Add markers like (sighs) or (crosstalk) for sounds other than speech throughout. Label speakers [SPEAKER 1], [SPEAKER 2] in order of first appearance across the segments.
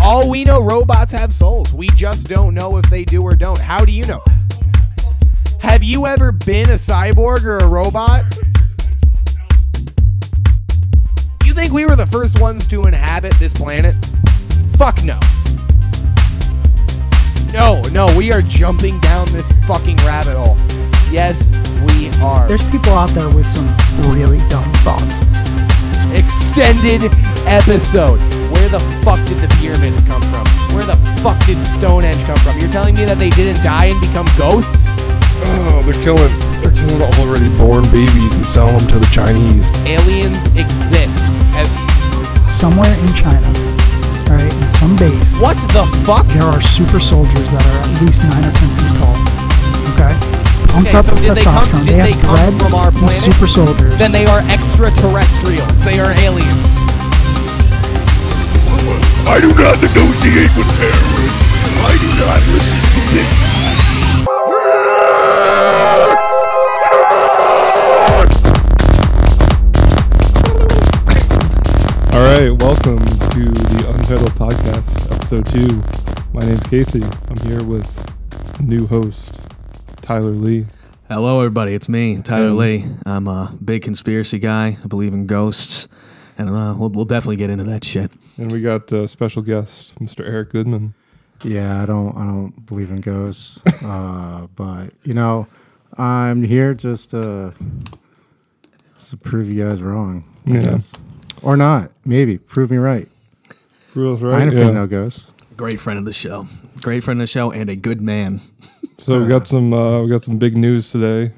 [SPEAKER 1] all we know, robots have souls. We just don't know if they do or don't. How do you know? Have you ever been a cyborg or a robot? You think we were the first ones to inhabit this planet? Fuck no. No, no, we are jumping down this fucking rabbit hole. Yes, we are.
[SPEAKER 2] There's people out there with some really dumb thoughts.
[SPEAKER 1] extended episode. Where the fuck did the pyramids come from? Where the fuck did Stonehenge come from? You're telling me that they didn't die and become ghosts?
[SPEAKER 3] Oh, they're killing, they're killing already born babies and selling them to the Chinese.
[SPEAKER 1] Aliens exist. As
[SPEAKER 2] Somewhere in China, all right, in some base,
[SPEAKER 1] what the fuck?
[SPEAKER 2] there are super soldiers that are at least nine or ten feet tall. Okay, pumped
[SPEAKER 1] Okay,
[SPEAKER 2] up
[SPEAKER 1] so
[SPEAKER 2] with
[SPEAKER 1] did they come-
[SPEAKER 2] testosterone.
[SPEAKER 1] did they
[SPEAKER 2] have
[SPEAKER 1] come
[SPEAKER 2] bred
[SPEAKER 1] from our
[SPEAKER 2] these
[SPEAKER 1] planet?
[SPEAKER 2] super soldiers.
[SPEAKER 1] Then they are extraterrestrials. They are aliens.
[SPEAKER 3] I do not negotiate with terrorists. I do not listen to this. All right, welcome to the Untitled Podcast, episode two. My name's Casey. I'm here with new host Tyler Lee.
[SPEAKER 4] Hello, everybody. It's me, Tyler
[SPEAKER 3] Um,
[SPEAKER 4] Lee. I'm a big conspiracy guy. I believe in ghosts, and uh, we'll, we'll definitely get into that shit.
[SPEAKER 3] And we got uh, special guest, Mr. Eric Goodman.
[SPEAKER 5] Yeah, I don't I don't believe in ghosts. (laughs) uh, but you know, I'm here just to, just to prove you guys wrong. I
[SPEAKER 3] Yeah.
[SPEAKER 5] guess. Or not. Maybe. Prove me right.
[SPEAKER 3] Rules,
[SPEAKER 5] I
[SPEAKER 3] right?
[SPEAKER 5] ain't afraid
[SPEAKER 3] Yeah.
[SPEAKER 5] of no ghosts.
[SPEAKER 4] Great friend of the show. Great friend of the show, and a good man.
[SPEAKER 3] So we got some uh, we got some big news today.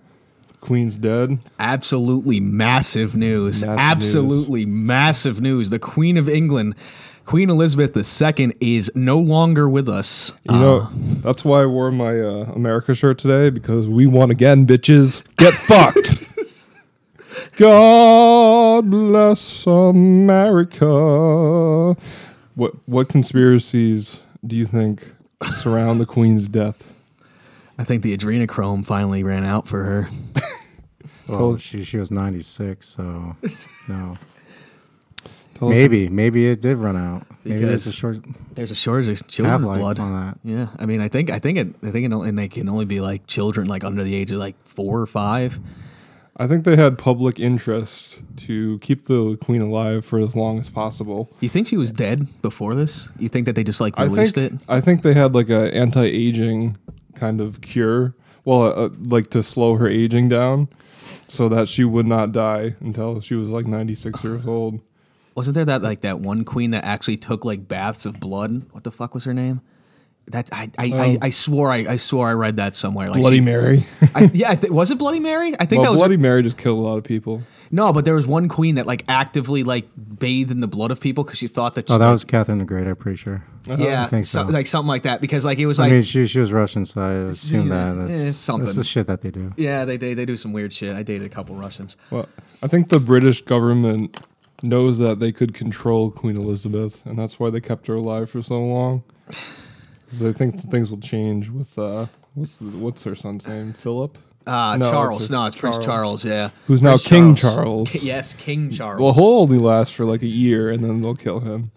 [SPEAKER 3] Queen's dead.
[SPEAKER 4] Absolutely massive news.
[SPEAKER 3] Massive
[SPEAKER 4] Absolutely massive news. The Queen of England, Queen Elizabeth II, is no longer with us. Uh,
[SPEAKER 3] You know, that's why I wore my uh, America shirt today because we won again, bitches. Get (laughs) fucked. God bless America. What what conspiracies do you think surround the Queen's death?
[SPEAKER 4] I think the adrenochrome finally ran out for her.
[SPEAKER 5] Well, she she was
[SPEAKER 3] (laughs)
[SPEAKER 5] 96, so no.
[SPEAKER 3] Tell us-
[SPEAKER 5] Maybe maybe it did run out. Maybe there's a
[SPEAKER 4] Because-
[SPEAKER 5] short
[SPEAKER 4] There's a shortage of
[SPEAKER 5] half
[SPEAKER 4] children's
[SPEAKER 5] life
[SPEAKER 4] blood.
[SPEAKER 5] on that.
[SPEAKER 4] Yeah, I mean, I think I think it, I think it, only- and they can only be like children, like under the age of like four or five.
[SPEAKER 3] I think they had public interest to keep the Queen alive for as long as possible.
[SPEAKER 4] You think she was dead before this? You think that they just like
[SPEAKER 3] I
[SPEAKER 4] released
[SPEAKER 3] think
[SPEAKER 4] it?
[SPEAKER 3] I think they had like a anti-aging kind of cure. Well, uh, uh, like to slow her aging down, so that she would not die until she was like 96 years old.
[SPEAKER 4] Wasn't there that like that one queen that actually took like baths of blood? What the fuck was her name? That I I,
[SPEAKER 3] Oh.
[SPEAKER 4] I, I swore I, I swore I read that somewhere. Like
[SPEAKER 3] Bloody
[SPEAKER 4] she-
[SPEAKER 3] Mary.
[SPEAKER 4] I, yeah, I thi- was it Bloody Mary? I think
[SPEAKER 3] well,
[SPEAKER 4] that was
[SPEAKER 3] Bloody Mary just killed a lot of people.
[SPEAKER 4] no, but there was one queen that like actively like bathed in the blood of people because she thought that.
[SPEAKER 5] Oh, that
[SPEAKER 4] she-
[SPEAKER 5] was Catherine the Great, I'm pretty sure.
[SPEAKER 3] Uh-huh.
[SPEAKER 4] yeah,
[SPEAKER 5] I think so.
[SPEAKER 4] like something like that because like it was
[SPEAKER 5] I
[SPEAKER 4] like
[SPEAKER 5] mean, she she was Russian, so I assume
[SPEAKER 4] yeah,
[SPEAKER 5] that
[SPEAKER 4] eh,
[SPEAKER 5] that's,
[SPEAKER 4] something.
[SPEAKER 5] that's the shit that they do.
[SPEAKER 4] yeah they, they they do some weird shit. I dated a couple Russians.
[SPEAKER 3] Well, I think the British government knows that they could control Queen Elizabeth, and that's why they kept her alive for so long. 'Cause They think that things will change with uh, what's the, what's her son's name? Philip.
[SPEAKER 4] Uh,
[SPEAKER 3] No, it's
[SPEAKER 4] Charles,
[SPEAKER 3] a-
[SPEAKER 4] no, it's Prince Charles, yeah.
[SPEAKER 3] Who's now
[SPEAKER 4] Prince
[SPEAKER 3] King Charles.
[SPEAKER 4] Ki- yes, King Charles.
[SPEAKER 3] Well, he'll only last for like a year, and then they'll kill him.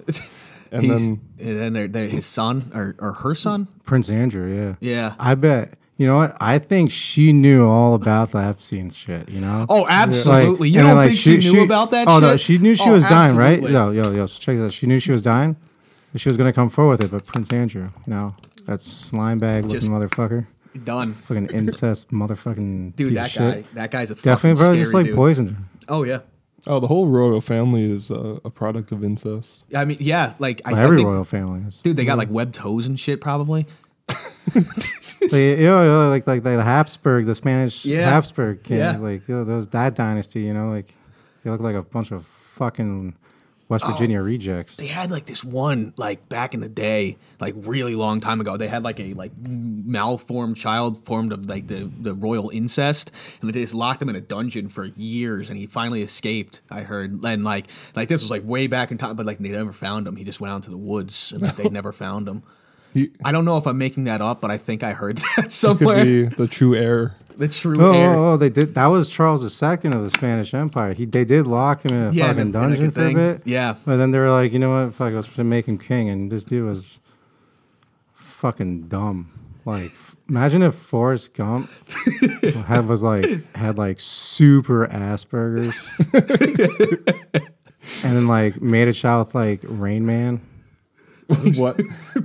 [SPEAKER 3] And
[SPEAKER 4] He's-
[SPEAKER 3] then
[SPEAKER 4] and then they're, they're his son or, or her son.
[SPEAKER 5] Prince Andrew, yeah.
[SPEAKER 4] Yeah.
[SPEAKER 5] I bet. You know what? I think she knew all about the Epstein shit, you know?
[SPEAKER 4] Oh, absolutely. you
[SPEAKER 5] and
[SPEAKER 4] don't
[SPEAKER 5] then, like,
[SPEAKER 4] think she, knew about that
[SPEAKER 5] Oh,
[SPEAKER 4] shit?
[SPEAKER 5] no, she knew she
[SPEAKER 4] Oh,
[SPEAKER 5] was dying, right?
[SPEAKER 4] absolutely.
[SPEAKER 5] Yo, yo, yo. So check this out. She knew she was dying. and She was going to come forward with it, but Prince Andrew, you know, that slime bag looking
[SPEAKER 4] Just-
[SPEAKER 5] motherfucker,
[SPEAKER 4] Done.
[SPEAKER 5] fucking incest motherfucking
[SPEAKER 4] Dude,
[SPEAKER 5] piece
[SPEAKER 4] that
[SPEAKER 5] of
[SPEAKER 4] guy,
[SPEAKER 5] shit.
[SPEAKER 4] that guy's a fucking
[SPEAKER 5] Definitely
[SPEAKER 4] scary
[SPEAKER 5] probably just like
[SPEAKER 4] dude.
[SPEAKER 5] poisoned her.
[SPEAKER 4] Oh, yeah.
[SPEAKER 3] (laughs) Oh, the whole royal family is uh, a product of incest.
[SPEAKER 4] I mean, yeah, like, I,
[SPEAKER 5] Well,
[SPEAKER 4] I
[SPEAKER 5] every
[SPEAKER 4] think,
[SPEAKER 5] royal family is.
[SPEAKER 4] dude, they got like webbed toes and shit probably.
[SPEAKER 5] Like, yo, yo, like, like the Habsburg, the Spanish
[SPEAKER 4] Yeah.
[SPEAKER 5] Habsburg king,
[SPEAKER 4] Yeah.
[SPEAKER 5] like yo, those that dynasty, you know, like they look like a bunch of fucking West Virginia rejects.
[SPEAKER 4] Oh. They had like this one, like back in the day, like really long time ago. They had like a like malformed child formed of like the the royal incest, and they just locked him in a dungeon for years, and he finally escaped. I heard, and like
[SPEAKER 5] (laughs)
[SPEAKER 4] like this was like way back in time, but like they never found him. He just went out into the woods, and like they never found him.
[SPEAKER 3] He
[SPEAKER 4] I don't know if I'm making that up, but I think I heard (laughs) that
[SPEAKER 3] could
[SPEAKER 4] somewhere.
[SPEAKER 3] be the true heir.
[SPEAKER 4] The true
[SPEAKER 5] Oh,
[SPEAKER 4] heir.
[SPEAKER 5] oh, oh, they did. That was Charles II of the Spanish Empire. He they did lock him in a
[SPEAKER 4] Yeah, in a-
[SPEAKER 5] fucking
[SPEAKER 4] in like a
[SPEAKER 5] dungeon for a
[SPEAKER 4] thing.
[SPEAKER 5] bit.
[SPEAKER 4] Yeah.
[SPEAKER 5] but then they were like, you know what? Fuck, let's make him king. And this dude was fucking dumb. Like, (laughs) f- imagine if
[SPEAKER 4] (laughs)
[SPEAKER 5] Forrest Gump had was like had like super Aspergers,
[SPEAKER 4] (laughs)
[SPEAKER 5] and then like made a child with, like Rain Man.
[SPEAKER 3] what?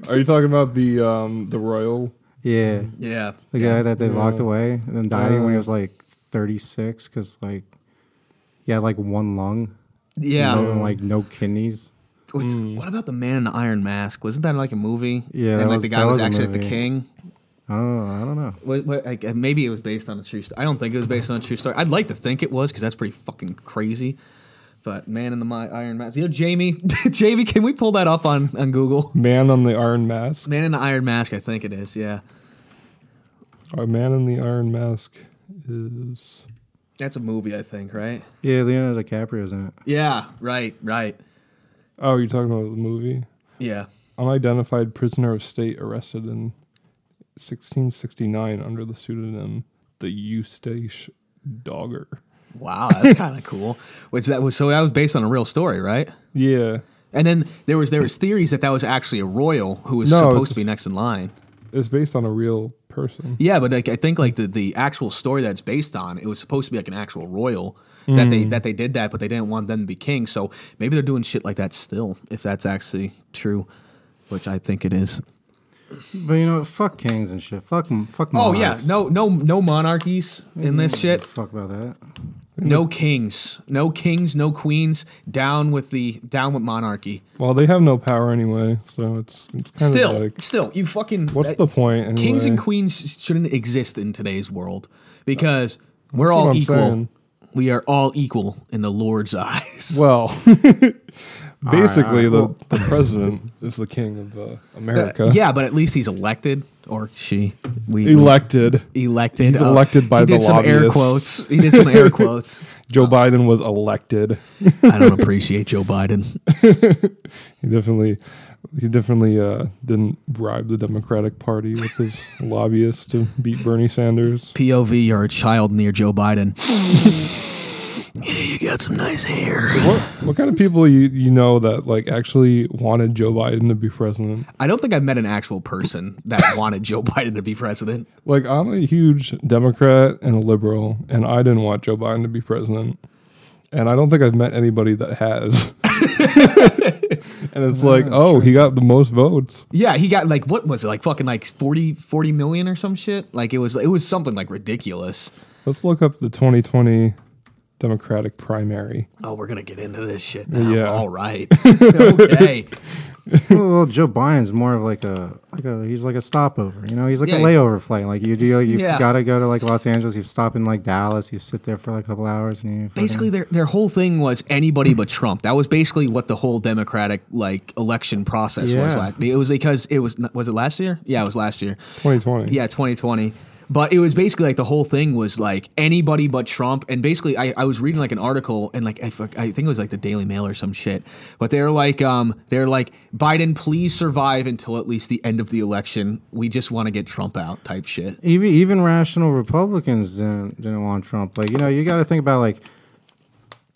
[SPEAKER 3] Are you talking about the um the royal?
[SPEAKER 5] Yeah,
[SPEAKER 4] Yeah. Uh.
[SPEAKER 5] the guy that they locked away and then died when he was like 36 because like he had like one lung
[SPEAKER 4] Yeah.
[SPEAKER 5] no, like no kidneys
[SPEAKER 4] What's- What about the man in the iron mask? Wasn't that like a movie?
[SPEAKER 5] Mm. Yeah, that
[SPEAKER 4] And like
[SPEAKER 5] was-
[SPEAKER 4] the
[SPEAKER 5] that
[SPEAKER 4] guy was,
[SPEAKER 5] was a
[SPEAKER 4] actually
[SPEAKER 5] movie.
[SPEAKER 4] the king.
[SPEAKER 5] i don't know i don't know
[SPEAKER 4] What, what, like, uh, maybe it was based on a true story. I don't think it was based on a true story. I'd like to think it was because that's pretty fucking crazy. But man in the my iron mask. You know, Jamie, (laughs) Jamie, can we pull that up on, on Google? (laughs)
[SPEAKER 3] Man on the Iron Mask.
[SPEAKER 4] Man in the iron mask, I think it is. Yeah.
[SPEAKER 3] A man in the Iron Mask is
[SPEAKER 4] That's a movie, I think, right?
[SPEAKER 5] yeah leonardo dicaprio's in it
[SPEAKER 4] Yeah, right, right.
[SPEAKER 3] Oh, you're talking about the movie?
[SPEAKER 4] Yeah.
[SPEAKER 3] Unidentified prisoner of state arrested in 1669 under the pseudonym the Eustache Dogger.
[SPEAKER 4] Wow, that's
[SPEAKER 5] (laughs)
[SPEAKER 4] kind of cool. Which that was so that was based on a real story, right?
[SPEAKER 3] Yeah,
[SPEAKER 4] And then there was there was theories that that was actually a royal who was
[SPEAKER 3] No,
[SPEAKER 4] supposed to
[SPEAKER 3] it's-
[SPEAKER 4] be next in line.
[SPEAKER 3] it's based on a real person.
[SPEAKER 4] Yeah, but like I think like the, the actual story that's based on it was supposed to be like an actual royal that they that they did that, but they didn't want them to be king. So maybe they're doing shit like that still, if that's actually true, which I think it is.
[SPEAKER 5] but you know what? fuck kings and shit fuck 'em- fuck
[SPEAKER 4] Oh yeah,
[SPEAKER 5] monarchs.
[SPEAKER 4] no no no monarchies in
[SPEAKER 5] Mm-hmm.
[SPEAKER 4] this shit.
[SPEAKER 5] fuck about that (laughs)
[SPEAKER 4] No kings, no kings, no queens. Down with the down with monarchy.
[SPEAKER 3] Well, they have no power anyway, so it's it's kind
[SPEAKER 4] Still,
[SPEAKER 3] of like
[SPEAKER 4] still, you fucking.
[SPEAKER 3] what's the point? Anyway?
[SPEAKER 4] Kings and queens shouldn't exist in today's world because
[SPEAKER 3] That's
[SPEAKER 4] we're
[SPEAKER 3] what
[SPEAKER 4] all
[SPEAKER 3] I'm
[SPEAKER 4] equal.
[SPEAKER 3] saying.
[SPEAKER 4] We are all equal in the Lord's (laughs) eyes.
[SPEAKER 3] Well, (laughs) basically, the,
[SPEAKER 5] all right, well-
[SPEAKER 3] the president is the king of uh, America.
[SPEAKER 4] yeah, but at least he's elected or she. We we-
[SPEAKER 3] elected.
[SPEAKER 4] Elected. uh,
[SPEAKER 3] He's elected by
[SPEAKER 4] he
[SPEAKER 3] the
[SPEAKER 4] did some air
[SPEAKER 3] lobbyists.
[SPEAKER 4] quotes. He did some
[SPEAKER 3] (laughs)
[SPEAKER 4] air quotes.
[SPEAKER 3] Joe Biden was elected.
[SPEAKER 4] I don't appreciate Joe Biden.
[SPEAKER 3] He definitely, he definitely uh, didn't bribe the Democratic Party with (laughs) his lobbyists to beat Bernie Sanders.
[SPEAKER 4] POV, you're a child near Joe Biden. yeah, you got some nice hair.
[SPEAKER 3] What what kind of people you you know that like actually wanted Joe Biden to be president?
[SPEAKER 4] I don't think I've met an actual person that wanted Joe Biden to be president.
[SPEAKER 3] Like I'm a huge Democrat and a liberal, and I didn't want Joe Biden to be president, and I don't think I've met anybody that has. (laughs) and it's like, oh, he got the most votes.
[SPEAKER 4] Yeah, he got like what was it like fucking like 40, 40 million or some shit? Like it was it was something like ridiculous.
[SPEAKER 3] Let's look up the 2020 Democratic primary.
[SPEAKER 4] Oh, we're gonna get into this shit now.
[SPEAKER 3] Yeah.
[SPEAKER 4] All right. okay.
[SPEAKER 5] well, well, Joe Biden's more of like a like a he's like a stopover, you know. He's like
[SPEAKER 4] Yeah,
[SPEAKER 5] a
[SPEAKER 4] he-
[SPEAKER 5] layover flight. Like you do, you
[SPEAKER 4] Yeah.
[SPEAKER 5] have gotta go to like Los Angeles. You stop in like Dallas. You sit there for like a couple hours, and you fucking-
[SPEAKER 4] Basically their their whole thing was anybody but Trump. That was basically what the whole Democratic like election process was
[SPEAKER 5] Yeah.
[SPEAKER 4] like. It was because it was was it last year? Yeah, it was last year.
[SPEAKER 3] 2020.
[SPEAKER 4] Yeah, 2020. But it was basically like the whole thing was like anybody but Trump. And basically, I, I was reading like an article and like I, fuck- I think it was like the Daily Mail or some shit. But they're like, um, they're like, Biden, please survive until at least the end of the election. We just want to get Trump out type shit.
[SPEAKER 5] even even rational Republicans didn't didn't want Trump. Like you know, you got to think about like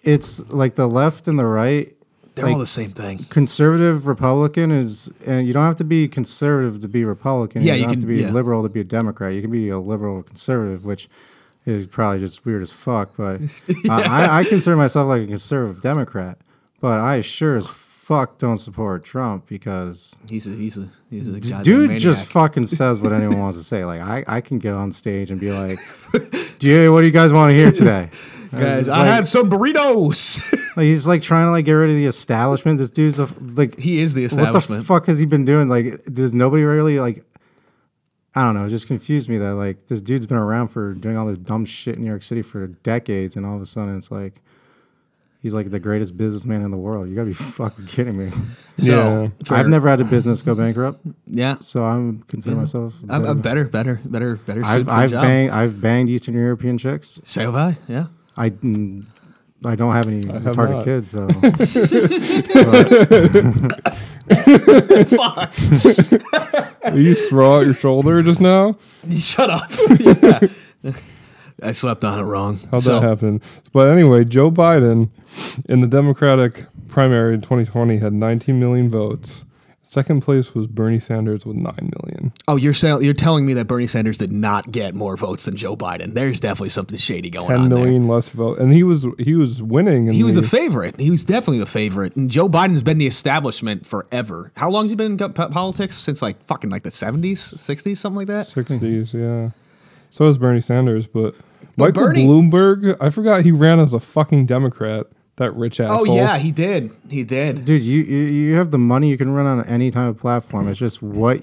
[SPEAKER 5] it's like the left and the right.
[SPEAKER 4] They're all
[SPEAKER 5] Like-
[SPEAKER 4] the same thing.
[SPEAKER 5] Conservative Republican is, and you don't have to be conservative to be Republican.
[SPEAKER 4] Yeah,
[SPEAKER 5] you
[SPEAKER 4] you
[SPEAKER 5] don't have
[SPEAKER 4] can-
[SPEAKER 5] to be
[SPEAKER 4] yeah.
[SPEAKER 5] liberal to be a Democrat. You can be a liberal conservative, which is probably just weird as fuck.
[SPEAKER 4] (laughs)
[SPEAKER 5] But I, I, I consider myself like a conservative Democrat, but I sure as fuck don't support Trump because
[SPEAKER 4] He's a he's a he's a goddamn
[SPEAKER 5] dude
[SPEAKER 4] maniac.
[SPEAKER 5] just fucking says what anyone wants
[SPEAKER 4] (laughs)
[SPEAKER 5] to say. Like I, I can get on stage and be like, "Do you, what do you guys want to hear
[SPEAKER 4] (laughs)
[SPEAKER 5] today?"
[SPEAKER 4] guys.
[SPEAKER 5] It's
[SPEAKER 4] I
[SPEAKER 5] like-
[SPEAKER 4] had some burritos. (laughs)
[SPEAKER 5] like, he's like trying to like get rid of the establishment. This dude's a, like
[SPEAKER 4] he is the
[SPEAKER 5] what the
[SPEAKER 4] establishment.
[SPEAKER 5] fuck has he been doing? Like does nobody really like I don't know, it just confused me that like this dude's been around for doing all this dumb shit in New York City for decades and all of a sudden it's like he's like the greatest businessman in the world. You gotta be (laughs) fucking kidding me.
[SPEAKER 4] So, for-
[SPEAKER 5] I've never had a business go bankrupt,
[SPEAKER 4] yeah.
[SPEAKER 5] so I'm consider myself a
[SPEAKER 4] Mm-hmm. I'm,
[SPEAKER 5] bit
[SPEAKER 4] I'm
[SPEAKER 5] of-
[SPEAKER 4] better, better, better, better. suited
[SPEAKER 5] I've,
[SPEAKER 4] for
[SPEAKER 5] I've
[SPEAKER 4] the job.
[SPEAKER 5] banged I've banged Eastern European chicks.
[SPEAKER 4] So have I. Yeah.
[SPEAKER 5] I mm, I don't have any
[SPEAKER 3] have
[SPEAKER 5] retarded
[SPEAKER 3] not.
[SPEAKER 4] (laughs)
[SPEAKER 5] kids though.
[SPEAKER 4] Fuck.
[SPEAKER 3] Will
[SPEAKER 4] (laughs)
[SPEAKER 3] you throw out your shoulder just now?
[SPEAKER 4] Shut up. (laughs) Yeah. (laughs) I slept on it wrong.
[SPEAKER 3] How'd
[SPEAKER 4] So,
[SPEAKER 3] that happen? But anyway, Joe Biden in the Democratic primary in 2020 had 19 million votes. Second place was Bernie Sanders with 9 million.
[SPEAKER 4] Oh, you're sell- you're telling me that Bernie Sanders did not get more votes than Joe Biden. There's definitely something shady going
[SPEAKER 3] 10
[SPEAKER 4] on there.
[SPEAKER 3] million less vote. And he was he was winning in
[SPEAKER 4] He was
[SPEAKER 3] the,
[SPEAKER 4] the favorite. He was definitely the favorite. And Joe Biden's been the establishment forever. How long has he been in go- po- politics? Since like fucking like the 70s, 60s, something like that.
[SPEAKER 3] 60s, yeah. So is Bernie Sanders, but, Michael
[SPEAKER 4] Bernie-
[SPEAKER 3] Bloomberg, I forgot he ran as a fucking Democrat. That rich
[SPEAKER 4] Oh
[SPEAKER 3] asshole.
[SPEAKER 4] yeah, he did. He did.
[SPEAKER 5] Dude, you, you you have the money. You can run on any type of platform. It's just what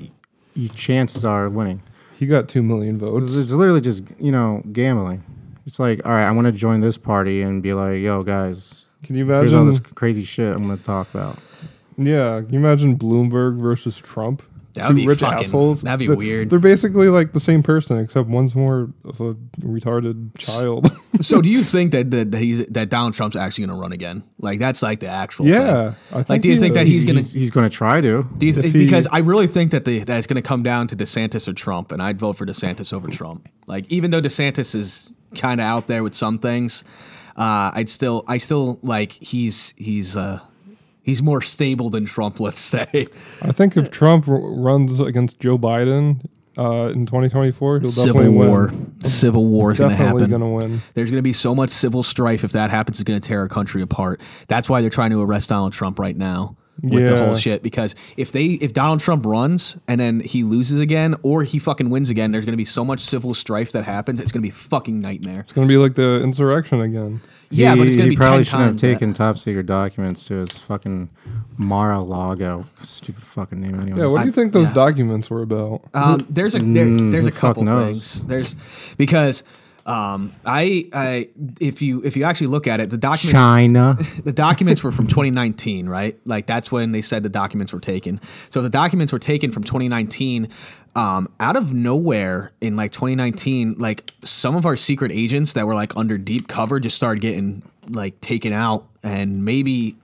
[SPEAKER 5] your chances are of winning.
[SPEAKER 3] He got 2 million
[SPEAKER 5] It's,
[SPEAKER 3] votes.
[SPEAKER 5] it's literally just you know gambling. It's like, all right, I want to join this party and be like, yo, guys,
[SPEAKER 3] Can you
[SPEAKER 5] here's all this
[SPEAKER 3] imagine?
[SPEAKER 5] crazy shit I'm gonna talk about.
[SPEAKER 3] Yeah, can you imagine Bloomberg versus Trump?
[SPEAKER 4] That'd be fucking- that'd be
[SPEAKER 3] They're-
[SPEAKER 4] weird.
[SPEAKER 3] They're basically like the same person, except one's more of a retarded child. (laughs)
[SPEAKER 4] so do you think that that, that he's that Donald Trump's actually going to run again? Like that's like the actual
[SPEAKER 3] Yeah,
[SPEAKER 4] thing.
[SPEAKER 3] I
[SPEAKER 4] like
[SPEAKER 3] think
[SPEAKER 4] do you
[SPEAKER 3] he
[SPEAKER 4] think that
[SPEAKER 3] is.
[SPEAKER 4] he's going
[SPEAKER 5] He's,
[SPEAKER 4] to
[SPEAKER 5] he's gonna try to.
[SPEAKER 4] do you think
[SPEAKER 3] he-
[SPEAKER 4] because I really think that the that it's going to come down to DeSantis or Trump and I'd vote for DeSantis over Trump. Like even though DeSantis is kind of out there with some things, uh, I'd still I still like he's he's uh he's more stable than Trump, let's say.
[SPEAKER 3] I think if Trump r- runs against Joe Biden uh, in 2024, he'll
[SPEAKER 4] Civil
[SPEAKER 3] definitely
[SPEAKER 4] war.
[SPEAKER 3] win.
[SPEAKER 4] Civil war is going to
[SPEAKER 3] Definitely
[SPEAKER 4] happen.
[SPEAKER 3] gonna win.
[SPEAKER 4] There's going to be so much civil strife if that happens. It's going to tear our country apart. That's why they're trying to arrest Donald Trump right now with the
[SPEAKER 3] Yeah.
[SPEAKER 4] whole shit. Because if they if Donald Trump runs and then he loses again or he fucking wins again, there's going to be so much civil strife that happens. It's going to be fucking nightmare.
[SPEAKER 3] It's gonna be like the insurrection again.
[SPEAKER 4] Yeah,
[SPEAKER 5] he,
[SPEAKER 4] but it's going to
[SPEAKER 5] he
[SPEAKER 4] be
[SPEAKER 5] probably
[SPEAKER 4] 10
[SPEAKER 5] shouldn't have
[SPEAKER 4] times that.
[SPEAKER 5] taken top secret documents to his fucking Mar-a-Lago. Stupid fucking name. Anyway,
[SPEAKER 3] Yeah, what do you think those documents were about?
[SPEAKER 4] Um, there's a there, there's
[SPEAKER 5] Mm, who
[SPEAKER 4] a couple
[SPEAKER 5] fuck knows?
[SPEAKER 4] things. There's because um, I I if you if you actually look at it, the document
[SPEAKER 5] China.
[SPEAKER 4] (laughs) the documents were from 2019, right? Like that's when they said the documents were taken. So the documents were taken from 2019. Um, out of nowhere in like 2019, like some of our secret agents that were like under deep cover just started getting like taken out, and maybe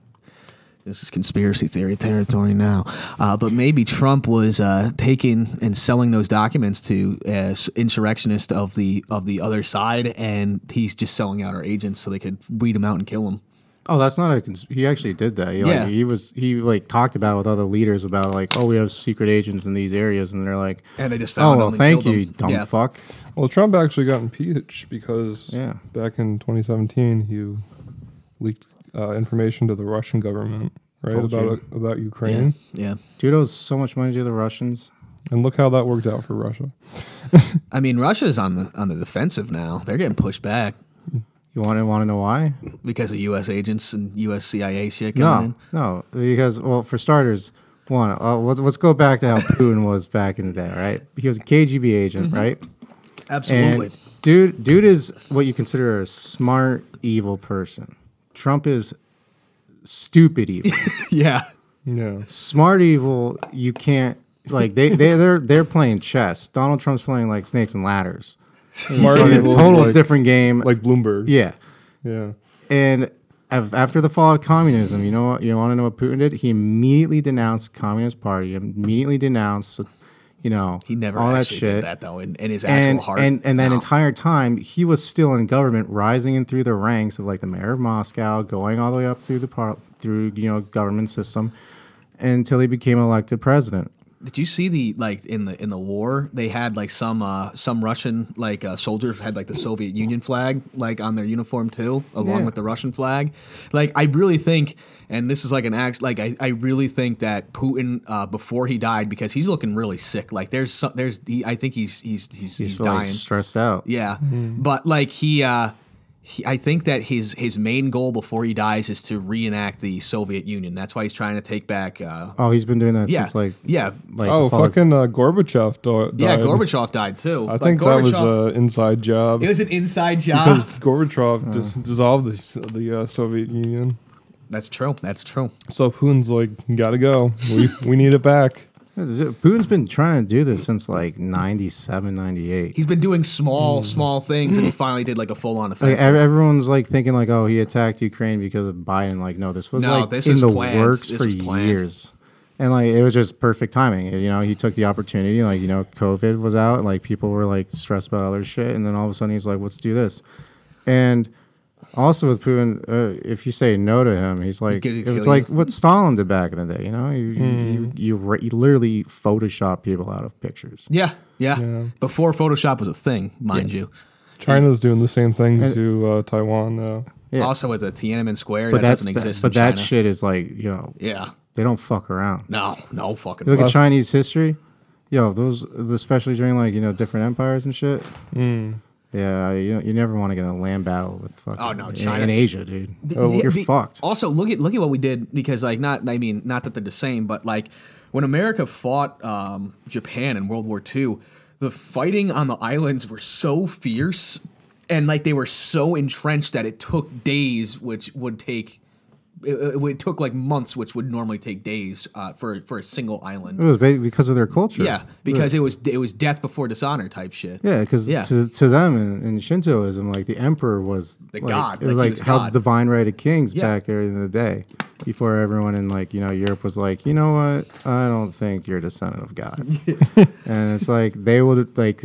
[SPEAKER 4] this is conspiracy theory territory now, uh, but maybe Trump was uh, taking and selling those documents to uh, insurrectionists of the of the other side, and he's just selling out our agents so they could weed them out and kill them.
[SPEAKER 5] Oh, that's not a. Cons- he actually did that. He, like,
[SPEAKER 4] Yeah.
[SPEAKER 5] he was. He like talked about it with other leaders about like, oh, we have secret agents in these areas, and they're like,
[SPEAKER 4] And they just
[SPEAKER 5] oh
[SPEAKER 4] found
[SPEAKER 5] well,
[SPEAKER 4] them and
[SPEAKER 5] thank
[SPEAKER 4] killed
[SPEAKER 5] you,
[SPEAKER 4] them.
[SPEAKER 5] dumb
[SPEAKER 4] Yeah.
[SPEAKER 5] fuck.
[SPEAKER 3] Well, Trump actually got impeached because
[SPEAKER 5] Yeah.
[SPEAKER 3] back in 2017 he leaked uh, information to the Russian government, right,
[SPEAKER 5] Told
[SPEAKER 3] about
[SPEAKER 5] you.
[SPEAKER 3] about Ukraine,
[SPEAKER 4] Yeah.
[SPEAKER 5] Dude owes so much money to the Russians.
[SPEAKER 3] and look how that worked out for Russia.
[SPEAKER 4] I mean, Russia's on the on the defensive now. They're getting pushed back
[SPEAKER 5] You want to want to know why?
[SPEAKER 4] because of U.S. agents and U.S. CIA shit coming
[SPEAKER 5] No, no, because well, for starters, one, uh, let's, let's go back
[SPEAKER 4] (laughs)
[SPEAKER 5] to how Putin was back in the day, right? He was a KGB agent, right?
[SPEAKER 4] in. Mm-hmm. Absolutely.
[SPEAKER 5] And dude, dude is what you consider a smart evil person. Trump is stupid evil.
[SPEAKER 4] (laughs) yeah.
[SPEAKER 3] Yeah,
[SPEAKER 5] smart evil. You can't like they they they're they're playing chess. Donald Trump's playing like snakes and ladders.
[SPEAKER 3] (laughs) smart
[SPEAKER 5] Fucking
[SPEAKER 3] evil,
[SPEAKER 5] total
[SPEAKER 3] like,
[SPEAKER 5] different game.
[SPEAKER 3] like Bloomberg.
[SPEAKER 5] yeah,
[SPEAKER 3] yeah.
[SPEAKER 5] and af- after the fall of communism, you know what? You want to know what Putin did? He immediately denounced the Communist Party. Immediately denounced, you know,
[SPEAKER 4] He never
[SPEAKER 5] all that
[SPEAKER 4] actually
[SPEAKER 5] shit.
[SPEAKER 4] did that though in, in his actual
[SPEAKER 5] And,
[SPEAKER 4] heart.
[SPEAKER 5] and and that
[SPEAKER 4] No.
[SPEAKER 5] entire time he was still in government, rising in through the ranks of like the mayor of Moscow, going all the way up through the par- through you know government system, until he became elected president.
[SPEAKER 4] Did you see the like in the in the war they had like some uh some Russian like uh, soldiers had like the Soviet Union flag like on their uniform too along
[SPEAKER 5] Yeah.
[SPEAKER 4] with the Russian flag. Like I really think and this is like an act like I, I really think that Putin uh, before he died because he's looking really sick. Like there's some, there's he, I think he's he's he's, he's,
[SPEAKER 5] He's
[SPEAKER 4] dying.
[SPEAKER 5] like stressed out.
[SPEAKER 4] Yeah, but like he, uh, he, I think that his his main goal before he dies is to reenact the Soviet Union. That's why he's trying to take back. Uh,
[SPEAKER 5] Oh, he's been doing that
[SPEAKER 4] yeah,
[SPEAKER 5] since like
[SPEAKER 4] yeah,
[SPEAKER 5] like
[SPEAKER 3] oh,
[SPEAKER 5] the fall of-
[SPEAKER 3] fucking uh, Gorbachev do- died.
[SPEAKER 4] yeah. Gorbachev died too.
[SPEAKER 3] I think that was
[SPEAKER 5] uh,
[SPEAKER 3] an inside job. (laughs)
[SPEAKER 4] it was an
[SPEAKER 5] (laughs)
[SPEAKER 4] inside
[SPEAKER 3] because
[SPEAKER 4] job.
[SPEAKER 3] Gorbachev just dissolved the, the uh, Soviet Union.
[SPEAKER 4] That's true. That's true.
[SPEAKER 3] So Putin's like, gotta go. We, we need it
[SPEAKER 4] (laughs)
[SPEAKER 3] back.
[SPEAKER 5] Putin's been trying to do this since like 97, 98.
[SPEAKER 4] He's been doing small, small things, and
[SPEAKER 5] (clears throat)
[SPEAKER 4] he finally did like a full on
[SPEAKER 5] Mm. Like
[SPEAKER 4] offensive.
[SPEAKER 5] ev- everyone's like thinking like, oh, he attacked Ukraine because of Biden. Like, no, this was
[SPEAKER 4] No,
[SPEAKER 5] like
[SPEAKER 4] this
[SPEAKER 5] in
[SPEAKER 4] is
[SPEAKER 5] the
[SPEAKER 4] planned.
[SPEAKER 5] works
[SPEAKER 4] This
[SPEAKER 5] for
[SPEAKER 4] was planned.
[SPEAKER 5] years. and like it was just perfect timing. You know, he took the opportunity. Like you know, COVID was out, and like people were like stressed about other shit, and then all of a sudden he's like, "Let's do this," and also with Putin, uh, if you say no to him, he's like,
[SPEAKER 4] could
[SPEAKER 5] it
[SPEAKER 4] kill
[SPEAKER 5] was
[SPEAKER 4] you.
[SPEAKER 5] like what Stalin did back in the day. You know, you you, you, ra- you literally Photoshop people out of pictures.
[SPEAKER 4] Yeah, yeah. Before Photoshop was a thing, mind you.
[SPEAKER 3] China's doing the same thing to uh, Taiwan now.
[SPEAKER 5] Yeah.
[SPEAKER 4] Also with the Tiananmen Square,
[SPEAKER 5] But
[SPEAKER 4] that
[SPEAKER 5] that's
[SPEAKER 4] doesn't
[SPEAKER 5] that-
[SPEAKER 4] exist.
[SPEAKER 5] but
[SPEAKER 4] in
[SPEAKER 5] that
[SPEAKER 4] China.
[SPEAKER 5] shit is like you know
[SPEAKER 4] Yeah.
[SPEAKER 5] they don't fuck around.
[SPEAKER 4] No, no fucking.
[SPEAKER 5] You look
[SPEAKER 4] way.
[SPEAKER 5] at Chinese history, yo, those especially during like you know different empires and shit. Yeah, you you never want to get in a land battle with fucking
[SPEAKER 4] Oh, no,
[SPEAKER 5] in-
[SPEAKER 4] China-
[SPEAKER 5] in, Asia, dude.
[SPEAKER 4] The-
[SPEAKER 5] Oh, You're
[SPEAKER 4] the-
[SPEAKER 5] fucked.
[SPEAKER 4] Also, look at look at what we did because like not I mean not that they're the same, but like when America fought um, Japan in World War II, the fighting on the islands were so fierce and like they were so entrenched that it took days, which would take. It, it it took like months, which would normally take days uh, for for a single island.
[SPEAKER 5] it was ba- because of their culture.
[SPEAKER 4] Yeah, because it was it was death before dishonor type shit.
[SPEAKER 5] Yeah, because
[SPEAKER 4] Yeah.
[SPEAKER 5] to, to them in, in Shintoism, like the emperor was
[SPEAKER 4] The
[SPEAKER 5] like,
[SPEAKER 4] god,
[SPEAKER 5] it was
[SPEAKER 4] like, he
[SPEAKER 5] like
[SPEAKER 4] was
[SPEAKER 5] how
[SPEAKER 4] god.
[SPEAKER 5] divine right of kings
[SPEAKER 4] Yeah.
[SPEAKER 5] back there in the day, before everyone in like you know Europe was like, you know what, I don't think you're a descendant
[SPEAKER 4] (laughs)
[SPEAKER 5] of God, and it's like they would like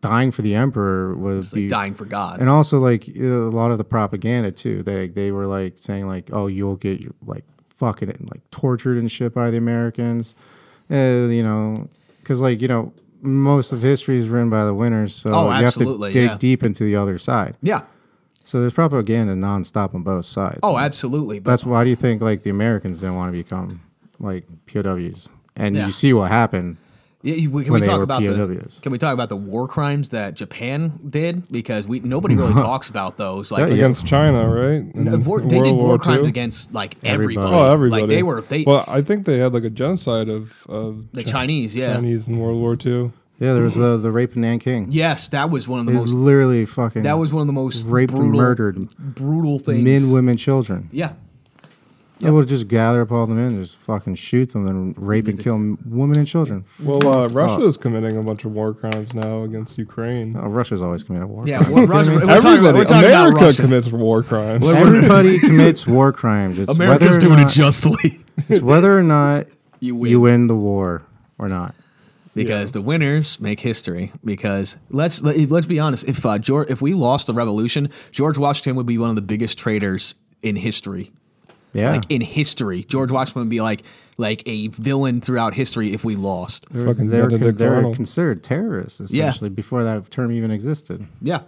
[SPEAKER 5] dying for the emperor was
[SPEAKER 4] like dying for God.
[SPEAKER 5] and also like a lot of the propaganda too. They they were like saying like, oh, you'll get like fucking like tortured and shit by the Americans, uh, you know, because like you know most of history is written by the winners, so
[SPEAKER 4] Oh,
[SPEAKER 5] you have to
[SPEAKER 4] absolutely,
[SPEAKER 5] dig
[SPEAKER 4] yeah.
[SPEAKER 5] deep into the other side.
[SPEAKER 4] yeah.
[SPEAKER 5] So there's propaganda nonstop on both sides.
[SPEAKER 4] Oh, absolutely. But
[SPEAKER 5] that's why do you think like the Americans didn't want to become like POWs, and
[SPEAKER 4] Yeah.
[SPEAKER 5] you see what happened.
[SPEAKER 4] Yeah, you- we- can
[SPEAKER 5] when
[SPEAKER 4] we
[SPEAKER 5] they
[SPEAKER 4] talk
[SPEAKER 5] were
[SPEAKER 4] about
[SPEAKER 5] POWs.
[SPEAKER 4] the Can we talk about the war crimes that Japan did? Because we nobody really talks about those. Like
[SPEAKER 5] Yeah.
[SPEAKER 3] Against China, right?
[SPEAKER 4] uh,
[SPEAKER 3] In
[SPEAKER 4] war, they did
[SPEAKER 3] World
[SPEAKER 4] war,
[SPEAKER 3] War
[SPEAKER 4] crimes
[SPEAKER 3] II?
[SPEAKER 4] against like
[SPEAKER 5] Everybody.
[SPEAKER 4] everybody.
[SPEAKER 3] Oh, everybody.
[SPEAKER 4] Like they were they
[SPEAKER 3] well, I think they had like a genocide of, of
[SPEAKER 4] the
[SPEAKER 3] Chi-
[SPEAKER 4] Chinese. Yeah.
[SPEAKER 3] Chinese in World War II.
[SPEAKER 5] Yeah, there was the the rape of Nanking.
[SPEAKER 4] Yes, that was one of the
[SPEAKER 5] It
[SPEAKER 4] most.
[SPEAKER 5] was literally fucking
[SPEAKER 4] That was one of the most
[SPEAKER 5] raped
[SPEAKER 4] brutal,
[SPEAKER 5] and murdered
[SPEAKER 4] brutal things.
[SPEAKER 5] men, women, children.
[SPEAKER 4] yeah.
[SPEAKER 5] They would just gather up all the men, and just fucking shoot them, then rape and kill m- women and children.
[SPEAKER 3] Well, uh, Russia's committing a bunch of war crimes now against Ukraine.
[SPEAKER 5] Oh, Russia's always committed war.
[SPEAKER 4] Yeah,
[SPEAKER 5] crimes.
[SPEAKER 4] well, Russia, we're talking about-
[SPEAKER 3] Everybody,
[SPEAKER 4] we're talking about
[SPEAKER 3] America
[SPEAKER 4] Russia.
[SPEAKER 3] commits war crimes.
[SPEAKER 4] (laughs)
[SPEAKER 5] Everybody commits war crimes. It's
[SPEAKER 4] America's
[SPEAKER 5] whether or
[SPEAKER 4] doing it
[SPEAKER 5] not,
[SPEAKER 4] justly
[SPEAKER 5] It's whether or not
[SPEAKER 4] (laughs) You
[SPEAKER 5] you
[SPEAKER 4] win.
[SPEAKER 5] win. the war or not.
[SPEAKER 4] because the winners make history. Because let's let, us let us be honest, if uh, George, if we lost the revolution, George Washington would be one of the biggest traitors in history.
[SPEAKER 5] Yeah,
[SPEAKER 4] like in history. George Washington would be like like a villain throughout history if we lost.
[SPEAKER 5] they're,
[SPEAKER 3] Fucking
[SPEAKER 5] they're, con-
[SPEAKER 3] Benedict
[SPEAKER 5] they're
[SPEAKER 3] Arnold.
[SPEAKER 5] considered terrorists essentially before that term even existed.
[SPEAKER 4] Yeah.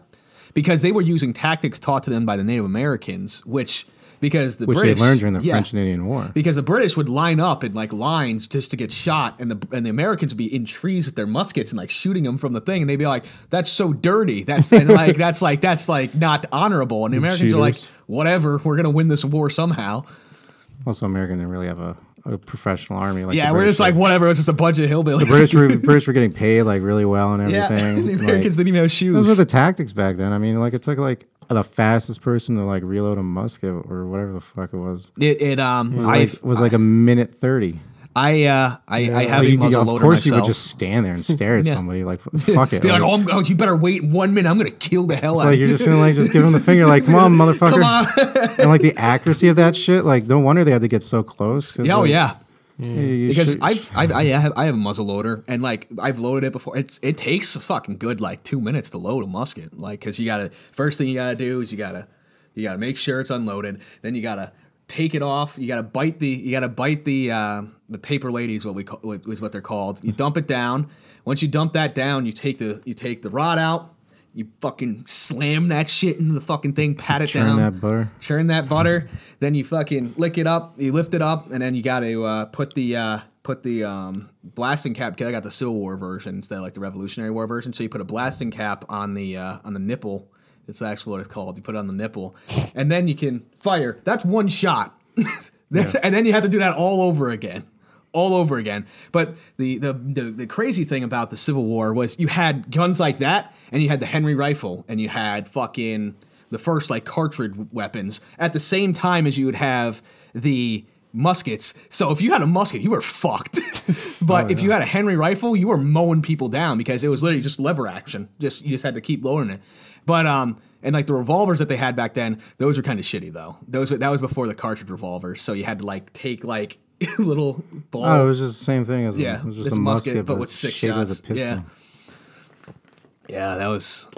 [SPEAKER 4] Because they were using tactics taught to them by the Native Americans, which because the
[SPEAKER 5] Which
[SPEAKER 4] British,
[SPEAKER 5] they learned during the
[SPEAKER 4] yeah.
[SPEAKER 5] French and Indian War.
[SPEAKER 4] Because the British would line up in like lines just to get shot, and the and the Americans would be in trees with their muskets and like shooting them from the thing, and they'd be like, "That's so dirty. That's and like that's like that's like not honorable." And the Americans are like,
[SPEAKER 3] cheaters.
[SPEAKER 4] "Whatever, we're gonna win this war somehow."
[SPEAKER 5] Also, America didn't really have a, a professional army. Like
[SPEAKER 4] yeah,
[SPEAKER 5] the
[SPEAKER 4] we're
[SPEAKER 5] British
[SPEAKER 4] just like
[SPEAKER 5] did.
[SPEAKER 4] whatever. It's just a bunch of hillbillies. (laughs)
[SPEAKER 5] the British were, British were getting paid like really well and
[SPEAKER 4] yeah, (laughs)
[SPEAKER 5] everything.
[SPEAKER 4] the
[SPEAKER 5] Like,
[SPEAKER 4] Americans didn't even have shoes.
[SPEAKER 5] Those were the tactics back then. I mean, like it took like the fastest person to like reload a musket or whatever the fuck it was.
[SPEAKER 4] It, it um,
[SPEAKER 5] Like,
[SPEAKER 4] I
[SPEAKER 5] it was like a minute thirty.
[SPEAKER 4] I uh, I I have
[SPEAKER 5] Like,
[SPEAKER 4] a
[SPEAKER 5] you-
[SPEAKER 4] muzzle
[SPEAKER 5] you-
[SPEAKER 4] loader
[SPEAKER 5] of course, you
[SPEAKER 4] myself.
[SPEAKER 5] would just
[SPEAKER 4] (laughs)
[SPEAKER 5] stand there and stare at
[SPEAKER 4] Yeah.
[SPEAKER 5] somebody. Like (laughs) fuck it.
[SPEAKER 4] be like,
[SPEAKER 5] Like,
[SPEAKER 4] oh, I'm, oh, you better wait one minute. I'm gonna kill the hell
[SPEAKER 5] it's
[SPEAKER 4] out
[SPEAKER 5] like
[SPEAKER 4] of you.
[SPEAKER 5] you're just gonna like just give him the finger. Like
[SPEAKER 4] (laughs)
[SPEAKER 5] come on, motherfucker. and like the accuracy of that shit. Like no wonder they had to get so close. 'cause,
[SPEAKER 4] Yeah, oh
[SPEAKER 5] like,
[SPEAKER 4] yeah,
[SPEAKER 5] you- you
[SPEAKER 4] because
[SPEAKER 5] shoot-
[SPEAKER 4] I've, I've I have I have a muzzle loader and like I've loaded it before. It's it takes a fucking good like two minutes to load a musket. Like because you gotta first thing you gotta do is you gotta you gotta make sure it's unloaded. Then you gotta take it off. You gotta bite the you gotta bite the uh, the paper ladies what we call what, is what they're called. You dump it down. Once you dump that down, you take the you take the rod out. You fucking slam that shit into the fucking thing, pat it
[SPEAKER 5] churn
[SPEAKER 4] down
[SPEAKER 5] that butter.
[SPEAKER 4] churn that butter. then you fucking lick it up. You lift it up, and then you got to uh, put the uh, put the um, blasting cap. Cause I got the Civil War version instead of like the Revolutionary War version. So you put a blasting cap on the uh, on the nipple. It's actually what it's called. You put it on the nipple, and then you can fire. That's one shot. That's, And then you have to do that all over again. All over again, but the, the the the crazy thing about the Civil War was you had guns like that, and you had the Henry rifle, and you had fucking the first like cartridge weapons at the same time as you would have the muskets. So if you had a musket, you were fucked. (laughs) but if you had a Henry rifle, you were mowing people down because it was literally just lever action. Just you just had to keep lowering it. But um and like the revolvers that they had back then, those were kind of shitty though. Those were- that was before the cartridge revolvers, so you had to like (laughs) take like little ball.
[SPEAKER 5] Oh, it was just the same thing as
[SPEAKER 4] yeah,
[SPEAKER 5] a, it was just
[SPEAKER 4] it's
[SPEAKER 5] a musket, but,
[SPEAKER 4] with six
[SPEAKER 5] shaped
[SPEAKER 4] shots.
[SPEAKER 5] as a pistol.
[SPEAKER 4] Yeah, yeah, that was.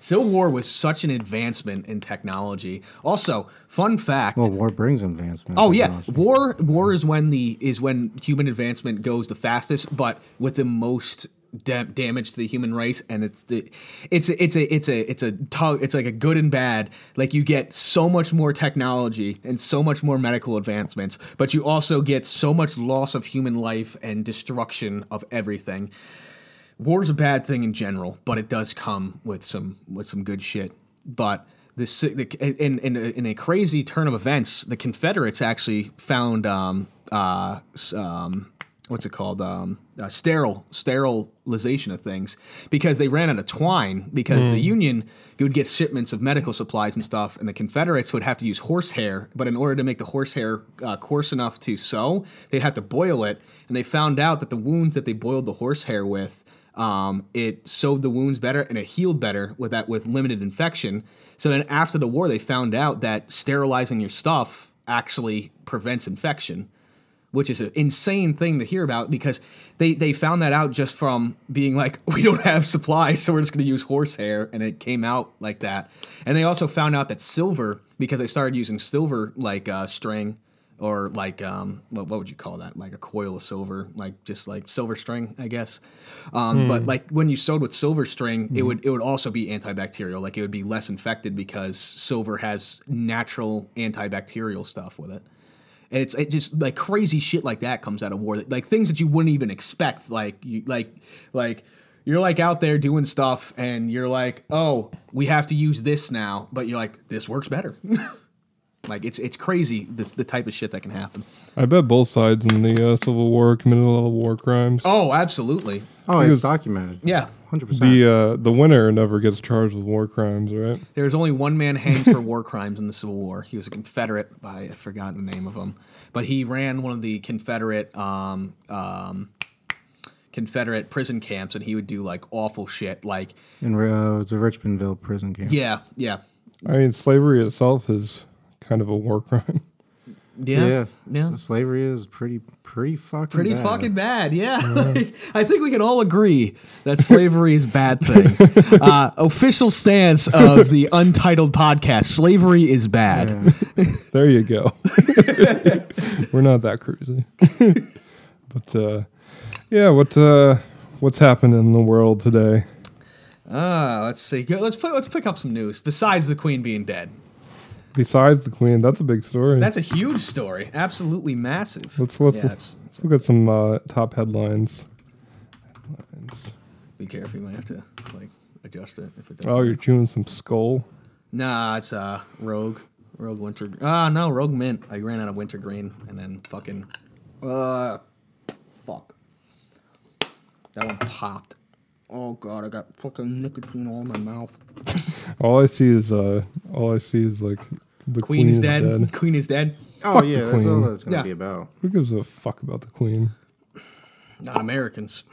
[SPEAKER 4] Civil War was such an advancement in technology. Also, fun fact.
[SPEAKER 5] Well, war brings advancement.
[SPEAKER 4] Oh yeah, war war is when the is when human advancement goes the fastest, but with the most da- damage to the human race, and it's the, it's a, it's a it's a it's a tug. It's like a good and bad. Like you get so much more technology and so much more medical advancements, but you also get so much loss of human life and destruction of everything. War's a bad thing in general, but it does come with some with some good shit. But the, si- the in in a, in a crazy turn of events, the Confederates actually found um uh s- um what's it called um uh, sterile sterilization of things because they ran out of twine because the Union would get shipments of medical supplies and stuff, and the Confederates would have to use horsehair. But in order to make the horsehair uh, coarse enough to sew, they'd have to boil it. And they found out that the wounds that they boiled the horsehair with um, it sewed the wounds better and it healed better with that with limited infection. So then after the war, they found out that sterilizing your stuff actually prevents infection, which is an insane thing to hear about because they they found that out just from being like (laughs) we don't have supplies, so we're just going to use horsehair, and it came out like that. And they also found out that silver because they started using silver like uh, string. Or like, um, what, what would you call that? Like a coil of silver, like just like silver string, I guess. Um, But like when you sewed with silver string, it would it would also be antibacterial. Like it would be less infected because silver has natural antibacterial stuff with it. And it's it just like crazy shit like that comes out of war, like things that you wouldn't even expect. Like you like like you're like out there doing stuff, and you're like, oh, we have to use this now, but you're like, this works better. (laughs) like it's it's crazy this, the type of shit that can happen.
[SPEAKER 3] I bet both sides in the uh, Civil War committed a lot of war crimes.
[SPEAKER 4] Oh, absolutely,
[SPEAKER 5] Oh,
[SPEAKER 3] It
[SPEAKER 5] it's
[SPEAKER 3] was-
[SPEAKER 5] documented.
[SPEAKER 4] yeah.
[SPEAKER 5] hundred percent.
[SPEAKER 3] The uh, the winner never gets charged with war crimes, right?
[SPEAKER 4] There was only one man hanged for war (laughs) crimes in the Civil War. He was a Confederate. By, I forgot the name of him, but he ran one of the Confederate um, um, Confederate prison camps, and he would do like awful shit. Like,
[SPEAKER 5] In uh, it was a Richmondville prison camp.
[SPEAKER 4] yeah, yeah,
[SPEAKER 3] I mean, slavery itself is kind of a war crime. (laughs)
[SPEAKER 4] yeah, yeah.
[SPEAKER 5] S- slavery is pretty, pretty fucking,
[SPEAKER 4] Pretty
[SPEAKER 5] bad.
[SPEAKER 4] fucking bad, yeah. (laughs) Like, I think we can all agree that slavery is a bad thing. Uh, official stance of the Untitled podcast: slavery is bad.
[SPEAKER 5] Yeah.
[SPEAKER 3] There you go. (laughs) We're not that crazy. (laughs) but uh, yeah, what uh, what's happening in the world today?
[SPEAKER 4] Ah, let's see. Go- Let's pi- let's pick up some news besides the Queen being dead.
[SPEAKER 3] Besides the Queen, that's a big story.
[SPEAKER 4] That's a huge story. Absolutely massive.
[SPEAKER 3] let's let's,
[SPEAKER 4] Yeah, it's-
[SPEAKER 3] let's look at some uh, top headlines. headlines.
[SPEAKER 4] be careful. You might have to like adjust it if it doesn't.
[SPEAKER 3] Oh, you're chewing some skull.
[SPEAKER 4] Nah, it's uh Rogue, Rogue Winter. Ah, no, Rogue Mint. I ran out of Wintergreen and then fucking, uh, fuck. That one popped. Oh god, I got fucking nicotine all in my mouth.
[SPEAKER 3] All I see is uh, all I see is like the
[SPEAKER 4] Queen, is, dead. Queen is dead.
[SPEAKER 5] Oh
[SPEAKER 3] Fuck the
[SPEAKER 5] yeah, that's all
[SPEAKER 3] queen.
[SPEAKER 5] that's gonna
[SPEAKER 4] Yeah.
[SPEAKER 5] be about.
[SPEAKER 3] Who gives a fuck about the Queen?
[SPEAKER 4] Not Americans.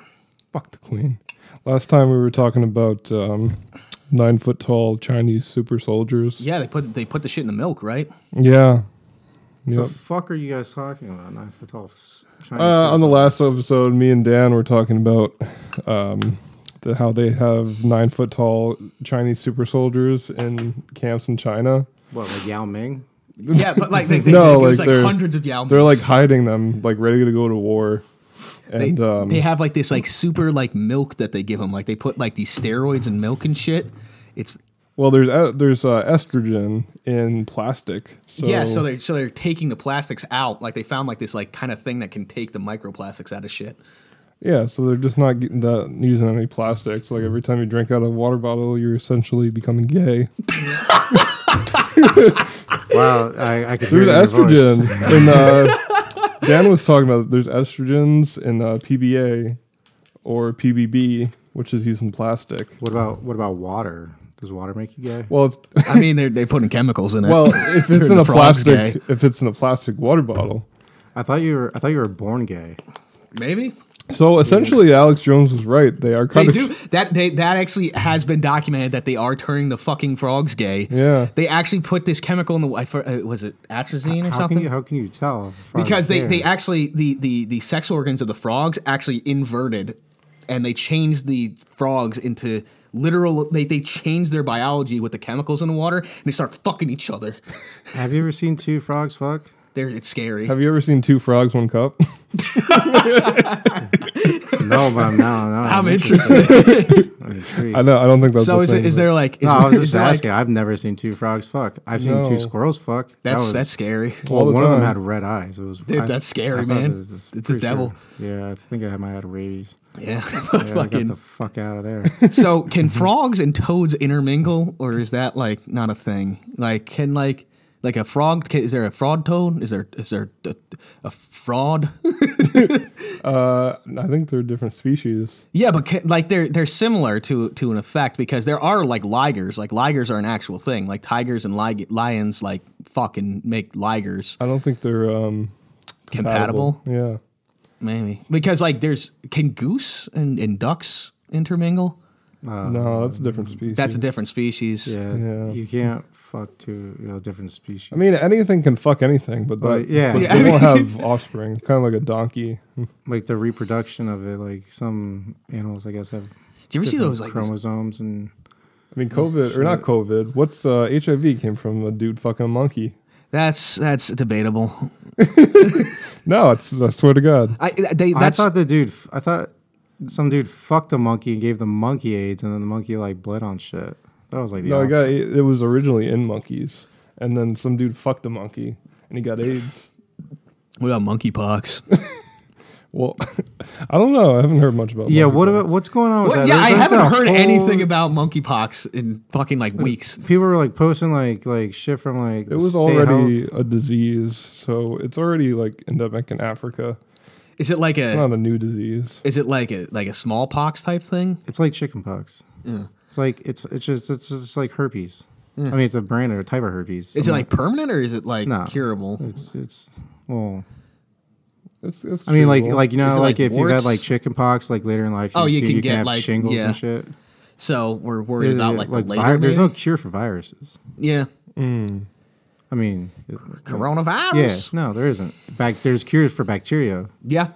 [SPEAKER 3] Fuck the Queen. Last time we were talking about um, nine foot tall Chinese super soldiers.
[SPEAKER 4] Yeah, they put they put the shit in the milk, right? (laughs)
[SPEAKER 3] Yeah.
[SPEAKER 5] The
[SPEAKER 3] Yep.
[SPEAKER 5] fuck are you guys talking about? Nine foot tall. s- Chinese
[SPEAKER 3] Uh, on the
[SPEAKER 5] citizen.
[SPEAKER 3] last episode, me and Dan were talking about um, the, how they have nine foot tall Chinese super soldiers in camps in China.
[SPEAKER 5] What like Yao Ming?
[SPEAKER 4] Yeah, but like they,
[SPEAKER 3] (laughs)
[SPEAKER 4] they,
[SPEAKER 3] No,
[SPEAKER 4] there's
[SPEAKER 3] like,
[SPEAKER 4] like,
[SPEAKER 3] they're-
[SPEAKER 4] hundreds of Yao.
[SPEAKER 3] They're like
[SPEAKER 4] Mings.
[SPEAKER 3] hiding them, like ready to go to war. And
[SPEAKER 4] they,
[SPEAKER 3] um,
[SPEAKER 4] they have like this like super like milk that they give them. Like they put like these steroids and milk and shit. It's
[SPEAKER 3] well, there's uh, there's uh, estrogen in plastic. So
[SPEAKER 4] yeah. So they so they're taking the plastics out. Like they found like this like kind of thing that can take the microplastics out of shit.
[SPEAKER 3] Yeah, so they're just not getting that using any plastics. Like every time you drink out of a water bottle, you're essentially becoming gay.
[SPEAKER 5] Wow, I, I could hear
[SPEAKER 3] There's
[SPEAKER 5] it in your voice.
[SPEAKER 3] estrogen, and uh,
[SPEAKER 4] (laughs)
[SPEAKER 3] Dan was talking about. There's estrogens in uh, PBA or PBB, which is used in plastic.
[SPEAKER 5] What about what about water? Does water make you gay?
[SPEAKER 3] Well, it's,
[SPEAKER 4] (laughs) I mean, they're they're putting chemicals in it.
[SPEAKER 3] well, if
[SPEAKER 4] Turn
[SPEAKER 3] it's in
[SPEAKER 4] the
[SPEAKER 3] a
[SPEAKER 4] frogs
[SPEAKER 3] plastic,
[SPEAKER 4] gay.
[SPEAKER 3] if it's in a plastic water bottle,
[SPEAKER 5] I thought you were I thought you were born gay.
[SPEAKER 4] maybe
[SPEAKER 3] So essentially, Alex Jones was right. They are
[SPEAKER 4] They
[SPEAKER 3] kind
[SPEAKER 4] do
[SPEAKER 3] of
[SPEAKER 4] that. They, that actually has been documented that they are turning the fucking frogs gay.
[SPEAKER 3] Yeah.
[SPEAKER 4] they actually put this chemical in the. I, for- uh, was it atrazine or
[SPEAKER 5] How
[SPEAKER 4] something?
[SPEAKER 5] can you how can you tell? if frogs
[SPEAKER 4] because they,
[SPEAKER 5] there?
[SPEAKER 4] they actually the, the the sex organs of the frogs actually inverted and they changed the frogs into literal they, they changed their biology with the chemicals in the water and they start fucking each other
[SPEAKER 5] have you ever seen two frogs fuck?
[SPEAKER 4] They're, it's
[SPEAKER 3] (laughs)
[SPEAKER 4] scary
[SPEAKER 3] Have you ever seen two frogs, one cup? (laughs)
[SPEAKER 5] No, but I'm now,
[SPEAKER 4] (laughs)
[SPEAKER 5] now
[SPEAKER 4] i'm
[SPEAKER 5] I'm,
[SPEAKER 4] interested
[SPEAKER 5] (laughs) intrigued.
[SPEAKER 3] I know. I don't think that's.
[SPEAKER 4] so
[SPEAKER 3] a
[SPEAKER 4] is,
[SPEAKER 3] thing,
[SPEAKER 4] it, is
[SPEAKER 3] but-
[SPEAKER 4] there like is,
[SPEAKER 5] no,
[SPEAKER 4] (laughs)
[SPEAKER 5] I was
[SPEAKER 4] is
[SPEAKER 5] just
[SPEAKER 4] there, like-
[SPEAKER 5] asking. I've never seen two frogs fuck. I've seen
[SPEAKER 3] No.
[SPEAKER 5] two squirrels fuck. That
[SPEAKER 4] that's
[SPEAKER 5] was-
[SPEAKER 4] that's
[SPEAKER 5] (laughs)
[SPEAKER 4] scary (laughs)
[SPEAKER 5] Well,
[SPEAKER 3] All the
[SPEAKER 5] one of them
[SPEAKER 3] time.
[SPEAKER 5] had red eyes. It was
[SPEAKER 4] Dude, that's scary,
[SPEAKER 5] thought
[SPEAKER 4] man.
[SPEAKER 5] this was
[SPEAKER 4] It's the
[SPEAKER 5] pretty
[SPEAKER 4] devil.
[SPEAKER 5] Yeah, I think I might have
[SPEAKER 4] (laughs)
[SPEAKER 5] had rabies.
[SPEAKER 4] yeah,
[SPEAKER 5] Yeah, I got
[SPEAKER 4] fucking
[SPEAKER 5] the fuck out of there.
[SPEAKER 4] (laughs) so can
[SPEAKER 3] Mm-hmm.
[SPEAKER 4] frogs and toads intermingle or is that like not a thing like can like like a frog can, is there a fraud toad is there is there a, a fraud (laughs)
[SPEAKER 3] Uh, I think they're different species.
[SPEAKER 4] Yeah, but ca- like they're they're similar to to an effect because there are like ligers. Like ligers are an actual thing. Like tigers and lig- lions like fucking make ligers
[SPEAKER 3] I don't think they're um
[SPEAKER 4] compatible.
[SPEAKER 3] Yeah.
[SPEAKER 4] Maybe because like there's can goose and, and ducks intermingle.
[SPEAKER 3] no, oh, that's a different species.
[SPEAKER 4] That's a different species.
[SPEAKER 5] Uh, Yeah,
[SPEAKER 3] Yeah.
[SPEAKER 5] you can't fuck two you know, different species.
[SPEAKER 3] I mean, anything can fuck anything, but that,
[SPEAKER 5] Well, yeah.
[SPEAKER 3] but
[SPEAKER 5] Yeah,
[SPEAKER 3] they
[SPEAKER 4] I
[SPEAKER 3] won't have (laughs) offspring. Kind of like a donkey.
[SPEAKER 5] like the reproduction of it. Like some animals, I guess, have
[SPEAKER 4] Do you ever see
[SPEAKER 5] different
[SPEAKER 4] those like
[SPEAKER 5] chromosomes and
[SPEAKER 3] I mean, COVID or not COVID? What's uh, HIV came from a dude fucking a monkey.
[SPEAKER 4] that's that's debatable.
[SPEAKER 3] No, it's I swear to God.
[SPEAKER 4] I they that's
[SPEAKER 5] I thought the dude. I thought some dude fucked a monkey and gave the monkey AIDS, and then the monkey like bled on shit. That was like the.
[SPEAKER 3] No, I
[SPEAKER 5] op-
[SPEAKER 3] got it it was originally in monkeys, and then some dude fucked a monkey and he got AIDS.
[SPEAKER 4] what about monkeypox?
[SPEAKER 3] Well, (laughs) I don't know. I haven't heard much about.
[SPEAKER 5] yeah,
[SPEAKER 3] monkey
[SPEAKER 5] (laughs) what
[SPEAKER 3] pox.
[SPEAKER 5] about what's going on with
[SPEAKER 4] Well,
[SPEAKER 5] that?
[SPEAKER 4] yeah, I
[SPEAKER 5] There's- there's
[SPEAKER 4] haven't
[SPEAKER 5] a
[SPEAKER 4] heard
[SPEAKER 5] whole-
[SPEAKER 4] anything about monkeypox in fucking like weeks.
[SPEAKER 5] People were like posting like like shit from like
[SPEAKER 3] It was
[SPEAKER 5] state
[SPEAKER 3] already
[SPEAKER 5] health.
[SPEAKER 3] a disease, so it's already like endemic in Africa.
[SPEAKER 4] Is it like
[SPEAKER 3] It's
[SPEAKER 4] a
[SPEAKER 3] not a new disease.
[SPEAKER 4] is it like a like a smallpox type thing?
[SPEAKER 5] It's like chickenpox.
[SPEAKER 4] Yeah.
[SPEAKER 5] It's like it's it's just it's just like herpes. I mean, it's a brand or a type of herpes.
[SPEAKER 4] Hmm. Is it
[SPEAKER 5] I'm
[SPEAKER 4] like permanent or is it like
[SPEAKER 5] No.
[SPEAKER 4] curable?
[SPEAKER 5] not- it's it's well.
[SPEAKER 3] It's, it's
[SPEAKER 5] I mean, like,
[SPEAKER 3] treatable.
[SPEAKER 5] like you
[SPEAKER 4] Is it
[SPEAKER 5] know, like,
[SPEAKER 4] like
[SPEAKER 5] if you've had
[SPEAKER 4] warts?
[SPEAKER 5] like chickenpox, like later in life,
[SPEAKER 4] Oh, you can get,
[SPEAKER 5] have
[SPEAKER 4] like-
[SPEAKER 5] shingles
[SPEAKER 4] yeah.
[SPEAKER 5] and shit.
[SPEAKER 4] So we're worried
[SPEAKER 5] There's-
[SPEAKER 4] about like, the
[SPEAKER 5] vi-
[SPEAKER 4] later.
[SPEAKER 5] there's no
[SPEAKER 4] maybe?
[SPEAKER 5] cure for viruses.
[SPEAKER 4] yeah
[SPEAKER 5] I mean, it- Yeah,
[SPEAKER 4] coronavirus.
[SPEAKER 5] no, there isn't. Back there's cures for bacteria.
[SPEAKER 4] Yeah.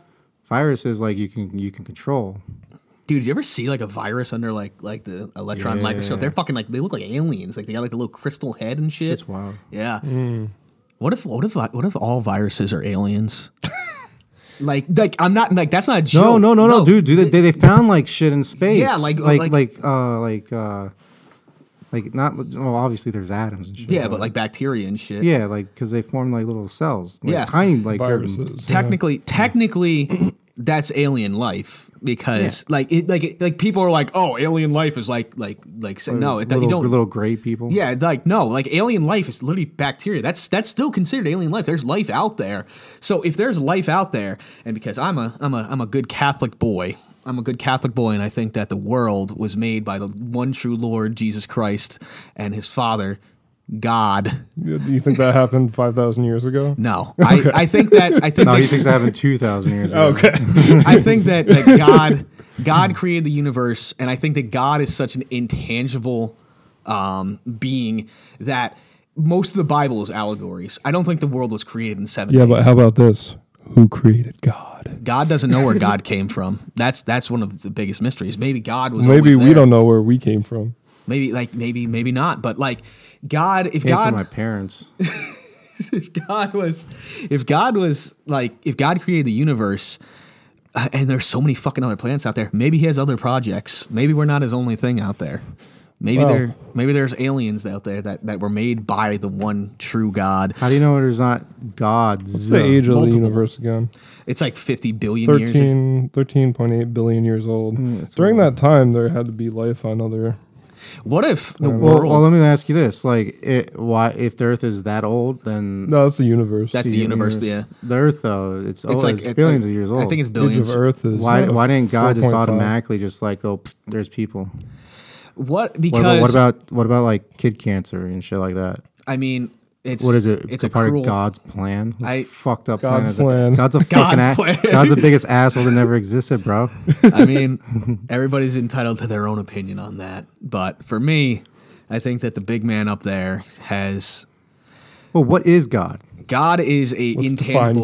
[SPEAKER 5] Viruses like you can you can control.
[SPEAKER 4] dude, you ever see like a virus under like like the electron
[SPEAKER 5] Yeah.
[SPEAKER 4] microscope? They're fucking like they look like aliens. Like they got like the little crystal head and shit.
[SPEAKER 5] It's wild.
[SPEAKER 4] Yeah.
[SPEAKER 5] Mm.
[SPEAKER 4] What if what if what if all viruses are aliens? (laughs) like like I'm not like that's not a joke.
[SPEAKER 5] No, no, no, no, dude. Dude, they, they found like shit in space.
[SPEAKER 4] Yeah, like-
[SPEAKER 5] like
[SPEAKER 4] like-
[SPEAKER 5] like, uh like uh like not well. Obviously, there's atoms and shit.
[SPEAKER 4] Yeah, but like bacteria and shit.
[SPEAKER 5] yeah, like because they form like little cells. Like,
[SPEAKER 4] Yeah.
[SPEAKER 5] tiny like they're-
[SPEAKER 3] viruses.
[SPEAKER 4] technically technically
[SPEAKER 5] (clears throat)
[SPEAKER 4] that's alien life because like it like it, like people are like oh alien life is like like like so- no it,
[SPEAKER 5] little,
[SPEAKER 4] you don't
[SPEAKER 5] little gray people.
[SPEAKER 4] yeah like no like alien life is literally bacteria that's that's still considered alien life there's life out there so if there's life out there and because I'm a I'm a I'm a good Catholic boy I'm a good Catholic boy and I think that the world was made by the one true Lord Jesus Christ and his father God
[SPEAKER 3] You- Do you think that happened
[SPEAKER 5] (laughs)
[SPEAKER 3] five thousand years ago?
[SPEAKER 4] no I, I think that I think
[SPEAKER 5] No,
[SPEAKER 4] that-
[SPEAKER 5] he thinks I haven't two thousand years. ago.
[SPEAKER 3] (laughs) Okay.
[SPEAKER 4] I think that, that God God created the universe, and I think that God is such an intangible um, being that most of the Bible is allegories. I don't think the world was created in seven
[SPEAKER 3] Yeah,
[SPEAKER 4] days.
[SPEAKER 3] but how about this? Who created God?
[SPEAKER 4] God doesn't know where God came from. That's that's one of the biggest mysteries. Maybe God was
[SPEAKER 3] Maybe
[SPEAKER 4] always
[SPEAKER 3] we
[SPEAKER 4] there.
[SPEAKER 3] don't know where we came from.
[SPEAKER 4] Maybe like maybe maybe not. But like God, if
[SPEAKER 5] Came
[SPEAKER 4] God
[SPEAKER 5] from my parents.
[SPEAKER 4] if God was, if God was like, if God created the universe, uh, and there's so many fucking other planets out there, maybe he has other projects. Maybe we're not his only thing out there. Maybe
[SPEAKER 3] Wow.
[SPEAKER 4] there, maybe there's aliens out there that, that were made by the one true God.
[SPEAKER 5] How do you know there's not gods?
[SPEAKER 3] It's the age of the
[SPEAKER 4] multiple.
[SPEAKER 3] universe again.
[SPEAKER 4] It's like 50 billion years. or-
[SPEAKER 3] 13, 13.8 billion years old.
[SPEAKER 4] Mm,
[SPEAKER 3] During that time, there had to be life on other.
[SPEAKER 4] What if the
[SPEAKER 5] Well,
[SPEAKER 4] world?
[SPEAKER 5] well, let me ask you this: like, it, why if the Earth is that old, then
[SPEAKER 3] No, that's the universe.
[SPEAKER 4] That's the universe. Yeah,
[SPEAKER 5] the Earth though it's,
[SPEAKER 4] it's
[SPEAKER 5] old,
[SPEAKER 4] like
[SPEAKER 5] it's
[SPEAKER 4] it-
[SPEAKER 5] billions
[SPEAKER 4] I-
[SPEAKER 5] of years old.
[SPEAKER 4] I think it's
[SPEAKER 3] age
[SPEAKER 4] billions.
[SPEAKER 3] of Earth is.
[SPEAKER 5] why
[SPEAKER 3] uh,
[SPEAKER 5] why didn't God just
[SPEAKER 3] 4.5.
[SPEAKER 5] automatically just like go? "Pfft, There's people.
[SPEAKER 4] What
[SPEAKER 5] What about,
[SPEAKER 4] because
[SPEAKER 5] what about what about like kid cancer and shit like that?
[SPEAKER 4] I mean, It's
[SPEAKER 5] what is it?
[SPEAKER 4] It's
[SPEAKER 5] a
[SPEAKER 4] a
[SPEAKER 5] part
[SPEAKER 4] cruel.
[SPEAKER 5] of God's plan. What
[SPEAKER 4] I-
[SPEAKER 5] fucked up
[SPEAKER 3] God's
[SPEAKER 5] plan. is it?
[SPEAKER 3] plan.
[SPEAKER 4] (laughs)
[SPEAKER 5] God's a fucking a-
[SPEAKER 4] plan.
[SPEAKER 5] God's the biggest asshole that never existed, bro.
[SPEAKER 4] I
[SPEAKER 5] (laughs)
[SPEAKER 4] mean, everybody's entitled to their own opinion on that, but for me, I think that the big man up there has
[SPEAKER 5] Well, what is God?
[SPEAKER 4] God is a
[SPEAKER 3] Let's
[SPEAKER 4] intangible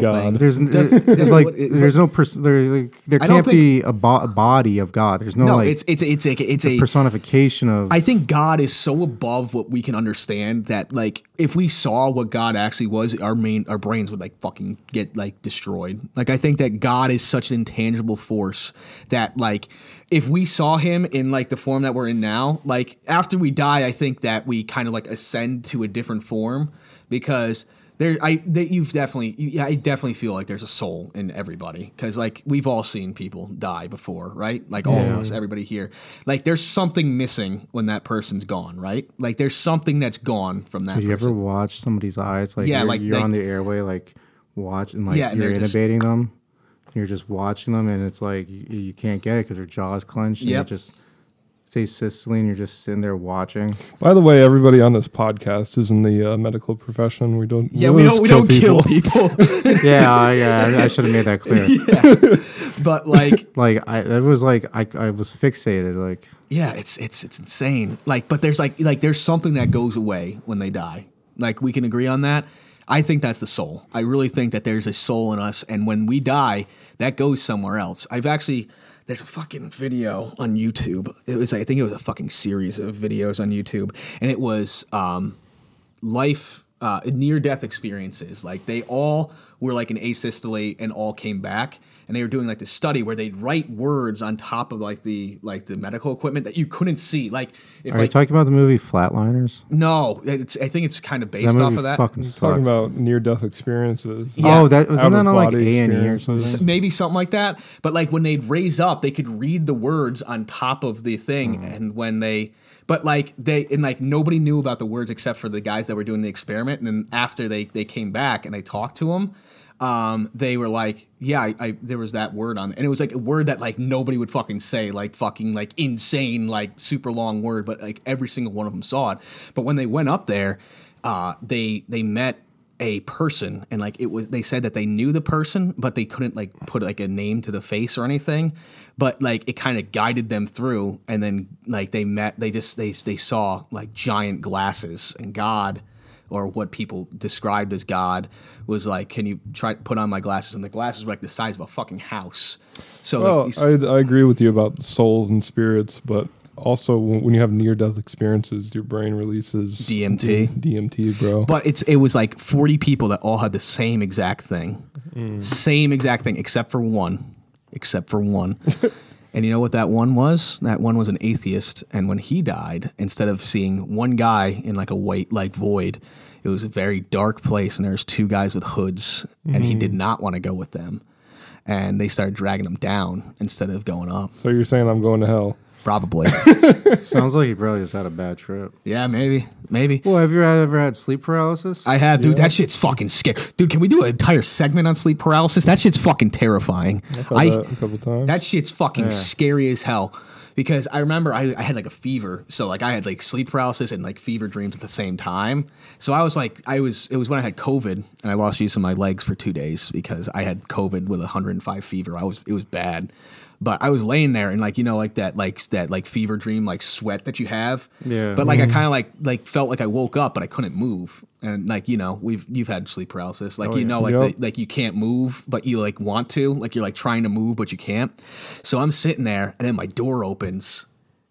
[SPEAKER 3] define God.
[SPEAKER 4] thing.
[SPEAKER 5] There's n- like
[SPEAKER 4] what-
[SPEAKER 5] there's no pers- there like, there
[SPEAKER 4] I don't
[SPEAKER 5] can't be a, bo- a body of God. There's no,
[SPEAKER 4] no,
[SPEAKER 5] like
[SPEAKER 4] it's it's it's a, it's a
[SPEAKER 5] personification of
[SPEAKER 4] I think God is so above what we can understand that like if we saw what God actually was, our main our brains would like fucking get like destroyed. Like I think that God is such an intangible force that like if we saw him in like the form that we're in now, like after we die, I think that we kind of like ascend to a different form because there I that you've definitely yeah I definitely feel like there's a soul in everybody because like we've all seen people die before right like all of us everybody here like there's something missing when that person's gone right like there's something that's gone from that
[SPEAKER 5] Did you
[SPEAKER 4] person.
[SPEAKER 5] ever watch somebody's eyes? Like,
[SPEAKER 4] Yeah,
[SPEAKER 5] you're,
[SPEAKER 4] like,
[SPEAKER 5] you're
[SPEAKER 4] they-
[SPEAKER 5] on the airway, like watch and like
[SPEAKER 4] Yeah, and
[SPEAKER 5] you're
[SPEAKER 4] they're just-
[SPEAKER 5] intubating them. You're just watching them, and it's like you, you can't get it because their jaws clenched. and
[SPEAKER 4] Yep.
[SPEAKER 5] you just say Sicily, and you're just sitting there watching. (laughs)
[SPEAKER 3] By the way, everybody on this podcast is in the uh, medical profession. We don't.
[SPEAKER 4] yeah we
[SPEAKER 3] just
[SPEAKER 4] don't we don't (laughs) kill people
[SPEAKER 5] (laughs) yeah, I, yeah, I should have made
[SPEAKER 4] (laughs)
[SPEAKER 5] that clear.
[SPEAKER 4] but like
[SPEAKER 5] Like, I it was like I, I was fixated. Like,
[SPEAKER 4] yeah it's it's it's insane like but there's like like there's something that goes away when they die like we can agree on that i think that's the soul i really think that there's a soul in us and when we die that goes somewhere else i've actually there's a fucking video on youtube it was i think it was a fucking series of videos on youtube and it was um life uh, near death experiences. Like they all were like an asystole and all came back. And they were doing like this study where they'd write words on top of like the like the medical equipment that you couldn't see. Like if
[SPEAKER 5] are you
[SPEAKER 4] like
[SPEAKER 5] talking about the movie Flatliners?
[SPEAKER 4] no, it's I think it's kind of
[SPEAKER 5] That
[SPEAKER 4] based off
[SPEAKER 5] movie
[SPEAKER 4] of that.
[SPEAKER 5] fucking
[SPEAKER 3] Talking
[SPEAKER 5] sucks.
[SPEAKER 3] about near-death experiences.
[SPEAKER 4] Yeah.
[SPEAKER 5] Oh, that was
[SPEAKER 3] Out
[SPEAKER 5] that
[SPEAKER 3] of
[SPEAKER 5] on like
[SPEAKER 3] body
[SPEAKER 5] A and E or
[SPEAKER 3] experiences.
[SPEAKER 5] something.
[SPEAKER 4] S- (laughs) maybe something like that. But like when they'd raise up, they could read the words on top of the thing, and when they but like they and like nobody knew about the words except for the guys that were doing the experiment. And then after they they came back and they talked to them, um, they were like, yeah, I, I there was that word on, and it was like a word that like nobody would fucking say, like fucking like insane, like super long word, but like every single one of them saw it. But when they went up there, uh, they they met a person and like it was they said that they knew the person but they couldn't like put like a name to the face or anything but like it kind of guided them through and then like they met they just they they saw like giant glasses and god or what people described as god was like can you try put on my glasses and the glasses were like the size of a fucking house so like
[SPEAKER 3] Well,
[SPEAKER 4] these,
[SPEAKER 3] I, I agree with you about souls and spirits, but also when, when you have near-death experiences, your brain releases
[SPEAKER 4] DMT.
[SPEAKER 3] DMT, bro.
[SPEAKER 4] but it's it was like 40 people that all had the same exact thing same exact thing except for one except for one and you know what that one was that one was an atheist and when he died instead of seeing one guy in like a white like void it was a very dark place and there's two guys with hoods and he did not want to go with them and they started dragging him down instead of going up
[SPEAKER 3] so you're saying I'm going to hell?
[SPEAKER 4] probably
[SPEAKER 5] Sounds like he probably just had a bad trip.
[SPEAKER 4] yeah maybe maybe
[SPEAKER 5] Well, have you ever had sleep paralysis?
[SPEAKER 4] I have, dude. That shit's fucking scary. Dude, can we do an entire segment on sleep paralysis? That shit's fucking terrifying.
[SPEAKER 3] Tried
[SPEAKER 4] I
[SPEAKER 3] that a couple times.
[SPEAKER 4] that shit's fucking scary as hell. Because I remember I, I had like a fever. So like I had like sleep paralysis and like fever dreams at the same time. So I was like I was it was when I had COVID and I lost use of my legs for two days because I had COVID with 105 fever. I was it was bad. But I was laying there and like you know like that like that like fever dream like sweat that you have.
[SPEAKER 5] Yeah.
[SPEAKER 4] But like I kind of like like felt like I woke up but I couldn't move and like you know we've you've had sleep paralysis like you know like
[SPEAKER 3] Yep.
[SPEAKER 4] the, like you can't move but you like want to like you're like trying to move but you can't so i'm sitting there and then my door opens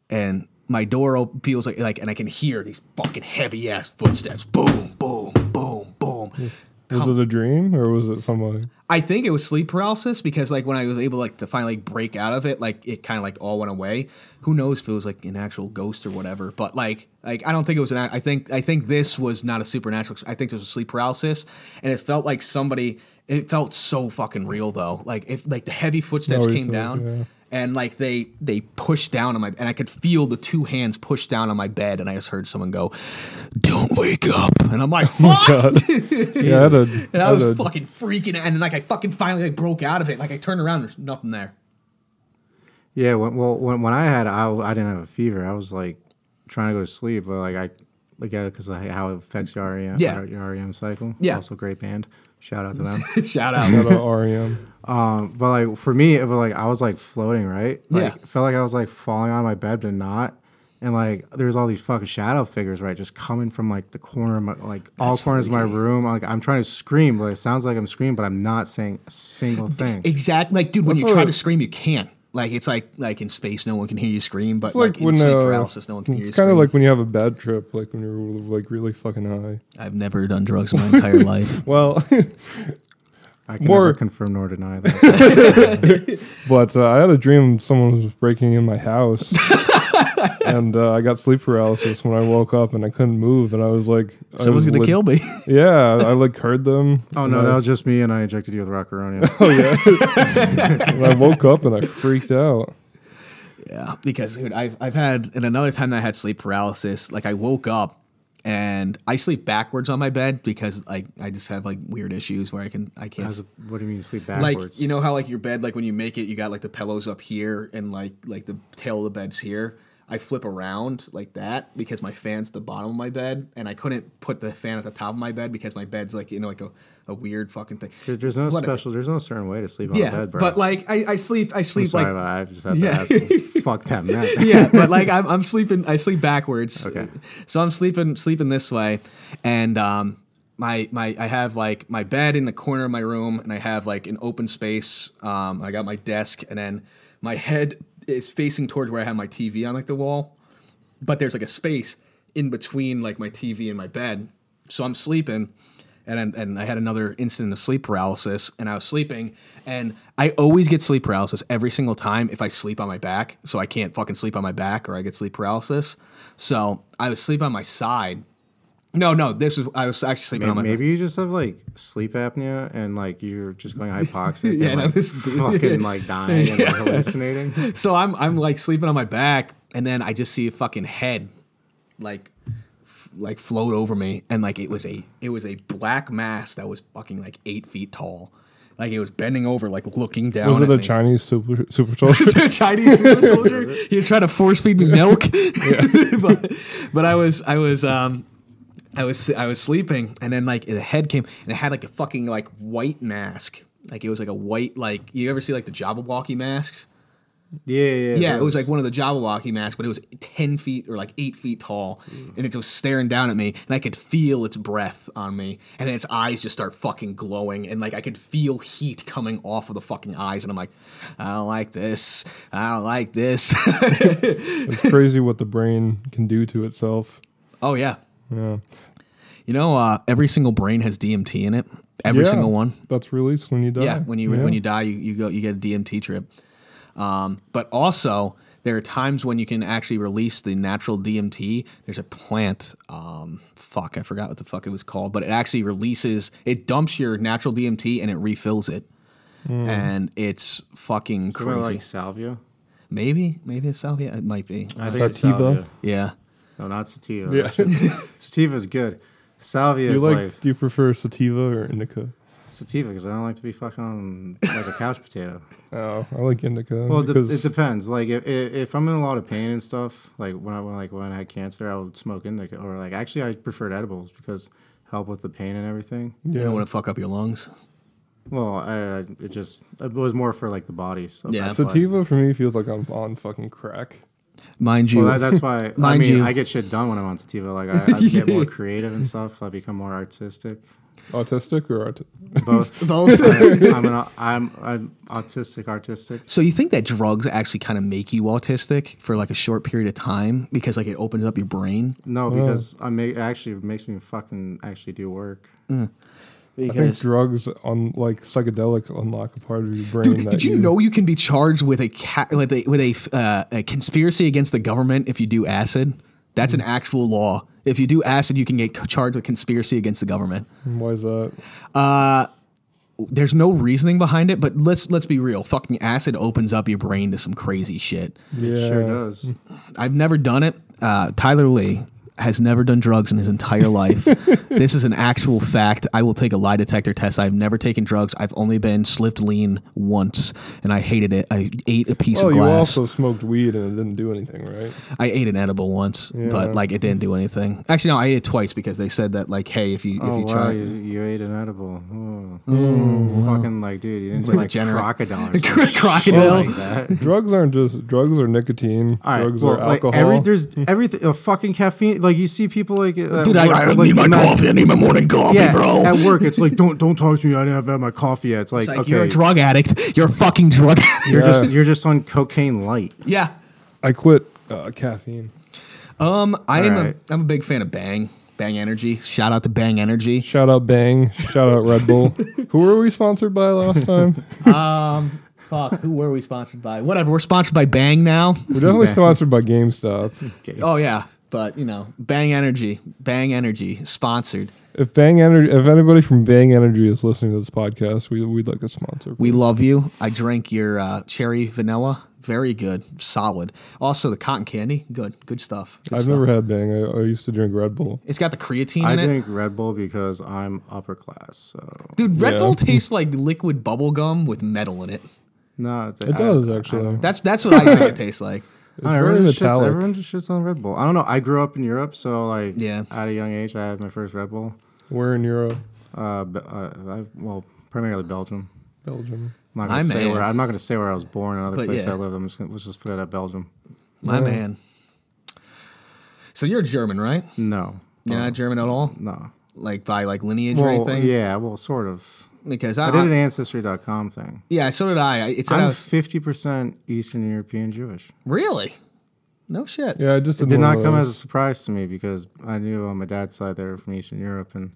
[SPEAKER 4] and my door op- feels like like and i can hear these fucking heavy ass footsteps boom boom boom boom
[SPEAKER 3] was it a dream or was it somebody?
[SPEAKER 4] i think it was sleep paralysis because like when i was able like to finally like, break out of it like it kind of like all went away who knows if it was like an actual ghost or whatever but like like i don't think it was an i think i think this was not a supernatural i think this was sleep paralysis and it felt like somebody it felt so fucking real though like if like the heavy footsteps
[SPEAKER 3] Always
[SPEAKER 4] came
[SPEAKER 3] is,
[SPEAKER 4] down
[SPEAKER 3] yeah.
[SPEAKER 4] and like they they pushed down on my and I could feel the two hands push down on my bed and I just heard someone go, "Don't wake up!" And
[SPEAKER 3] (laughs)
[SPEAKER 4] I'm like, "Fuck!"
[SPEAKER 3] Oh God. Yeah, I had a,
[SPEAKER 4] and
[SPEAKER 3] I
[SPEAKER 4] I
[SPEAKER 3] had
[SPEAKER 4] was
[SPEAKER 3] a-
[SPEAKER 4] fucking freaking out. And like I fucking finally like broke out of it. Like I turned around, there's nothing there.
[SPEAKER 5] Yeah, when, well, when, when I had, I, I didn't have a fever. I was like trying to go to sleep, but like I like because like how it affects your REM,
[SPEAKER 4] Yeah.
[SPEAKER 5] your REM cycle.
[SPEAKER 4] Yeah.
[SPEAKER 5] also great band. Shout out to them. (laughs)
[SPEAKER 4] Shout
[SPEAKER 3] (laughs)
[SPEAKER 4] out. (laughs)
[SPEAKER 3] Shout out REM.
[SPEAKER 5] um, but like for me, it was like I was like floating, right? Like,
[SPEAKER 4] Yeah.
[SPEAKER 5] felt like I was like falling on my bed, but not. And like there was all these fucking shadow figures, right, just coming from like the corner, of my, like all corners of my room. Like I'm trying to scream, but it sounds like I'm screaming, but I'm not saying a single thing.
[SPEAKER 4] Exactly. Like, dude, when you
[SPEAKER 3] That's
[SPEAKER 4] try
[SPEAKER 3] what-
[SPEAKER 4] to scream, you can't. Like, it's like like in space, no one can hear you scream, but
[SPEAKER 3] It's
[SPEAKER 4] like,
[SPEAKER 3] like
[SPEAKER 4] in
[SPEAKER 3] when
[SPEAKER 4] sleep
[SPEAKER 3] uh,
[SPEAKER 4] paralysis, no one can hear
[SPEAKER 3] it's
[SPEAKER 4] you.
[SPEAKER 3] kind of
[SPEAKER 4] scream.
[SPEAKER 3] like when you have a bad trip, like when you're like really fucking high.
[SPEAKER 4] I've never done drugs in my
[SPEAKER 3] (laughs)
[SPEAKER 4] entire life. (laughs)
[SPEAKER 3] Well,
[SPEAKER 5] I can
[SPEAKER 3] More-
[SPEAKER 5] never confirm nor deny that. (laughs)
[SPEAKER 3] but uh, I had a dream someone was breaking in my
[SPEAKER 4] (laughs)
[SPEAKER 3] house, and uh, I got sleep paralysis when I woke up and I couldn't move, and I was like, I
[SPEAKER 4] Someone's
[SPEAKER 3] was
[SPEAKER 4] gonna
[SPEAKER 3] leg-
[SPEAKER 4] kill me. (laughs)
[SPEAKER 3] Yeah, I like heard them.
[SPEAKER 5] oh no, that was just me, and I injected you with rockaronia.
[SPEAKER 3] Oh yeah. and I woke up and I freaked out.
[SPEAKER 4] Yeah, because dude, I've I've had and another time that I had sleep paralysis. Like I woke up and I sleep backwards on my bed because like I just have like weird issues where I can I can't.
[SPEAKER 5] As- what do you mean you sleep
[SPEAKER 4] like
[SPEAKER 5] backwards?
[SPEAKER 4] you know how like your bed like when you make it you got like the pillows up here and like like the tail of the bed's here i flip around like that because my fan's at the bottom of my bed and i couldn't put the fan at the top of my bed because my bed's like you know like a, a weird fucking thing
[SPEAKER 5] There- there's no
[SPEAKER 4] Whatever.
[SPEAKER 5] special. There's no certain way to sleep on
[SPEAKER 4] yeah
[SPEAKER 5] a bed, bro.
[SPEAKER 4] but like I, I sleep i
[SPEAKER 5] I'm
[SPEAKER 4] sleep
[SPEAKER 5] sorry,
[SPEAKER 4] like
[SPEAKER 5] but I just had to
[SPEAKER 4] Yeah. (laughs)
[SPEAKER 5] ask. you. Fuck that man.
[SPEAKER 4] yeah, but like I'm, I'm sleeping, I sleep backwards.
[SPEAKER 5] Okay.
[SPEAKER 4] So I'm sleeping, sleeping this way, and um, my my I have like my bed in the corner of my room, and I have like an open space. Um, I got my desk, and then my head is facing towards where I have my TV on like the wall, but there's like a space in between like my TV and my bed. So I'm sleeping. And, and I had another incident of sleep paralysis, and I was sleeping, and I always get sleep paralysis every single time if I sleep on my back. So I can't fucking sleep on my back, or I get sleep paralysis. So I was sleep on my side. No, no, this is I was actually sleeping
[SPEAKER 5] Maybe,
[SPEAKER 4] on my.
[SPEAKER 5] maybe you just have like sleep apnea and like you're just going
[SPEAKER 4] (laughs)
[SPEAKER 5] hypoxic
[SPEAKER 4] Yeah,
[SPEAKER 5] and
[SPEAKER 4] no,
[SPEAKER 5] like
[SPEAKER 4] this- (laughs)
[SPEAKER 5] fucking like dying and like, hallucinating.
[SPEAKER 4] So I'm I'm like sleeping on my back, and then I just see a fucking head, like, f- like float over me, and like it was a it was a black mass that was fucking like eight feet tall, like it was bending over, like looking down.
[SPEAKER 3] Was it
[SPEAKER 4] at
[SPEAKER 3] a
[SPEAKER 4] me. (laughs)
[SPEAKER 3] Chinese super super soldier?
[SPEAKER 4] a Chinese super soldier. he was trying to force feed me milk, (laughs) but, but I was I was um I was I was sleeping, and then like the head came, and it had like a fucking like white mask, like it was like a white like you ever see like the Jabberwocky masks?
[SPEAKER 5] Yeah, yeah.
[SPEAKER 4] Yeah, it was
[SPEAKER 5] those.
[SPEAKER 4] like one of the Jabberwocky masks, but it was ten feet or like eight feet tall, and it was staring down at me, and I could feel its breath on me, and then its eyes just start fucking glowing, and like I could feel heat coming off of the fucking eyes, and I'm like, I don't like this, I don't like this. (laughs)
[SPEAKER 3] it's crazy what the brain can do to itself.
[SPEAKER 4] oh yeah, yeah. You know, uh, every single brain has DMT in it. Every
[SPEAKER 3] Yeah,
[SPEAKER 4] single one.
[SPEAKER 3] That's released when you die.
[SPEAKER 4] Yeah, when you when you die, you, you go you get a DMT trip. Um, but also, there are times when you can actually release the natural DMT. There's a plant. Um, fuck, I forgot what the fuck it was called, but it actually releases. It dumps your natural DMT and it refills it. Hmm. And it's fucking
[SPEAKER 5] Something
[SPEAKER 4] crazy.
[SPEAKER 5] like salvia.
[SPEAKER 4] maybe, maybe it's salvia. It might be.
[SPEAKER 5] I think it's
[SPEAKER 3] Sativa?
[SPEAKER 5] salvia.
[SPEAKER 4] Yeah. (laughs)
[SPEAKER 5] No, not sativa.
[SPEAKER 3] Yeah.
[SPEAKER 5] That shit's- Sativa's good.
[SPEAKER 3] Do (laughs)
[SPEAKER 5] Salvia
[SPEAKER 3] you
[SPEAKER 5] is
[SPEAKER 3] like?
[SPEAKER 5] like,
[SPEAKER 3] Do you prefer sativa or indica?
[SPEAKER 5] sativa because I don't like to be fucking like a couch potato.
[SPEAKER 3] Oh, I like indica.
[SPEAKER 5] Well, it de-
[SPEAKER 3] because
[SPEAKER 5] it depends. Like if, if if I'm in a lot of pain and stuff, like when I when, like when I had cancer, I would smoke indica or like actually I preferred edibles because help with the pain and everything.
[SPEAKER 4] You
[SPEAKER 3] yeah,
[SPEAKER 4] don't want to fuck up your lungs.
[SPEAKER 5] Well, I, it just it was more for like the body. So
[SPEAKER 4] Yeah.
[SPEAKER 5] that's why-
[SPEAKER 3] sativa for me feels like I'm on fucking crack.
[SPEAKER 4] Mind you,
[SPEAKER 5] Well, that, that's why I
[SPEAKER 4] Mind
[SPEAKER 5] mean
[SPEAKER 4] you.
[SPEAKER 5] I get shit done when I'm on sativa. Like I,
[SPEAKER 4] (laughs)
[SPEAKER 5] I get more creative and stuff. I become more artistic.
[SPEAKER 3] Autistic or aut-
[SPEAKER 4] (laughs)
[SPEAKER 5] Both.
[SPEAKER 4] both.
[SPEAKER 5] I'm an au- I'm I'm autistic artistic.
[SPEAKER 4] So you think that drugs actually kind of make you autistic for like a short period of time because like it opens up your brain?
[SPEAKER 5] No, because I make actually it makes me fucking actually do work.
[SPEAKER 3] I think drugs on like psychedelics unlock a part of your brain.
[SPEAKER 4] Dude,
[SPEAKER 3] that
[SPEAKER 4] did you know you can be charged with a ca- with a, with a, uh, a conspiracy against the government if you do acid? That's
[SPEAKER 3] Hmm.
[SPEAKER 4] an actual law. If you do acid, you can get c- charged with conspiracy against the government.
[SPEAKER 3] Why is that?
[SPEAKER 4] There's no reasoning behind it, but let's let's be real. Fucking acid opens up your brain to some crazy shit.
[SPEAKER 5] It sure does.
[SPEAKER 4] I've never done it. Uh, Tyler Lee has never done drugs in his
[SPEAKER 3] (laughs)
[SPEAKER 4] entire life. this is an actual fact. I will take a lie detector test. I've never taken drugs. I've only been slipped lean once, and I hated it. I ate a piece
[SPEAKER 3] Oh,
[SPEAKER 4] of
[SPEAKER 3] you
[SPEAKER 4] glass.
[SPEAKER 3] also smoked weed and it didn't do anything, right?
[SPEAKER 4] I ate an edible once, but like it didn't do anything. Actually, no, I ate it twice because they said that like, hey, if you if
[SPEAKER 5] oh
[SPEAKER 4] you
[SPEAKER 5] wow,
[SPEAKER 4] try,
[SPEAKER 5] you, you ate an edible. Oh, fucking like, dude, you didn't do
[SPEAKER 4] What a
[SPEAKER 5] like
[SPEAKER 4] degenerate. (laughs)
[SPEAKER 5] crocodile or some
[SPEAKER 4] Crocodile.
[SPEAKER 5] shit like that.
[SPEAKER 3] drugs aren't just drugs are nicotine.
[SPEAKER 5] All right,
[SPEAKER 3] drugs
[SPEAKER 5] well,
[SPEAKER 3] are
[SPEAKER 5] like
[SPEAKER 3] alcohol.
[SPEAKER 5] every there's everything a fucking caffeine. Like you see people like uh,
[SPEAKER 4] dude, I,
[SPEAKER 5] work,
[SPEAKER 4] I
[SPEAKER 5] like,
[SPEAKER 4] need my
[SPEAKER 5] not-
[SPEAKER 4] coffee. I need my morning coffee,
[SPEAKER 5] Yeah,
[SPEAKER 4] bro.
[SPEAKER 5] at work it's like don't don't talk to me. I didn't have had my coffee yet. It's like,
[SPEAKER 4] It's like
[SPEAKER 5] okay,
[SPEAKER 4] you're
[SPEAKER 5] you're,
[SPEAKER 4] a drug addict. You're a fucking drug (laughs) addict.
[SPEAKER 5] just you're just on cocaine light.
[SPEAKER 4] yeah.
[SPEAKER 3] I quit uh, caffeine.
[SPEAKER 4] Um, I am
[SPEAKER 5] Alright.
[SPEAKER 4] a I'm a big fan of Bang Bang Energy. Shout out to Bang Energy.
[SPEAKER 3] Shout out Bang. Shout out Red
[SPEAKER 4] (laughs)
[SPEAKER 3] Bull. Who were we sponsored by last time?
[SPEAKER 4] Fuck, who were we sponsored by? Whatever, we're sponsored by Bang (laughs) now.
[SPEAKER 3] We're definitely sponsored by GameStop.
[SPEAKER 4] (laughs) oh yeah, but you know, Bang Energy, Bang Energy sponsored.
[SPEAKER 3] If Bang Energy, if anybody from Bang Energy is listening to this podcast, we we'd like a sponsor.
[SPEAKER 4] We love you. I drank your uh, cherry vanilla. Very good, solid. Also the cotton candy, good, good stuff. Good
[SPEAKER 3] I've
[SPEAKER 4] stuff.
[SPEAKER 3] never had Bang. I, I used to drink Red Bull.
[SPEAKER 4] It's got the creatine
[SPEAKER 5] I
[SPEAKER 4] in it,
[SPEAKER 5] drink Red Bull because I'm upper class. So
[SPEAKER 4] dude. Red
[SPEAKER 3] Yeah.
[SPEAKER 4] Bull tastes like liquid bubble gum with metal in it.
[SPEAKER 5] no, it's,
[SPEAKER 3] It does actually.
[SPEAKER 4] That's that's what I think it tases like.
[SPEAKER 5] I,
[SPEAKER 3] very
[SPEAKER 5] everyone, just shits,
[SPEAKER 3] metallic.
[SPEAKER 5] everyone just shits on Red Bull. I don't know. I grew up in Europe, so like
[SPEAKER 4] Yeah.
[SPEAKER 5] at a young age, I had my first Red Bull.
[SPEAKER 3] We're in Europe,
[SPEAKER 5] Uh, Be- uh I, well, primarily Belgium.
[SPEAKER 3] Belgium.
[SPEAKER 5] I'm not gonna
[SPEAKER 4] My
[SPEAKER 5] say
[SPEAKER 4] man.
[SPEAKER 5] where I'm not gonna say where I was born. Another
[SPEAKER 4] But
[SPEAKER 5] place
[SPEAKER 4] yeah.
[SPEAKER 5] I lived. I'm just gonna, let's just put it at Belgium.
[SPEAKER 4] My man. So you're German, right?
[SPEAKER 5] No,
[SPEAKER 4] You're not German at all,
[SPEAKER 5] no.
[SPEAKER 4] like by like lineage or
[SPEAKER 5] Well,
[SPEAKER 4] anything.
[SPEAKER 5] yeah, well, sort of.
[SPEAKER 4] Because Uh, I,
[SPEAKER 5] I did an
[SPEAKER 4] I
[SPEAKER 5] Ancestry.com thing.
[SPEAKER 4] yeah, so did I. I- It said I
[SPEAKER 5] I'm
[SPEAKER 4] was
[SPEAKER 5] 50% Eastern European Jewish.
[SPEAKER 4] really no shit.
[SPEAKER 3] Yeah, I just
[SPEAKER 5] It
[SPEAKER 3] one
[SPEAKER 5] did not
[SPEAKER 3] of
[SPEAKER 5] come as
[SPEAKER 3] those.
[SPEAKER 5] a surprise to me because I knew on my dad's side they were from Eastern Europe, and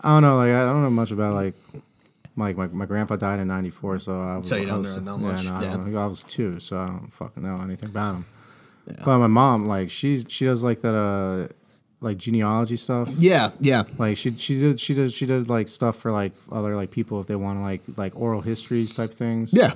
[SPEAKER 5] I don't know, like I don't know much about like. Like my, my grandpa died in '94, so I was
[SPEAKER 4] So you
[SPEAKER 5] I
[SPEAKER 4] don't
[SPEAKER 5] was,
[SPEAKER 4] really know
[SPEAKER 5] yeah,
[SPEAKER 4] much,
[SPEAKER 5] no, I
[SPEAKER 4] yeah.
[SPEAKER 5] don't know. I was two, so I don't fucking know anything about him. But my mom, like she's she does like that uh like genealogy stuff.
[SPEAKER 4] Yeah, yeah.
[SPEAKER 5] Like she she did she did she did like stuff for like other like people if they want to like like oral histories type things.
[SPEAKER 4] Yeah.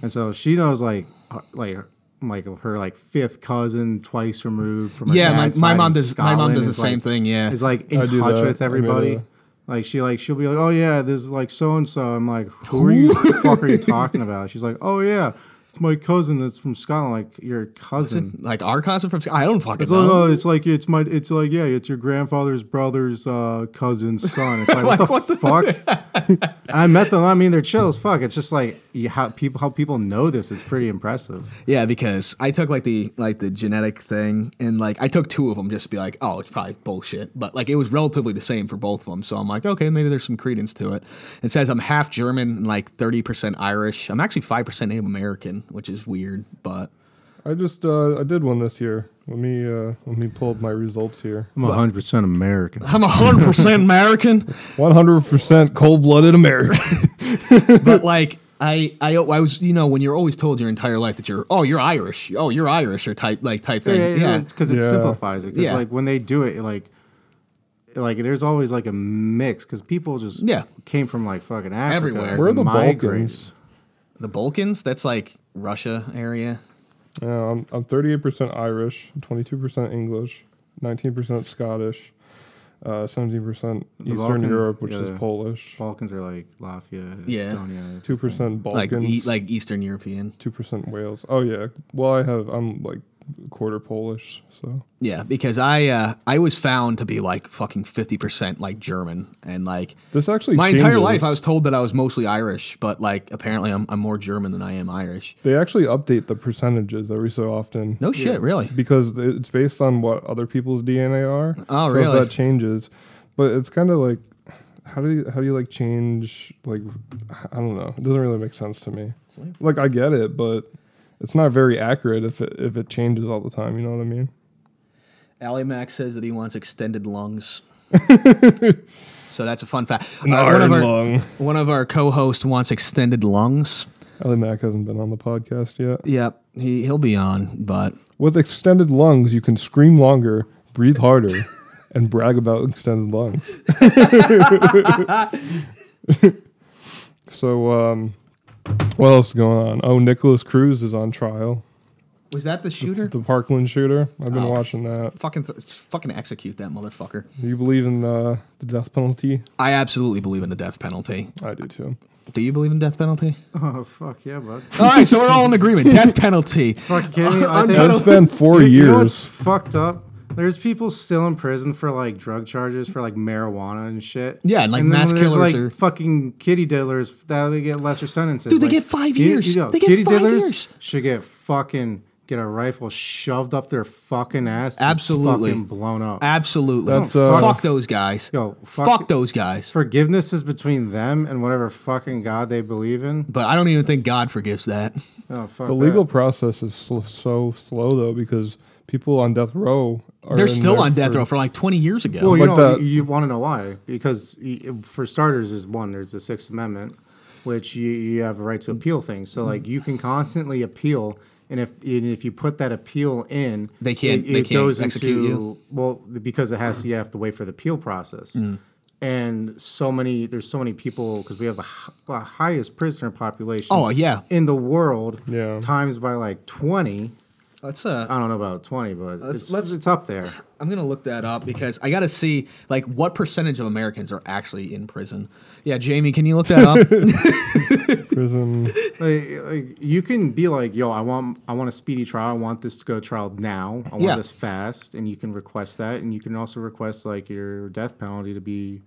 [SPEAKER 5] And so she knows like her- like like her like fifth cousin twice removed from her
[SPEAKER 4] Yeah, my-
[SPEAKER 5] dad's
[SPEAKER 4] my
[SPEAKER 5] side
[SPEAKER 4] mom
[SPEAKER 5] in
[SPEAKER 4] does- my mom
[SPEAKER 5] Scotland
[SPEAKER 4] does the
[SPEAKER 5] is,
[SPEAKER 4] same
[SPEAKER 5] like-
[SPEAKER 4] thing, yeah.
[SPEAKER 5] is like in
[SPEAKER 3] I do
[SPEAKER 5] touch
[SPEAKER 3] that.
[SPEAKER 5] with
[SPEAKER 3] I mean,
[SPEAKER 5] everybody.
[SPEAKER 3] uh,
[SPEAKER 5] like she like she'll be like, oh yeah, this is like so and so. I'm like, who are you the fuck are you talking about? She's like, oh yeah, it's my cousin that's from Scotland. Like your cousin.
[SPEAKER 4] Like our cousin from I don't fucking
[SPEAKER 5] It's like,
[SPEAKER 4] know.
[SPEAKER 5] oh, it's like it's my, it's like yeah, it's your grandfather's brother's uh, cousin's son. It's like, what the fuck? I met them. I mean, they're chill as fuck. It's just like you, how people how people know this. It's pretty impressive.
[SPEAKER 4] Yeah, because I took like the like the genetic thing and like I took two of them just to be like, oh, it's probably bullshit. But like it was relatively the same for both of them, so I'm like, okay, maybe there's some credence to it. It says I'm half German and like 30% Irish. I'm actually 5% Native American, which is weird, but
[SPEAKER 3] I just uh, I did one this year. Let me uh, let me pull up my results here.
[SPEAKER 5] I'm 100 percent American.
[SPEAKER 4] I'm 100%
[SPEAKER 5] (laughs)
[SPEAKER 4] American.
[SPEAKER 3] One hundred percent cold blooded American.
[SPEAKER 4] but like I, I I was you know when you're always told your entire life that you're oh you're Irish oh you're Irish or type like type
[SPEAKER 5] Yeah,
[SPEAKER 4] thing
[SPEAKER 5] yeah,
[SPEAKER 4] yeah,
[SPEAKER 5] yeah. It's because it
[SPEAKER 3] Yeah.
[SPEAKER 5] simplifies it. Because
[SPEAKER 4] Yeah.
[SPEAKER 5] like when they do it, it, like like there's always like a mix because people just
[SPEAKER 4] Yeah.
[SPEAKER 5] came from like fucking Africa.
[SPEAKER 4] Everywhere.
[SPEAKER 5] and
[SPEAKER 3] Where are the
[SPEAKER 5] migrated.
[SPEAKER 3] Balkans?
[SPEAKER 4] the Balkans that's like Russia area
[SPEAKER 3] Yeah, I'm I'm 38% Irish, 22% English, 19% Scottish, uh, 17% Eastern
[SPEAKER 5] Balkan-
[SPEAKER 3] Europe, which
[SPEAKER 5] yeah,
[SPEAKER 3] is
[SPEAKER 5] the-
[SPEAKER 3] Polish,
[SPEAKER 5] Balkans are like Latvia,
[SPEAKER 4] Yeah.
[SPEAKER 3] (laughs)
[SPEAKER 5] Estonia.
[SPEAKER 3] 2%
[SPEAKER 4] like e-
[SPEAKER 3] Balkans,
[SPEAKER 4] like Eastern European
[SPEAKER 3] 2% Wales. Oh yeah. Well, I have I'm like quarter Polish, so
[SPEAKER 4] yeah because I uh, I was found to be like fucking fifty percent like German and like
[SPEAKER 3] this actually
[SPEAKER 4] my entire
[SPEAKER 3] changes.
[SPEAKER 4] life I was told that I was mostly Irish but like apparently I'm I'm more German than I am Irish
[SPEAKER 3] They actually update the percentages every so often.
[SPEAKER 4] no shit really
[SPEAKER 3] because it's based on what other people's DNA are.
[SPEAKER 4] Oh,
[SPEAKER 3] so
[SPEAKER 4] really?
[SPEAKER 3] If that changes, but it's kind of like how do you how do you like change like I don't know. It doesn't really make sense to me. Like I get it, but it's not very accurate if it if it changes all the time. You know what I mean?
[SPEAKER 4] Ali Mac says that he wants extended (laughs) lungs. so that's a fun fact. Uh,
[SPEAKER 3] An
[SPEAKER 4] one, of
[SPEAKER 3] iron
[SPEAKER 4] our,
[SPEAKER 3] lung.
[SPEAKER 4] one of our co-hosts wants extended lungs.
[SPEAKER 3] Ellie Mac hasn't been on the podcast yet.
[SPEAKER 4] Yep, he he'll be on, but
[SPEAKER 3] With extended lungs, you can scream longer, breathe
[SPEAKER 4] (laughs)
[SPEAKER 3] harder, and brag about extended lungs. so, um, what else is going on? Oh, Nicholas Cruz is on trial.
[SPEAKER 4] Was that the shooter?
[SPEAKER 3] The Parkland shooter. I've been
[SPEAKER 4] Oh.
[SPEAKER 3] watching that.
[SPEAKER 4] fucking, th- fucking execute that motherfucker.
[SPEAKER 3] Do you believe in the the death penalty?
[SPEAKER 4] I absolutely believe in the death penalty.
[SPEAKER 3] I do too.
[SPEAKER 4] Do you believe in death penalty?
[SPEAKER 5] Oh fuck yeah, bud.
[SPEAKER 4] all right, so we're all in agreement.
[SPEAKER 5] (laughs)
[SPEAKER 4] Death penalty.
[SPEAKER 5] Fucking kidding me? I think-
[SPEAKER 3] It's been
[SPEAKER 4] (laughs)
[SPEAKER 3] four
[SPEAKER 5] You-
[SPEAKER 3] years.
[SPEAKER 5] You know what's fucked up? There's people still in prison for like drug charges for like marijuana and shit.
[SPEAKER 4] Yeah, and, like,
[SPEAKER 5] then
[SPEAKER 4] mass
[SPEAKER 5] when there's,
[SPEAKER 4] killers
[SPEAKER 5] like
[SPEAKER 4] are-
[SPEAKER 5] fucking kitty diddlers that they get lesser sentences.
[SPEAKER 4] Dude, they
[SPEAKER 5] Like,
[SPEAKER 4] get five
[SPEAKER 5] you-
[SPEAKER 4] years.
[SPEAKER 5] you know,
[SPEAKER 4] They get
[SPEAKER 5] kitty
[SPEAKER 4] five
[SPEAKER 5] diddlers
[SPEAKER 4] years.
[SPEAKER 5] should get fucking get a rifle shoved up their fucking ass. to
[SPEAKER 4] Absolutely.
[SPEAKER 5] fucking blown up.
[SPEAKER 4] Absolutely.
[SPEAKER 3] That's, uh,
[SPEAKER 4] fuck those guys.
[SPEAKER 5] Yo,
[SPEAKER 4] fuck,
[SPEAKER 5] fuck-
[SPEAKER 4] those guys.
[SPEAKER 5] Forgiveness is between them and whatever fucking god they believe in.
[SPEAKER 4] But I don't even think God forgives that.
[SPEAKER 5] Oh fuck.
[SPEAKER 3] The legal
[SPEAKER 5] that.
[SPEAKER 3] process is sl- so slow though because people on death row are
[SPEAKER 4] They're
[SPEAKER 3] in
[SPEAKER 4] still
[SPEAKER 3] there
[SPEAKER 4] on death
[SPEAKER 3] for-
[SPEAKER 4] row for like 20 years ago.
[SPEAKER 5] Well, you
[SPEAKER 3] Like
[SPEAKER 5] know,
[SPEAKER 3] the-
[SPEAKER 5] you, want to know why? Because y- for starters, is one there's the Sixth Amendment, which you, you have a right to appeal things. So like you can constantly appeal, and if and if you put that appeal in,
[SPEAKER 4] They can't- they can't execute you. Mm.
[SPEAKER 5] well because it has to you have to wait for the appeal process. And so many there's so many people because we have the, h- the highest prisoner population.
[SPEAKER 4] Oh, yeah.
[SPEAKER 5] in the world.
[SPEAKER 3] Yeah.
[SPEAKER 5] times by like twenty.
[SPEAKER 4] Let's uh,
[SPEAKER 5] I don't know about twenty, but it's,
[SPEAKER 4] let's-
[SPEAKER 5] it's up there.
[SPEAKER 4] I'm gonna look that up because I gotta see like what percentage of Americans are actually in prison. Yeah, Jamie, can you look that up?
[SPEAKER 5] (laughs)
[SPEAKER 4] (laughs)
[SPEAKER 3] prison.
[SPEAKER 5] like, like you can be like, yo, I want I want a speedy trial. I want this to go to trial now. I want
[SPEAKER 4] Yeah.
[SPEAKER 5] this fast, and you can request that, and you can also request like your death penalty to be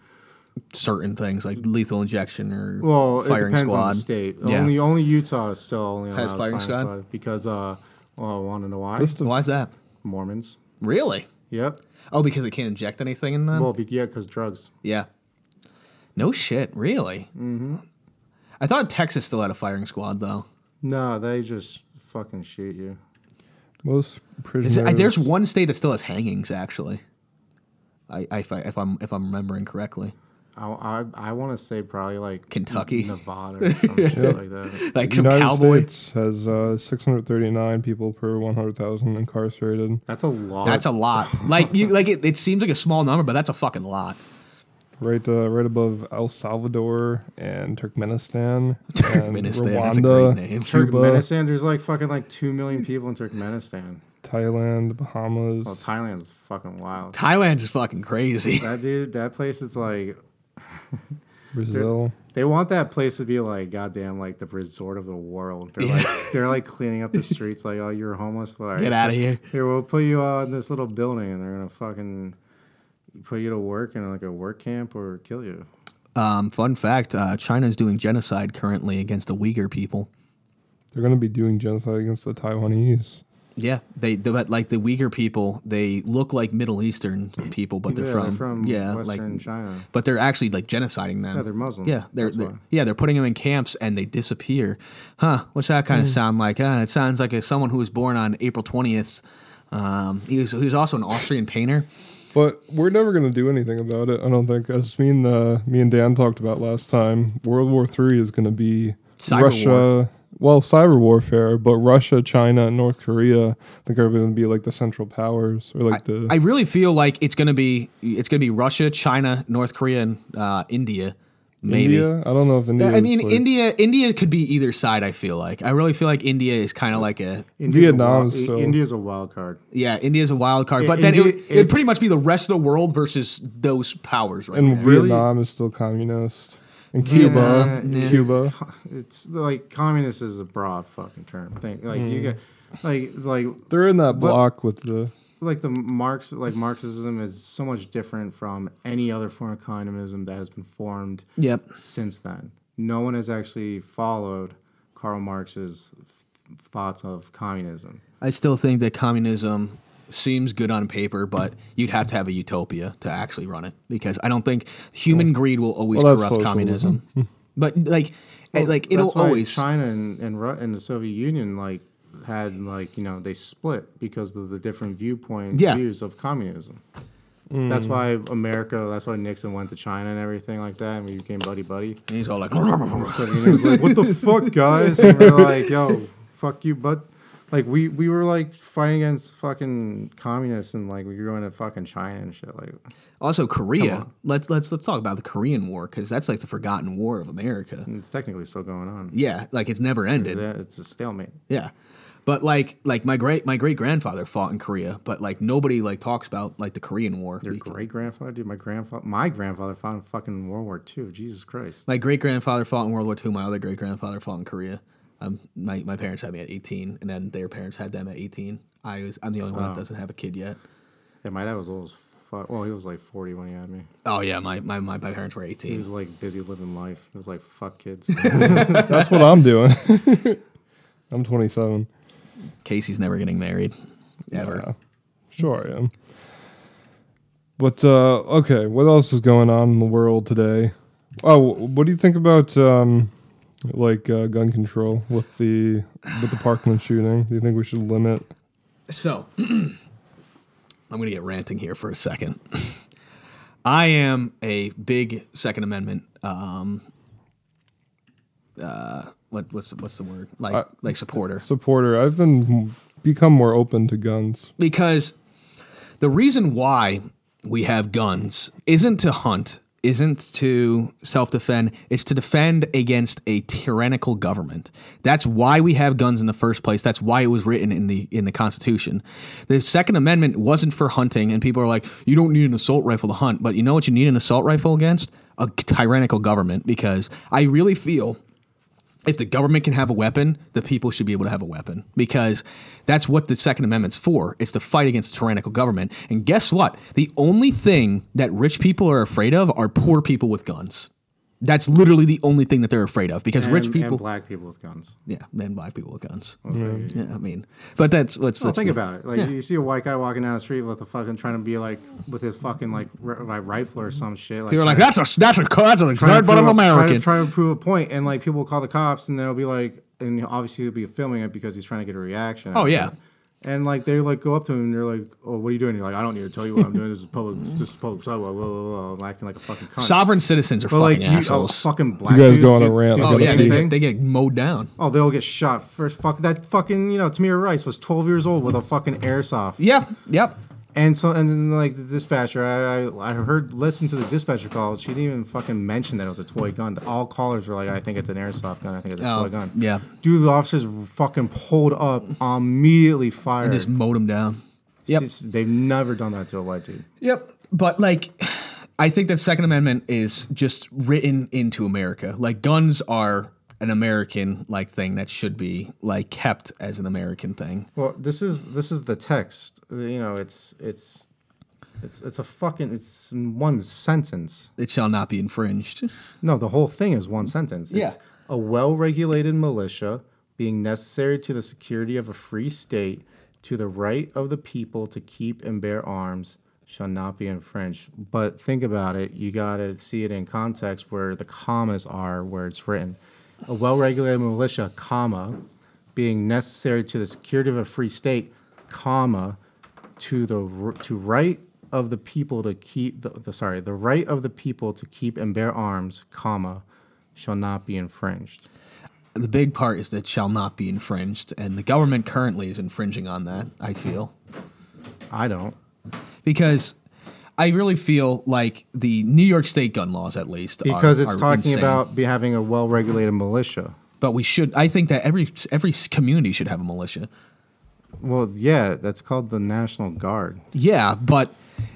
[SPEAKER 4] Certain things like lethal injection or
[SPEAKER 5] well. it
[SPEAKER 4] firing
[SPEAKER 5] depends
[SPEAKER 4] squad.
[SPEAKER 5] on the state.
[SPEAKER 4] Yeah.
[SPEAKER 5] Only only Utah is still only
[SPEAKER 4] Has
[SPEAKER 5] allows
[SPEAKER 4] firing squad?
[SPEAKER 5] because uh, well, I want to know why
[SPEAKER 4] Why is that?
[SPEAKER 5] Mormons.
[SPEAKER 4] Really?
[SPEAKER 5] Yep.
[SPEAKER 4] Oh, because it can't inject anything in them.
[SPEAKER 5] Well, be, yeah, because drugs.
[SPEAKER 4] yeah. No shit. Really? Mm-hmm. I thought Texas still had a firing squad though.
[SPEAKER 5] No, they just fucking shoot you.
[SPEAKER 3] Most
[SPEAKER 4] Is
[SPEAKER 3] prisoners.
[SPEAKER 4] it- uh, there's one state that still has hangings actually. I, I if, I if I'm if I'm remembering correctly,
[SPEAKER 5] I I, I want to say probably like
[SPEAKER 4] Kentucky.
[SPEAKER 5] Nevada, or
[SPEAKER 4] (laughs)
[SPEAKER 5] some shit like that.
[SPEAKER 4] like some
[SPEAKER 3] United
[SPEAKER 4] cowboy.
[SPEAKER 3] States has uh, 639 people per 100,000 incarcerated.
[SPEAKER 5] That's a lot.
[SPEAKER 4] That's
[SPEAKER 3] (laughs)
[SPEAKER 4] a lot. Like you like it, it seems like a small number, but that's a fucking lot.
[SPEAKER 3] Right, uh, right above El Salvador and Turkmenistan.
[SPEAKER 4] (laughs) Turkmenistan,
[SPEAKER 3] and
[SPEAKER 4] that's a
[SPEAKER 3] Rwanda,
[SPEAKER 4] great name.
[SPEAKER 3] Cuba,
[SPEAKER 5] Turkmenistan. There's like fucking like two million people in Turkmenistan.
[SPEAKER 3] Thailand, Bahamas.
[SPEAKER 5] Well, Thailand's fucking wild.
[SPEAKER 4] Thailand's fucking crazy. (laughs)
[SPEAKER 5] That dude, that place is like
[SPEAKER 3] Brazil.
[SPEAKER 5] they want that place to be like goddamn like the resort of the world. They're like they're like
[SPEAKER 4] (laughs)
[SPEAKER 5] cleaning up the streets like oh you're homeless. Well, all right.
[SPEAKER 4] Get out of here.
[SPEAKER 5] Here we'll put you uh, in this little building and they're gonna fucking put you to work in like a work camp or kill you.
[SPEAKER 4] Um, fun fact: uh, China's doing genocide currently against the Uyghur people.
[SPEAKER 3] They're going to be doing genocide against the Taiwanese.
[SPEAKER 4] Yeah, they, they but like the Uyghur people, they look like Middle Eastern people, but they're
[SPEAKER 5] yeah,
[SPEAKER 4] from
[SPEAKER 5] they're from
[SPEAKER 4] yeah,
[SPEAKER 5] Western
[SPEAKER 4] like
[SPEAKER 5] China.
[SPEAKER 4] but they're actually like genociding them.
[SPEAKER 5] Yeah, they're Muslim.
[SPEAKER 4] Yeah, they're,
[SPEAKER 5] That's
[SPEAKER 4] they're-
[SPEAKER 5] why.
[SPEAKER 4] yeah, they're putting them in camps and they disappear. Huh? What's that
[SPEAKER 3] Hmm.
[SPEAKER 4] kind of sound like? Uh, it sounds like a, someone who was born on April twentieth. Um, he was he was also an Austrian painter.
[SPEAKER 3] But we're never going to do anything about it. I don't think. As me and uh, me and Dan talked about last time, World War Three is going to be
[SPEAKER 4] Cyber
[SPEAKER 3] Russia.
[SPEAKER 4] war.
[SPEAKER 3] Well, cyber warfare, but Russia, China, and North Korea, I think are going to be like the central powers, or like the
[SPEAKER 4] I really feel like it's gonna be it's gonna be Russia, China, North Korea, and uh, India. Maybe.
[SPEAKER 3] India. I don't know if India.
[SPEAKER 4] I mean,
[SPEAKER 3] is, like-
[SPEAKER 4] India. India could be either side. I feel like. I really feel like India is kind of like a
[SPEAKER 5] India's a
[SPEAKER 3] Vietnam,
[SPEAKER 5] wild-
[SPEAKER 3] so-
[SPEAKER 5] India's a wild card.
[SPEAKER 4] yeah. India's a wild card,
[SPEAKER 5] I-
[SPEAKER 4] but then it would,
[SPEAKER 5] India-
[SPEAKER 4] it'd
[SPEAKER 5] if-
[SPEAKER 4] pretty much be the rest of the world versus those powers, right?
[SPEAKER 3] and
[SPEAKER 4] there.
[SPEAKER 5] really-
[SPEAKER 3] Vietnam is still communist, and Cuba,
[SPEAKER 5] Yeah, yeah.
[SPEAKER 3] Cuba.
[SPEAKER 5] it's like communist is a broad fucking term thing. Like you get like like
[SPEAKER 3] They're in that block with the.
[SPEAKER 5] like the Marx like Marxism is so much different from any other form of communism that has been formed
[SPEAKER 4] Yep.
[SPEAKER 5] since then. No one has actually followed Karl Marx's f- thoughts of communism.
[SPEAKER 4] I still think that communism seems good on paper, but you'd have to have a utopia to actually run it because I don't think human greed will always
[SPEAKER 3] Well, that's
[SPEAKER 4] corrupt
[SPEAKER 3] socialism.
[SPEAKER 4] communism. but like, eh, like it'll
[SPEAKER 5] That's why
[SPEAKER 4] always.
[SPEAKER 5] China and and, Ru- and the Soviet Union like had like you know they split because of the different viewpoint
[SPEAKER 4] Yeah. Mm.
[SPEAKER 5] views of communism. That's why America. That's why Nixon went to China and everything like that, and we became
[SPEAKER 4] (laughs)
[SPEAKER 5] buddy buddy.
[SPEAKER 4] He's all like, (laughs)
[SPEAKER 5] So the Union's like, "What the fuck, guys?" And we're like, "Yo, fuck you, bud." Like we we were like fighting against fucking communists and like we were going to fucking China and shit. Like
[SPEAKER 4] Also, Korea. Let's let's let's talk about the Korean War because that's like the forgotten war of America.
[SPEAKER 5] it's technically still going on.
[SPEAKER 4] Yeah, like it's never ended.
[SPEAKER 5] Yeah, it's a stalemate.
[SPEAKER 4] Yeah, But like like my great my great grandfather fought in Korea, but like nobody like talks about like the Korean War.
[SPEAKER 5] Your great grandfather, dude. My grandfather, my grandfather fought in fucking World War II. Jesus Christ.
[SPEAKER 4] My great grandfather fought in World War II. My other great grandfather fought in Korea. Um, my, my parents had me at 18, and then their parents had them at 18. I was I'm the only one that doesn't have a kid yet.
[SPEAKER 5] Yeah, my dad was old as fuck. Well, he was like 40 when he had me.
[SPEAKER 4] Oh yeah, my my, my, my parents were
[SPEAKER 5] He
[SPEAKER 4] 18.
[SPEAKER 5] was like busy living life. He was like,
[SPEAKER 4] (laughs)
[SPEAKER 5] fuck kids.
[SPEAKER 3] That's what I'm doing. I'm 27.
[SPEAKER 4] Casey's never getting married, ever.
[SPEAKER 3] Yeah. Sure I am. But uh, okay, what else is going on in the world today? Oh, wh- what do you think about um, like uh, gun control with the with the Parkland shooting? Do you think we should limit?
[SPEAKER 4] So, (clears throat) I'm going to get ranting here for a second. (laughs) I am a big Second Amendment. Um, uh, what, what's the- what's the word? Like
[SPEAKER 3] I-
[SPEAKER 4] like supporter
[SPEAKER 3] supporter. I've been become more open to guns.
[SPEAKER 4] because the reason why we have guns isn't to hunt, isn't to self defend, it's to defend against a tyrannical government. That's why we have guns in the first place. That's why it was written in the in the Constitution. The Second Amendment wasn't for hunting, and people are like, you don't need an assault rifle to hunt, but you know what you need an assault rifle against? A tyrannical government, because I really feel if the government can have a weapon, the people should be able to have a weapon because that's what the Second Amendment's for. It's to fight against tyrannical government. And guess what? The only thing that rich people are afraid of are poor people with guns. That's literally the only thing that they're afraid of because rich
[SPEAKER 5] And-
[SPEAKER 4] people,
[SPEAKER 5] and black people with guns.
[SPEAKER 4] yeah, and black people with guns. Yeah. I mean, but that's what's.
[SPEAKER 5] Well, think about it. Like you see a white guy walking down the street with a fucking trying to be like with his fucking like r- like rifle or some shit. Like
[SPEAKER 4] People are like,
[SPEAKER 5] trying-
[SPEAKER 4] that's a that's a that's a
[SPEAKER 5] trying
[SPEAKER 4] third
[SPEAKER 5] to
[SPEAKER 4] but I'm
[SPEAKER 5] prove a- trying to-
[SPEAKER 4] American.
[SPEAKER 5] Trying to prove a point, and like people will call the cops, and they'll be like, and obviously he'll be filming it because he's trying to get a reaction. out
[SPEAKER 4] Oh
[SPEAKER 5] of
[SPEAKER 4] yeah.
[SPEAKER 5] it. And like they like go up to him and they're like, "Oh, what are you doing?" You're like, "I don't need to tell you what I'm doing. This is
[SPEAKER 4] (laughs)
[SPEAKER 5] public. This is public sidewalk." Blah blah blah. I'm acting like a fucking cunt.
[SPEAKER 4] Sovereign citizens are
[SPEAKER 5] but like
[SPEAKER 4] fucking
[SPEAKER 5] you, uh, a
[SPEAKER 4] assholes.
[SPEAKER 5] fucking black
[SPEAKER 3] guys
[SPEAKER 5] dude
[SPEAKER 3] go on
[SPEAKER 5] do-
[SPEAKER 3] a rant
[SPEAKER 5] do
[SPEAKER 3] like
[SPEAKER 4] oh
[SPEAKER 5] the
[SPEAKER 4] yeah,
[SPEAKER 5] same
[SPEAKER 4] they,
[SPEAKER 5] thing.
[SPEAKER 4] they get mowed down.
[SPEAKER 5] Oh, they'll get shot first. Fuck that fucking you know Tamir Rice was 12 years old with a fucking airsoft.
[SPEAKER 4] Yep, yep.
[SPEAKER 5] And so and then like the dispatcher, I, I I heard listened to the dispatcher call. She didn't even fucking mention that it was a toy gun. All callers were like, I think it's an airsoft gun. I think it's a
[SPEAKER 4] Oh,
[SPEAKER 5] toy gun.
[SPEAKER 4] yeah.
[SPEAKER 5] Dude, the officers fucking pulled up, immediately fired.
[SPEAKER 4] Just mowed them down.
[SPEAKER 5] It's just- They've never done that to a white dude.
[SPEAKER 4] Yep. But like I think that Second Amendment is just written into America. Like guns are an American like thing that should be like kept as an American thing.
[SPEAKER 5] Well, this is this is the text. You know, it's it's it's it's a fucking it's in one sentence.
[SPEAKER 4] It shall not be infringed.
[SPEAKER 5] No, the whole thing is one sentence. It's
[SPEAKER 4] Yeah.
[SPEAKER 5] a well regulated militia being necessary to the security of a free state, to the right of the people to keep and bear arms, shall not be infringed. But think about it, you gotta see it in context where the commas are where it's written. A well regulated militia, comma, being necessary to the security of a free state, comma, to the r- to right of the people to keep the, the sorry the right of the people to keep and bear arms, comma, shall not be infringed.
[SPEAKER 4] The big part is that shall not be infringed and the government currently is infringing on that, I feel.
[SPEAKER 5] I don't.
[SPEAKER 4] Because I really feel like the New York state gun laws at least are-
[SPEAKER 5] Because it's
[SPEAKER 4] are
[SPEAKER 5] talking
[SPEAKER 4] insane.
[SPEAKER 5] about be having a well-regulated militia.
[SPEAKER 4] but we should I think that every every community should have a militia.
[SPEAKER 5] Well, yeah, that's called the
[SPEAKER 4] (laughs)
[SPEAKER 5] National Guard.
[SPEAKER 4] Yeah, but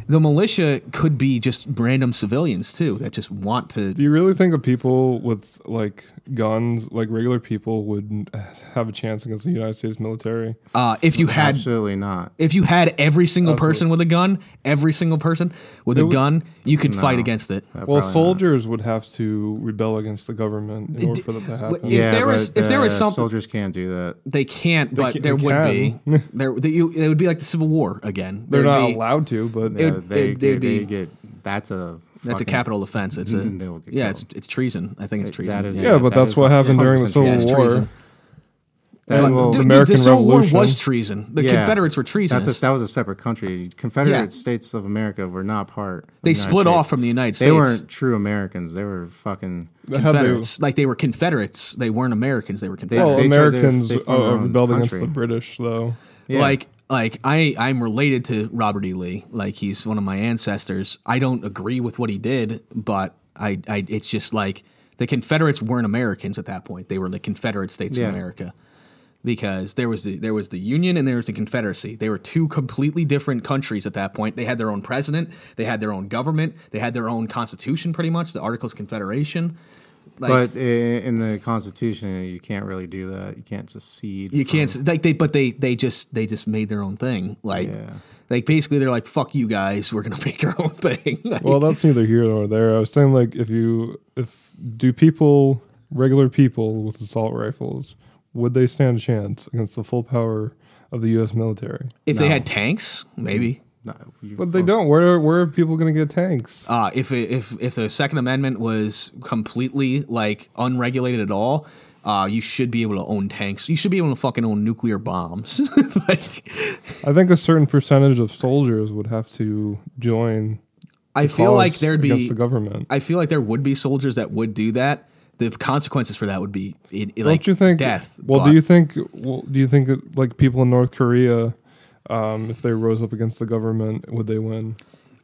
[SPEAKER 4] the militia could be just random civilians too that just want
[SPEAKER 3] Do
[SPEAKER 4] to.
[SPEAKER 3] you really think of people with like guns, like regular people, would have a chance against the United States military?
[SPEAKER 4] Uh, if you had,
[SPEAKER 5] Absolutely not.
[SPEAKER 4] if you had every single person with a gun, every single person with a gun, you could fight against it.
[SPEAKER 3] well,
[SPEAKER 5] probably not.
[SPEAKER 3] soldiers would have to rebel against the government in order for that to happen.
[SPEAKER 4] If there was-
[SPEAKER 5] but,
[SPEAKER 4] if there was
[SPEAKER 5] uh,
[SPEAKER 4] something-
[SPEAKER 5] soldiers can't do that.
[SPEAKER 4] They can't, but
[SPEAKER 3] ca-
[SPEAKER 4] there
[SPEAKER 3] they
[SPEAKER 4] would
[SPEAKER 3] can.
[SPEAKER 4] be. there, they, you, it would be like the Civil War again.
[SPEAKER 3] They're
[SPEAKER 4] There'd
[SPEAKER 3] not
[SPEAKER 4] be-
[SPEAKER 3] allowed to, but
[SPEAKER 5] Yeah,
[SPEAKER 4] It- would-
[SPEAKER 5] Uh, they,
[SPEAKER 4] it'd- they'd
[SPEAKER 5] get- they
[SPEAKER 4] be-
[SPEAKER 5] get
[SPEAKER 4] That's
[SPEAKER 5] that's a
[SPEAKER 4] a
[SPEAKER 5] fucking- Mm-hmm.
[SPEAKER 4] capital offense. It's a
[SPEAKER 5] They will get
[SPEAKER 4] yeah,
[SPEAKER 5] killed.
[SPEAKER 4] it's it's treason. I think it's treason.
[SPEAKER 5] That is
[SPEAKER 3] yeah, but
[SPEAKER 5] that
[SPEAKER 3] that's
[SPEAKER 5] is
[SPEAKER 3] what
[SPEAKER 5] a
[SPEAKER 3] happened during the
[SPEAKER 5] 100%
[SPEAKER 3] Civil
[SPEAKER 4] it's
[SPEAKER 3] War.
[SPEAKER 4] treason.
[SPEAKER 5] That
[SPEAKER 4] But
[SPEAKER 5] will-
[SPEAKER 4] dude, dude,
[SPEAKER 3] American
[SPEAKER 4] the Civil
[SPEAKER 3] Revolution.
[SPEAKER 4] War was treason. The
[SPEAKER 5] Yeah.
[SPEAKER 4] Confederates were treasonous.
[SPEAKER 5] That's a, that was a separate country. Confederate
[SPEAKER 4] Yeah.
[SPEAKER 5] States of America were not part. of
[SPEAKER 4] they
[SPEAKER 5] the United
[SPEAKER 4] split off
[SPEAKER 5] States.
[SPEAKER 4] from the United States.
[SPEAKER 5] They weren't true Americans. They were fucking.
[SPEAKER 3] They had their-
[SPEAKER 4] Confederates. Like they were Confederates. They weren't Americans. They were Confederates.
[SPEAKER 3] well,
[SPEAKER 5] they- they
[SPEAKER 3] Americans
[SPEAKER 5] formed their
[SPEAKER 3] are
[SPEAKER 5] own
[SPEAKER 3] rebelled against the
[SPEAKER 5] country.
[SPEAKER 3] British, though.
[SPEAKER 5] Yeah.
[SPEAKER 4] Like like I I'm related to Robert E. Lee. Like he's one of my ancestors. I don't agree with what he did, but I I it's just like the Confederates weren't Americans at that point. They were the Confederate States
[SPEAKER 5] Yeah.
[SPEAKER 4] of America. because there was the there was the Union and there was the Confederacy. They were two completely different countries at that point. They had their own president, they had their own government, they had their own constitution, pretty much the Articles of Confederation. Like,
[SPEAKER 5] but i- in the Constitution, you can't really do that. You can't secede.
[SPEAKER 4] you can't s- like they but they they just they just made their own thing. Like
[SPEAKER 5] Yeah.
[SPEAKER 4] like basically they're like fuck you guys, we're gonna (laughs) make our own thing. Like,
[SPEAKER 3] Well, that's neither here nor there. I was saying like if you if do people regular people with assault rifles would they stand a chance against the full power of the U.S. military?
[SPEAKER 4] if they had tanks,
[SPEAKER 3] Mm-hmm.
[SPEAKER 4] maybe.
[SPEAKER 5] No, you-
[SPEAKER 3] But they don't. Where where are people going to get tanks?
[SPEAKER 4] uh, if it, if if the Second Amendment was completely like unregulated at all, uh, you should be able to own tanks. You should be able to fucking own nuclear bombs. (laughs) like,
[SPEAKER 3] I think a certain percentage of soldiers would have to join.
[SPEAKER 4] I feel like
[SPEAKER 3] cause
[SPEAKER 4] there'd
[SPEAKER 3] against
[SPEAKER 4] be.
[SPEAKER 3] the government.
[SPEAKER 4] I feel like there would be soldiers that would do that. The consequences for that would be it, it, like
[SPEAKER 3] Don't you think
[SPEAKER 4] death.
[SPEAKER 3] Well,
[SPEAKER 4] but-
[SPEAKER 3] do you think? Well, do you think that, like people in North Korea, um, if they rose up against the government, would they win?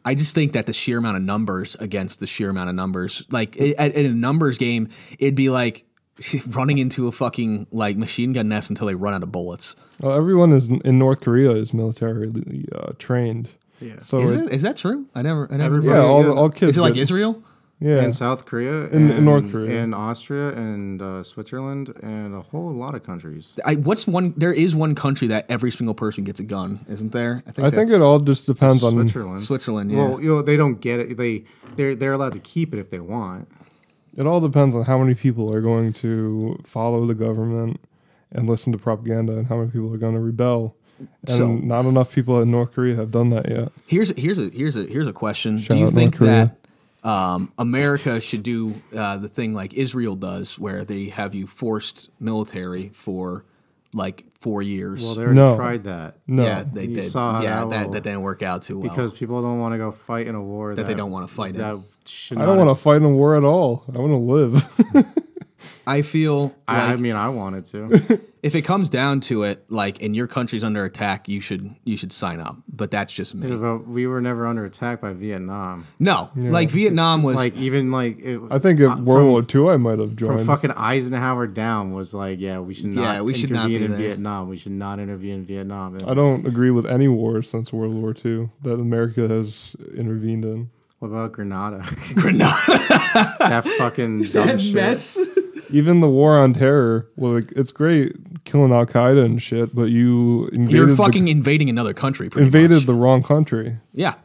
[SPEAKER 4] I just think that the sheer amount of numbers against the sheer amount of numbers, like i i- in a numbers game, it'd be like (laughs) running into a fucking like machine gun nest until they run out of bullets.
[SPEAKER 3] Well, everyone is in North Korea is militarily uh, trained.
[SPEAKER 5] Yeah.
[SPEAKER 3] So
[SPEAKER 4] Is,
[SPEAKER 3] it-
[SPEAKER 4] it, is that true? I never. I never.
[SPEAKER 3] yeah, all, the- all kids.
[SPEAKER 4] Is it like
[SPEAKER 3] get-
[SPEAKER 4] Israel?
[SPEAKER 3] Yeah.
[SPEAKER 5] And South Korea,
[SPEAKER 3] In-
[SPEAKER 5] and,
[SPEAKER 3] in North Korea.
[SPEAKER 5] and Austria, and uh, Switzerland, and a whole lot of countries.
[SPEAKER 4] I, what's one? There is one country that every single person gets a gun, isn't there?
[SPEAKER 3] I think it
[SPEAKER 4] that's
[SPEAKER 3] all just depends on.
[SPEAKER 5] Switzerland.
[SPEAKER 4] Switzerland. Yeah.
[SPEAKER 5] Well, you know, they don't get it. They they're they're allowed to keep it if they want.
[SPEAKER 3] It all depends on how many people are going to follow the government and listen to propaganda, and how many people are going to rebel. And
[SPEAKER 4] So-
[SPEAKER 3] not enough people in North Korea have done that yet.
[SPEAKER 4] here's here's a here's a here's a question.
[SPEAKER 3] Shout
[SPEAKER 4] do you
[SPEAKER 3] out
[SPEAKER 4] think
[SPEAKER 3] North Korea.
[SPEAKER 4] that um, America should do uh, the thing like Israel does, where they have you forced military for like four years?
[SPEAKER 5] Well, they already
[SPEAKER 3] No.
[SPEAKER 5] tried that
[SPEAKER 3] No.
[SPEAKER 4] yeah, they
[SPEAKER 5] You
[SPEAKER 4] did.
[SPEAKER 5] saw how
[SPEAKER 4] yeah,
[SPEAKER 5] that
[SPEAKER 4] that,
[SPEAKER 5] will-
[SPEAKER 4] that didn't work out too well.
[SPEAKER 5] because people don't want to go fight in a war that,
[SPEAKER 4] they don't wanna fight in.
[SPEAKER 5] That should
[SPEAKER 3] I don't want to fight in a war at all. I want to live. (laughs)
[SPEAKER 4] I feel
[SPEAKER 5] I, I
[SPEAKER 4] like
[SPEAKER 5] mean, I
[SPEAKER 3] (laughs)
[SPEAKER 5] wanted to.
[SPEAKER 4] if it comes down to it, like and your country's under attack, you should you should sign up. But that's just me.
[SPEAKER 5] but we were never under attack by Vietnam.
[SPEAKER 4] No, like Vietnam was (laughs)
[SPEAKER 5] Like even like it,
[SPEAKER 3] I think at
[SPEAKER 5] uh,
[SPEAKER 3] World
[SPEAKER 5] from-
[SPEAKER 3] War II, I might have
[SPEAKER 5] from
[SPEAKER 3] joined.
[SPEAKER 5] fucking Eisenhower down was like, yeah, we should not
[SPEAKER 4] Yeah, we should not
[SPEAKER 5] intervene
[SPEAKER 4] be
[SPEAKER 5] in
[SPEAKER 4] there.
[SPEAKER 5] Vietnam. We should not intervene in Vietnam. And
[SPEAKER 3] I don't agree with any war since World War II that America has intervened in.
[SPEAKER 5] What about
[SPEAKER 4] (laughs)
[SPEAKER 5] Grenada?
[SPEAKER 4] Grenada.
[SPEAKER 5] that
[SPEAKER 4] (laughs)
[SPEAKER 5] fucking dumb shit.
[SPEAKER 3] Even the war on terror, well, like, it's great killing Al Qaeda and shit, but you invaded,
[SPEAKER 4] You're
[SPEAKER 3] the-
[SPEAKER 4] fucking invading another country. Pretty
[SPEAKER 3] invaded
[SPEAKER 4] much.
[SPEAKER 3] the wrong country.
[SPEAKER 4] yeah.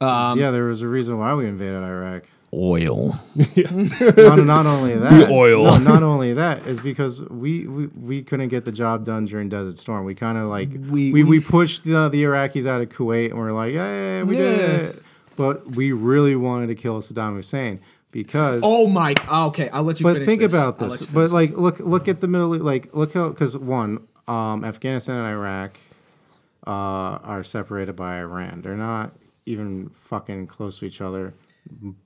[SPEAKER 5] yeah, there was a reason why we invaded Iraq.
[SPEAKER 4] Oil.
[SPEAKER 5] No, no,
[SPEAKER 4] (laughs)
[SPEAKER 5] not only that.
[SPEAKER 3] oil.
[SPEAKER 5] No, not only that is because we, we we couldn't get the job done during Desert Storm. We kind of like
[SPEAKER 4] We-
[SPEAKER 5] we, we,
[SPEAKER 4] we-
[SPEAKER 5] pushed the, the Iraqis out of Kuwait and we're like, yeah, yeah, we
[SPEAKER 4] Yeah.
[SPEAKER 5] did it. But we really wanted to kill Saddam Hussein because
[SPEAKER 4] Oh my. Okay, I'll let you.
[SPEAKER 5] but
[SPEAKER 4] finish
[SPEAKER 5] think
[SPEAKER 4] this.
[SPEAKER 5] about
[SPEAKER 4] I'll let
[SPEAKER 5] this.
[SPEAKER 4] you finish
[SPEAKER 5] But like, look, look at the Middle. E- Like, look how because one, um, Afghanistan and Iraq uh, are separated by Iran. They're not even fucking close to each other.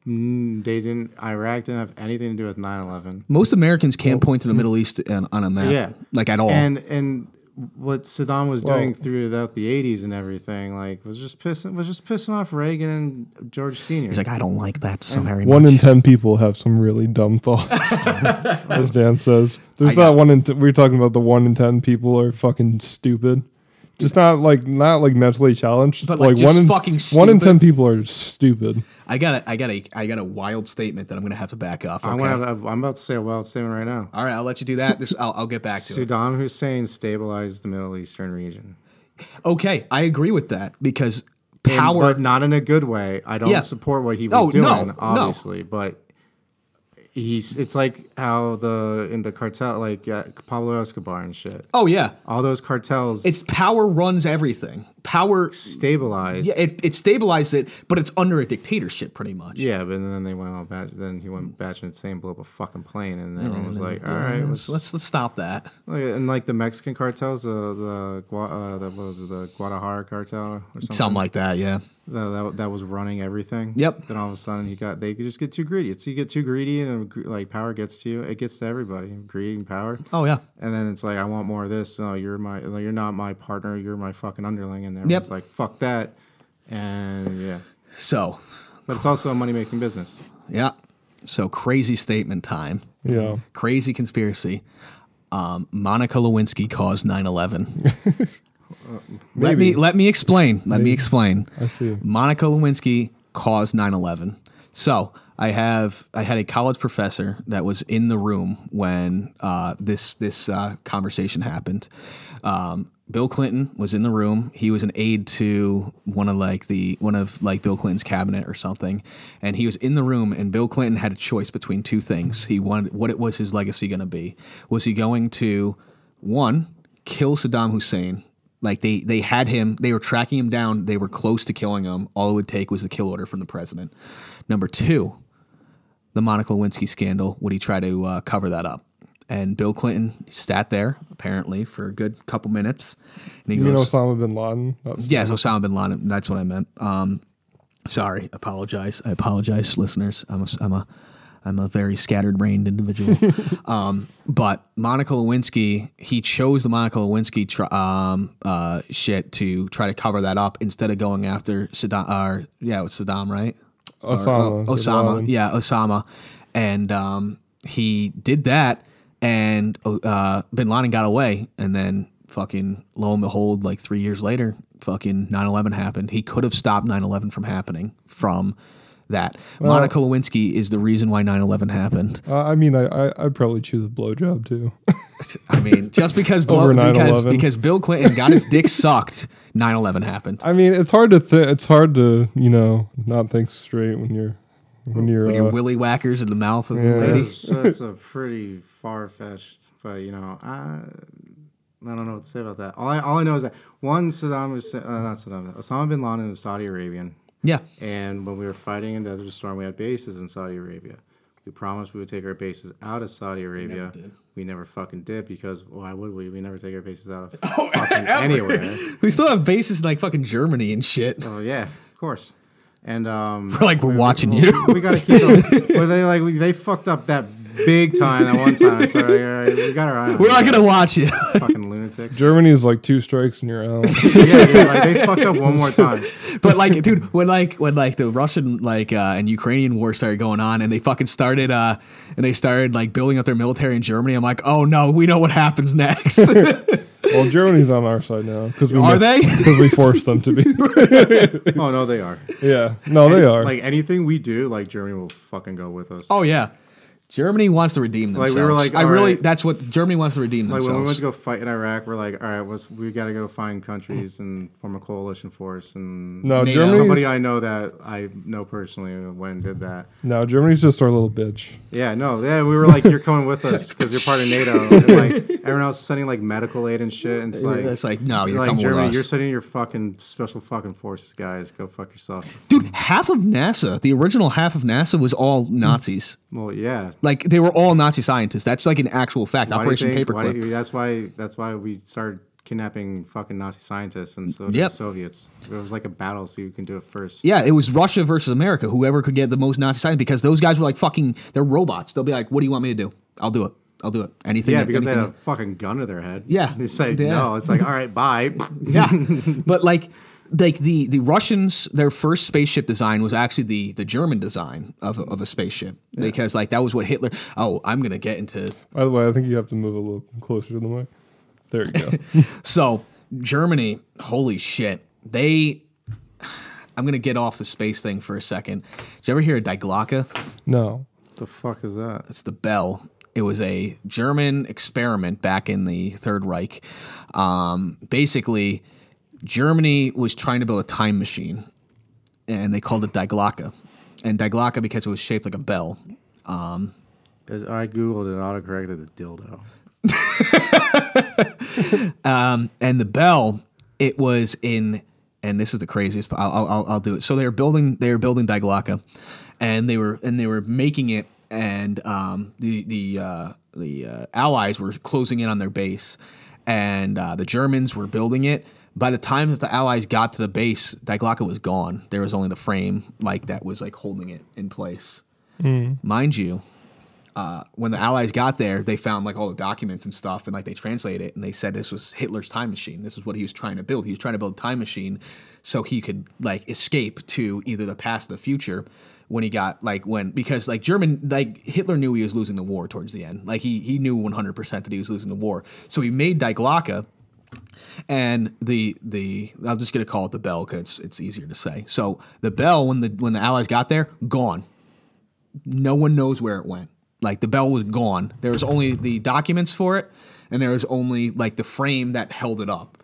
[SPEAKER 5] Mm, They didn't. Iraq didn't have anything to do with 9-11.
[SPEAKER 4] most Americans can't point to the Middle East on, on a map.
[SPEAKER 5] Oh. Yeah,
[SPEAKER 4] Like at all.
[SPEAKER 5] And and what Saddam was
[SPEAKER 3] Well-
[SPEAKER 5] doing throughout the eighties and everything, like, was just pissing was just pissing off Reagan and George Senior.
[SPEAKER 4] He's like, I don't like that so very
[SPEAKER 3] One
[SPEAKER 4] much.
[SPEAKER 3] in ten people have some really dumb
[SPEAKER 4] (laughs)
[SPEAKER 3] thoughts, as Dan says. There's that one in t- we were talking about the one in ten people are fucking stupid. Just not like not like mentally challenged,
[SPEAKER 4] But, like,
[SPEAKER 3] one
[SPEAKER 4] just
[SPEAKER 3] in
[SPEAKER 4] fucking
[SPEAKER 3] one in
[SPEAKER 4] stupid.
[SPEAKER 3] ten people are stupid.
[SPEAKER 4] I got a, I got a, I got a wild statement that I'm gonna have to back off. Okay?
[SPEAKER 5] I'm, gonna have, I'm about to say a wild statement right now.
[SPEAKER 4] all right, I'll let you do that. Just, I'll, I'll get back to it.
[SPEAKER 5] Saddam Hussein stabilized the Middle Eastern region.
[SPEAKER 4] Okay, I agree with that because
[SPEAKER 5] And-
[SPEAKER 4] power.
[SPEAKER 5] but not in a good way. I don't
[SPEAKER 4] Yeah.
[SPEAKER 5] support what he
[SPEAKER 4] Oh,
[SPEAKER 5] was
[SPEAKER 4] no,
[SPEAKER 5] doing,
[SPEAKER 4] no.
[SPEAKER 5] obviously, but he's. It's like how the in the cartel, like uh, Pablo Escobar and shit.
[SPEAKER 4] oh yeah,
[SPEAKER 5] All those cartels,
[SPEAKER 4] it's power runs everything. Power.
[SPEAKER 5] stabilized.
[SPEAKER 4] Yeah,
[SPEAKER 5] Yeah,
[SPEAKER 4] it, it stabilized it, but it's under a dictatorship pretty much.
[SPEAKER 5] but then they went all batch. Then he went batching insane, blew up a fucking plane, and everyone was like, "All right, let's."
[SPEAKER 4] So let's let's stop that.
[SPEAKER 5] like, and like the Mexican cartels, the the, Gua, uh, the what was it, the Guadalajara cartel or something.
[SPEAKER 4] Something like that, yeah.
[SPEAKER 5] that, that, that was running everything.
[SPEAKER 4] Yep.
[SPEAKER 5] Then all of a sudden, he got they just get too greedy. It's you get too greedy, and gr- like power gets to you. It gets to everybody. Greed and power.
[SPEAKER 4] Oh yeah.
[SPEAKER 5] And then it's like I want more of this. No, you're my. like, you're not my partner. You're my fucking underling. And everyone's
[SPEAKER 4] Yep.
[SPEAKER 5] like, fuck that. And yeah,
[SPEAKER 4] So,
[SPEAKER 5] but it's also a money making business.
[SPEAKER 3] Mm-hmm.
[SPEAKER 4] yeah. So crazy statement time.
[SPEAKER 3] Yeah,
[SPEAKER 4] Crazy conspiracy. um, Monica Lewinsky caused 9/11. let me let me explain. Let me explain.
[SPEAKER 3] I see.
[SPEAKER 4] Monica Lewinsky caused 9/11. So I have I had a college professor that was in the room when uh, this this uh, conversation happened. Um, Bill Clinton was in the room. He was an aide to one of like the one of like Bill Clinton's cabinet or something, and he was in the room. And Bill Clinton had a choice between two things. He wanted what it was his legacy going to be. Was he going to one kill Saddam Hussein like they they had him, they were tracking him down, they were close to killing him. All it would take was the kill order from the president. Number two, the Monica Lewinsky scandal. Would he try to uh, cover that up? And Bill Clinton sat there apparently for a good couple minutes, and he
[SPEAKER 3] You mean
[SPEAKER 4] goes,
[SPEAKER 3] Osama bin Laden? Uh, That's,
[SPEAKER 4] "Yes, Osama bin Laden. That's what I meant." Um, sorry, apologize. I apologize, listeners. I'm a, I'm a I'm a very scattered-brained individual. um, but Monica Lewinsky, he chose the Monica Lewinsky tr- um, uh, shit to try to cover that up instead of going after Saddam. Or yeah, it was Saddam, right? Or-
[SPEAKER 3] Osama.
[SPEAKER 4] oh,
[SPEAKER 3] bin
[SPEAKER 4] Osama.
[SPEAKER 3] Laden.
[SPEAKER 4] Yeah, Osama. And um, he did that, and uh, Bin Laden got away, and then fucking lo and behold, like three years later, fucking 9-11 happened. He could have stopped 9-11 from happening from that. Monica Lewinsky is the reason why 9-11 happened.
[SPEAKER 3] Uh, I mean, I, I I'd probably choose a blowjob too. (laughs)
[SPEAKER 4] I mean, just because,
[SPEAKER 3] Over
[SPEAKER 4] because
[SPEAKER 3] 9/11.
[SPEAKER 4] because Bill Clinton got his dick sucked, 9-11 happened.
[SPEAKER 3] I mean, it's hard to th- it's hard to you know not think straight when you're when you're,
[SPEAKER 4] When you're
[SPEAKER 3] uh,
[SPEAKER 4] willy whackers in the mouth of a
[SPEAKER 3] Yeah.
[SPEAKER 4] lady.
[SPEAKER 5] That's, that's a pretty far fetched, but you know, I, I don't know what to say about that. All I, all I know is that one Saddam Hussein, uh, not Saddam, Osama bin Laden was Saudi Arabian,
[SPEAKER 4] Yeah.
[SPEAKER 5] and when we were fighting in Desert Storm, we had bases in Saudi Arabia. We promised we would take our bases out of Saudi Arabia. We never, fucking did because why would we? We never take our bases out of fucking anywhere.
[SPEAKER 4] We still have bases in like fucking Germany and shit. (laughs)
[SPEAKER 5] Oh yeah, of course. And um,
[SPEAKER 4] We're like, we're watching you.
[SPEAKER 5] we gotta keep them. Well, they like we, they fucked up that big time that one time. So like, all right, we got our eye. on
[SPEAKER 4] We're
[SPEAKER 5] them.
[SPEAKER 4] not gonna watch you.
[SPEAKER 5] fucking lunatics.
[SPEAKER 3] Germany is like two strikes and you're out.
[SPEAKER 5] yeah, yeah, like they fucked up one more time.
[SPEAKER 4] (laughs) but like, dude, when like when like the Russian like uh, and Ukrainian war started going on, and they fucking started uh, and they started like building up their military in Germany. I'm like, oh no, we know what happens (laughs) next.
[SPEAKER 3] well, Germany's on our side now because we
[SPEAKER 4] Are they?
[SPEAKER 3] because we forced them
[SPEAKER 4] (laughs)
[SPEAKER 3] to be.
[SPEAKER 5] Oh no, they are.
[SPEAKER 3] yeah, no, they are.
[SPEAKER 5] Like anything we do, like Germany will fucking go with us.
[SPEAKER 4] oh yeah, Germany wants to redeem
[SPEAKER 5] Like,
[SPEAKER 4] themselves.
[SPEAKER 5] we were like,
[SPEAKER 4] I
[SPEAKER 5] all
[SPEAKER 4] really,
[SPEAKER 5] right.
[SPEAKER 4] that's what Germany wants to redeem
[SPEAKER 5] like when we went
[SPEAKER 4] themselves.
[SPEAKER 5] to go fight in Iraq, we're like, all right, let's, we got to go find countries and form a coalition force. And
[SPEAKER 3] no,
[SPEAKER 4] NATO.
[SPEAKER 3] Germany's,
[SPEAKER 5] somebody I know that I know personally when did that.
[SPEAKER 3] no, Germany's just our little bitch.
[SPEAKER 5] Yeah, no, yeah, we were like, you're coming with us because you're part of NATO. And
[SPEAKER 4] (laughs)
[SPEAKER 5] like everyone else is sending like medical aid and shit. And it's like,
[SPEAKER 4] it's like, no, you're
[SPEAKER 5] like
[SPEAKER 4] coming
[SPEAKER 5] Germany,
[SPEAKER 4] with us.
[SPEAKER 5] you're sending your fucking special fucking forces guys. Go fuck yourself.
[SPEAKER 4] dude, half of NASA, the original half of NASA was all Nazis.
[SPEAKER 5] Well, yeah.
[SPEAKER 4] Like they were all Nazi scientists. That's like an actual fact.
[SPEAKER 5] Why do you
[SPEAKER 4] Operation
[SPEAKER 5] think- why do
[SPEAKER 4] Paperclip.
[SPEAKER 5] you- that's why. That's why we started kidnapping fucking Nazi scientists and so did
[SPEAKER 4] Yep.
[SPEAKER 5] the Soviets. It was like a battle, see who can do it first.
[SPEAKER 4] Yeah, it was Russia versus America. Whoever could get the most Nazi signs because those guys were like fucking. They're robots. They'll be like, "What do you want me to do? I'll do it. I'll do it. Anything."
[SPEAKER 5] Yeah, because they had
[SPEAKER 4] anything
[SPEAKER 5] a fucking gun to their head.
[SPEAKER 4] Yeah.
[SPEAKER 5] they say
[SPEAKER 4] Yeah.
[SPEAKER 5] no. It's like all right,
[SPEAKER 4] (laughs)
[SPEAKER 5] bye.
[SPEAKER 4] yeah.
[SPEAKER 5] (laughs)
[SPEAKER 4] but like like the the Russians, their first spaceship design was actually the the German design of a, of a spaceship because like that was what Hitler. Oh, I'm gonna get into
[SPEAKER 3] By the way, I think you have to move a little closer to the mic. There you go.
[SPEAKER 4] So Germany, holy shit, they. (sighs) I'm gonna get off the space thing for a second. Did you ever hear of diglocka?
[SPEAKER 3] no,
[SPEAKER 5] the fuck is that?
[SPEAKER 4] It's the Bell. It was a German experiment back in the Third Reich. Um, basically, Germany was trying to build a time machine, and they called it Diglocka. And Diglocka because it was shaped like a bell.
[SPEAKER 5] Is- I googled it, autocorrected the dildo.
[SPEAKER 4] and the bell it was in and this is the craziest part. I'll, I'll, I'll do it so they were building they were building Diglocka and they were and they were making it and um, the the uh, the uh, allies were closing in on their base and uh, the Germans were building it by the time that the allies got to the base Diglocka was gone there was only the frame like that was like holding it in place mind you uh, when the Allies got there, they found like all the documents and stuff, and like they translated it, and they said this was Hitler's time machine. This is what he was trying to build. He was trying to build a time machine so he could like escape to either the past or the future when he got like when because like German like Hitler knew he was losing the war towards the end. Like he he knew 100% that he was losing the war. So he made Dyke Laka and the the I'm just gonna call it the bell because it's, it's easier to say. So the bell when the when the Allies got there, gone. No one knows where it went. Like the bell was gone. There was only the documents for it, and there was only like the frame that held it up.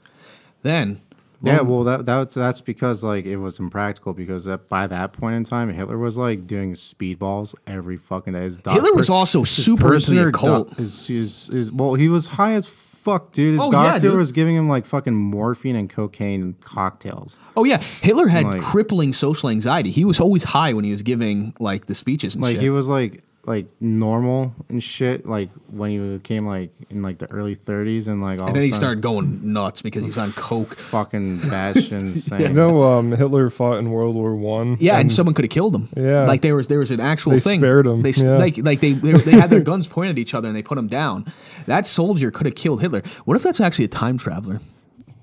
[SPEAKER 4] Then
[SPEAKER 5] Yeah, well, that that's that's because like it was impractical because that, by that point in time, Hitler was like doing speedballs every fucking day. His doc-
[SPEAKER 4] Hitler was
[SPEAKER 5] per-
[SPEAKER 4] also
[SPEAKER 5] his
[SPEAKER 4] super into the
[SPEAKER 5] personer
[SPEAKER 4] occult.
[SPEAKER 5] doc- his, his, his, well, he was high as fuck, dude. His
[SPEAKER 4] Oh, yeah,
[SPEAKER 5] doctor
[SPEAKER 4] dude.
[SPEAKER 5] was giving him like fucking morphine and cocaine cocktails.
[SPEAKER 4] Oh yes, Hitler had
[SPEAKER 5] Like-
[SPEAKER 4] crippling social anxiety. He was always high when he was giving like the speeches and
[SPEAKER 5] Like
[SPEAKER 4] shit.
[SPEAKER 5] he was like like normal and shit. Like when he became like in like the early 30s and like all
[SPEAKER 4] and
[SPEAKER 5] of
[SPEAKER 4] then
[SPEAKER 5] a
[SPEAKER 4] he
[SPEAKER 5] sudden
[SPEAKER 4] started going nuts because he was on coke.
[SPEAKER 5] (laughs) fucking bashed and saying,
[SPEAKER 3] You know, um, Hitler fought in World War One.
[SPEAKER 4] Yeah, and someone could have killed him.
[SPEAKER 3] Yeah.
[SPEAKER 4] like there was there was an actual
[SPEAKER 3] They
[SPEAKER 4] thing.
[SPEAKER 3] spared him,
[SPEAKER 4] They s-
[SPEAKER 3] yeah.
[SPEAKER 4] like like they they, they had their guns pointed at each other and they put him down. That soldier could have killed Hitler. What if that's actually a time traveler?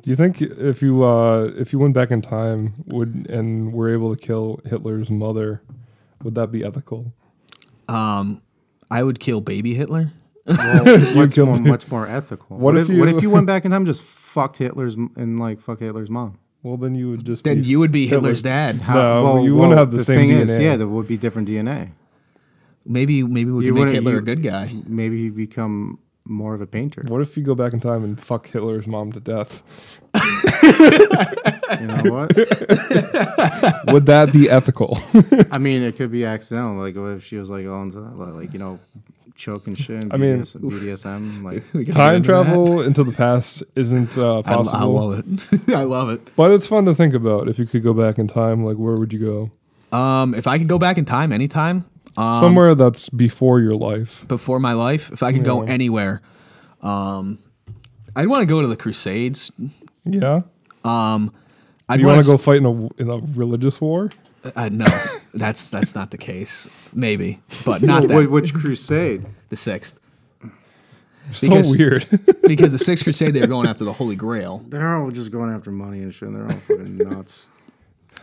[SPEAKER 3] Do you think if you uh, if you went back in time would and were able to kill Hitler's mother, would that be ethical?
[SPEAKER 4] Um, I would kill baby Hitler.
[SPEAKER 5] well, what's more, what's more ethical? What,
[SPEAKER 3] if
[SPEAKER 5] if, what
[SPEAKER 3] you-
[SPEAKER 5] if you went back in time and just fucked Hitler's m- and like fuck Hitler's mom?
[SPEAKER 3] Well, then you would just
[SPEAKER 4] Then
[SPEAKER 3] be
[SPEAKER 4] you would be Hitler's dad.
[SPEAKER 5] How-
[SPEAKER 3] No, you wouldn't have the same DNA.
[SPEAKER 5] yeah, there would be different DNA.
[SPEAKER 4] Maybe maybe we
[SPEAKER 5] You
[SPEAKER 4] could make
[SPEAKER 5] wouldn't-
[SPEAKER 4] Hitler
[SPEAKER 5] you-
[SPEAKER 4] a good guy.
[SPEAKER 5] Maybe you become more of
[SPEAKER 3] (laughs)
[SPEAKER 5] a painter.
[SPEAKER 3] What if you go back in time and fuck Hitler's mom to death? (laughs)
[SPEAKER 5] You know what?
[SPEAKER 3] Would that be (laughs) ethical?
[SPEAKER 5] I mean, it could be accidental. Like what if she was like all into that, like you know, choking shit. And
[SPEAKER 3] I mean-
[SPEAKER 5] BDS BDSM.
[SPEAKER 3] (laughs)
[SPEAKER 5] Like
[SPEAKER 3] time travel into the past isn't uh,
[SPEAKER 4] I,
[SPEAKER 3] possible.
[SPEAKER 4] I love it. (laughs) I love it.
[SPEAKER 3] But it's fun to think about. If you could go back in time, like where would you go?
[SPEAKER 4] Um, if I could go back in time anytime, um,
[SPEAKER 3] Somewhere that's before your life.
[SPEAKER 4] before my life, if I could go
[SPEAKER 3] Yeah.
[SPEAKER 4] anywhere, um, I'd want to go to the Crusades.
[SPEAKER 3] Yeah.
[SPEAKER 4] I'd
[SPEAKER 3] Do you want to
[SPEAKER 4] wanna
[SPEAKER 3] go
[SPEAKER 4] s-
[SPEAKER 3] fight in a in a religious war? (laughs)
[SPEAKER 4] Uh, no, that's that's not the case. Maybe,
[SPEAKER 5] (laughs)
[SPEAKER 4] but not that.
[SPEAKER 5] Wh- which crusade?
[SPEAKER 4] the sixth,
[SPEAKER 3] so
[SPEAKER 4] Because-
[SPEAKER 3] weird.
[SPEAKER 4] because the sixth crusade they were going after the Holy Grail.
[SPEAKER 5] They're all just going after money and shit. And they're all (laughs) fucking nuts.
[SPEAKER 3] (laughs)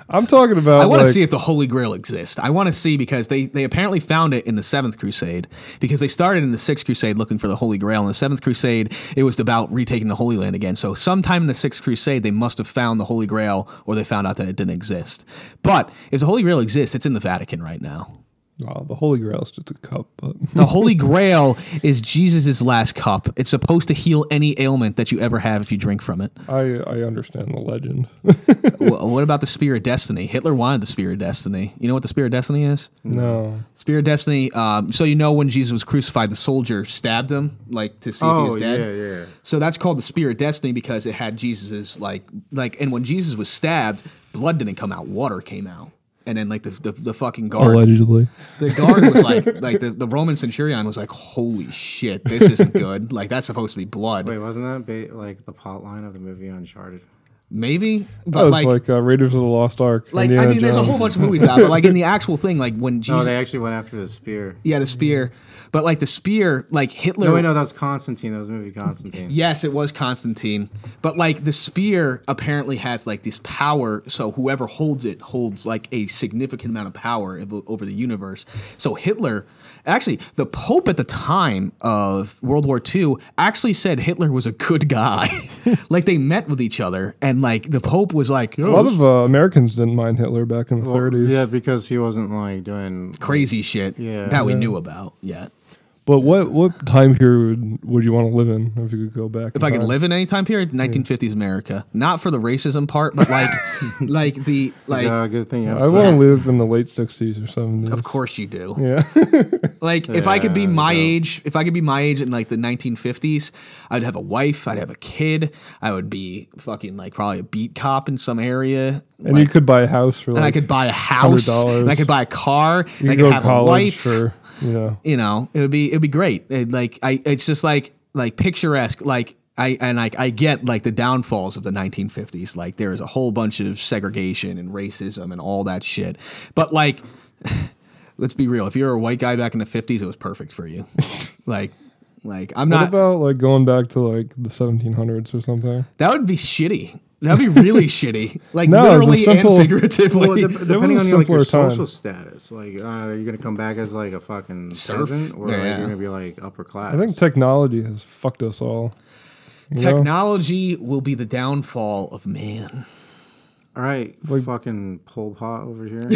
[SPEAKER 3] I'm talking about.
[SPEAKER 4] I want to
[SPEAKER 3] like,
[SPEAKER 4] see if the Holy Grail exists. I want to see because they, they apparently found it in the Seventh Crusade because they started in the Sixth Crusade looking for the Holy Grail. In the Seventh Crusade, it was about retaking the Holy Land again. So sometime in the Sixth Crusade, they must have found the Holy Grail or they found out that it didn't exist. But if the Holy Grail exists, it's in the Vatican right now.
[SPEAKER 3] Wow, the Holy Grail is just a cup, but
[SPEAKER 4] The Holy Grail is Jesus' last cup. It's supposed to heal any ailment that you ever have if you drink from it.
[SPEAKER 3] (laughs) I I understand the legend.
[SPEAKER 4] Wh- what about the Spear of Destiny? Hitler wanted the Spear of Destiny. You know what the Spear of Destiny is?
[SPEAKER 3] Mm. no,
[SPEAKER 4] Spear of Destiny. Um, so you know when Jesus was crucified, the soldier stabbed him like to see if he
[SPEAKER 5] Oh
[SPEAKER 4] was
[SPEAKER 5] yeah,
[SPEAKER 4] dead.
[SPEAKER 5] yeah.
[SPEAKER 4] So that's called the Spear of Destiny because it had Jesus's like like, and when Jesus was stabbed, blood didn't come out, water came out, and then like the the, the fucking guard,
[SPEAKER 3] allegedly.
[SPEAKER 4] the guard
[SPEAKER 3] (laughs)
[SPEAKER 4] was like like the, the Roman centurion was like, holy shit, this isn't good. like that's supposed to be blood,
[SPEAKER 5] Wait, wasn't that ba- like the plot line of the movie Uncharted?
[SPEAKER 4] maybe,
[SPEAKER 3] That
[SPEAKER 4] but
[SPEAKER 3] was
[SPEAKER 4] like.
[SPEAKER 3] like,
[SPEAKER 4] like
[SPEAKER 3] uh, Raiders of the Lost Ark.
[SPEAKER 4] I
[SPEAKER 3] Indiana
[SPEAKER 4] mean, there's a
[SPEAKER 3] Jones.
[SPEAKER 4] whole bunch of movies now, but
[SPEAKER 3] (laughs)
[SPEAKER 4] like in the actual thing, like when
[SPEAKER 5] No,
[SPEAKER 4] Jesus,
[SPEAKER 5] Oh, they actually went after the spear.
[SPEAKER 4] Yeah, the spear. But like the spear, like Hitler.
[SPEAKER 5] No, wait, no, that was Constantine. That was the movie Constantine.
[SPEAKER 4] Yes, it was Constantine. But like the spear apparently has like this power. So whoever holds it holds like a significant amount of power ev- over the universe. So Hitler, actually, the Pope at the time of World War II actually said Hitler was a good guy. (laughs) like they met with each other and like the Pope was like,
[SPEAKER 3] A
[SPEAKER 4] "Yo,
[SPEAKER 3] lot of uh, Americans didn't mind Hitler back in the
[SPEAKER 5] Well,
[SPEAKER 3] 30s.
[SPEAKER 5] Yeah, because he wasn't like doing.
[SPEAKER 4] crazy shit
[SPEAKER 5] Yeah.
[SPEAKER 4] that we knew about yet.
[SPEAKER 3] But what what time period would you want to live in if you could go back?
[SPEAKER 4] if I could
[SPEAKER 5] Uh-huh.
[SPEAKER 4] live in any time period, 1950s America. Not for the racism part, but
[SPEAKER 5] (laughs)
[SPEAKER 4] like, like the like.
[SPEAKER 5] yeah, good thing.
[SPEAKER 3] I want to live in the late 60s or 70s.
[SPEAKER 4] Of course you do.
[SPEAKER 3] Yeah.
[SPEAKER 4] (laughs) Like if I could be
[SPEAKER 5] Yeah,
[SPEAKER 4] my
[SPEAKER 5] no.
[SPEAKER 4] age, if I could be my age in like the 1950s, I'd have a wife, I'd have a kid, I would be fucking like probably a beat cop in some area.
[SPEAKER 3] and
[SPEAKER 4] like,
[SPEAKER 3] you could buy a house for like
[SPEAKER 4] and I could buy a house,
[SPEAKER 3] $100.
[SPEAKER 4] and I could buy a car,
[SPEAKER 3] you
[SPEAKER 4] and I
[SPEAKER 3] go
[SPEAKER 4] could have a
[SPEAKER 3] college
[SPEAKER 4] wife.
[SPEAKER 3] for you know.
[SPEAKER 4] you know, it would be it'd be great. It, like I, it's just like like picturesque. Like I and like I get like the downfalls of the 1950s. Like there is a whole bunch of segregation and racism and all that shit. But like, (sighs) let's be real. If you were a white guy back in the 50s, it was perfect for (laughs) you. like. Like I'm
[SPEAKER 3] What
[SPEAKER 4] not.
[SPEAKER 3] about like going back to like the 1700s or something?
[SPEAKER 4] that would be shitty. That'd be (laughs) really shitty. Like
[SPEAKER 3] No, it's a
[SPEAKER 4] literally
[SPEAKER 3] simple-
[SPEAKER 4] and figuratively.
[SPEAKER 3] (laughs)
[SPEAKER 5] Well, dep- depending
[SPEAKER 3] was
[SPEAKER 5] on
[SPEAKER 3] a
[SPEAKER 5] your, like, your
[SPEAKER 3] simpler time.
[SPEAKER 5] social status, like uh, are you gonna come back as like a fucking
[SPEAKER 4] Serf?
[SPEAKER 5] peasant, or like,
[SPEAKER 4] Yeah.
[SPEAKER 5] you're gonna be like upper class?
[SPEAKER 3] I think technology has fucked us all. You
[SPEAKER 4] (laughs)
[SPEAKER 3] know?
[SPEAKER 4] Technology will be the downfall of man.
[SPEAKER 5] All right, fucking Pol Pot
[SPEAKER 3] (laughs)
[SPEAKER 5] over here.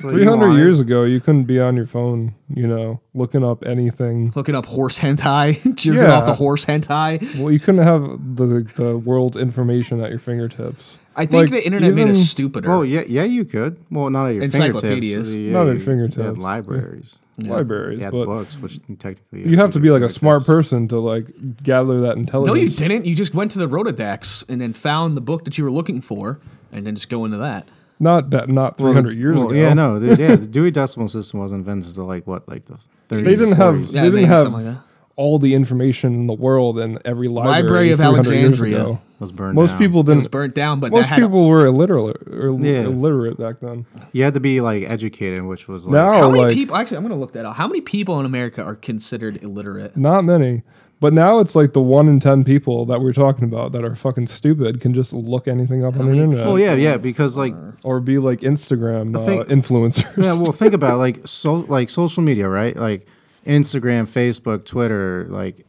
[SPEAKER 3] Three hundred years ago, you couldn't be on your phone, you know, looking up anything.
[SPEAKER 4] Looking up horse hentai, (laughs) jerking
[SPEAKER 3] Yeah.
[SPEAKER 4] off the horse hentai.
[SPEAKER 3] Well, you couldn't have the the world's information at your fingertips.
[SPEAKER 4] I think
[SPEAKER 3] Like,
[SPEAKER 4] the internet made
[SPEAKER 3] even-
[SPEAKER 4] us stupider.
[SPEAKER 5] Oh yeah, yeah, you could. Well, not at your
[SPEAKER 4] Encyclopedias.
[SPEAKER 5] fingertips. Yeah,
[SPEAKER 3] Not at
[SPEAKER 5] you-
[SPEAKER 3] fingertips.
[SPEAKER 5] They had libraries.
[SPEAKER 3] Libraries,
[SPEAKER 5] They had
[SPEAKER 3] but
[SPEAKER 5] books, which technically
[SPEAKER 3] you have to be like a smart
[SPEAKER 5] person.
[SPEAKER 3] person to like gather that
[SPEAKER 4] no, you
[SPEAKER 3] intelligence.
[SPEAKER 4] didn't. You just went to the Rolodex and then found the book that you were looking for, and then just go into that.
[SPEAKER 3] Not that, not three
[SPEAKER 5] Well,
[SPEAKER 3] hundred years
[SPEAKER 5] well,
[SPEAKER 3] ago.
[SPEAKER 5] Yeah, no, the, yeah, the Dewey Decimal System was invented until like what, like the 30s.
[SPEAKER 3] They didn't have
[SPEAKER 5] 40s.
[SPEAKER 4] Yeah,
[SPEAKER 3] they didn't
[SPEAKER 4] maybe
[SPEAKER 3] have
[SPEAKER 4] something like that.
[SPEAKER 3] all the information in the world and every library.
[SPEAKER 4] Library of
[SPEAKER 3] 300 years
[SPEAKER 4] Alexandria.
[SPEAKER 3] ago.
[SPEAKER 5] was burned.
[SPEAKER 3] Most
[SPEAKER 5] down.
[SPEAKER 3] people
[SPEAKER 4] It was
[SPEAKER 3] didn't.
[SPEAKER 4] burnt down, but that
[SPEAKER 3] Most
[SPEAKER 4] had a-
[SPEAKER 3] people were illiterate or
[SPEAKER 5] Yeah.
[SPEAKER 3] illiterate back then.
[SPEAKER 5] you had to be like educated, which was like
[SPEAKER 3] Now-
[SPEAKER 4] how many
[SPEAKER 3] like-
[SPEAKER 4] people? Actually, I'm gonna look that up. How many people in America are considered illiterate?
[SPEAKER 3] Not many. But now it's like the one in ten people that we're talking about that are fucking stupid can just look anything up on the internet
[SPEAKER 5] Well, yeah, yeah, because like
[SPEAKER 3] or be like Instagram uh,
[SPEAKER 5] think-
[SPEAKER 3] influencers.
[SPEAKER 5] (laughs) yeah, well, think about it, like so like social media, right? Like Instagram, Facebook, Twitter, like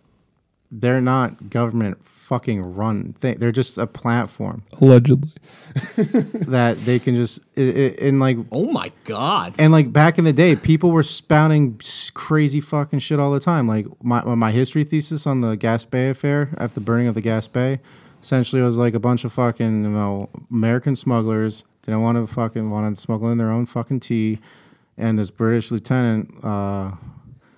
[SPEAKER 5] they're not government fucking run thing. They're just a platform
[SPEAKER 3] Allegedly,
[SPEAKER 5] that they can just i- i- and like
[SPEAKER 4] Oh my god!
[SPEAKER 5] And like back in the day, people were spouting s- crazy fucking shit all the time. Like my my history thesis on the Gas Bay affair after the burning of the Gas Bay, essentially was like a bunch of fucking you know American smugglers didn't want to fucking want to smuggle in their own fucking tea, and this British lieutenant, uh,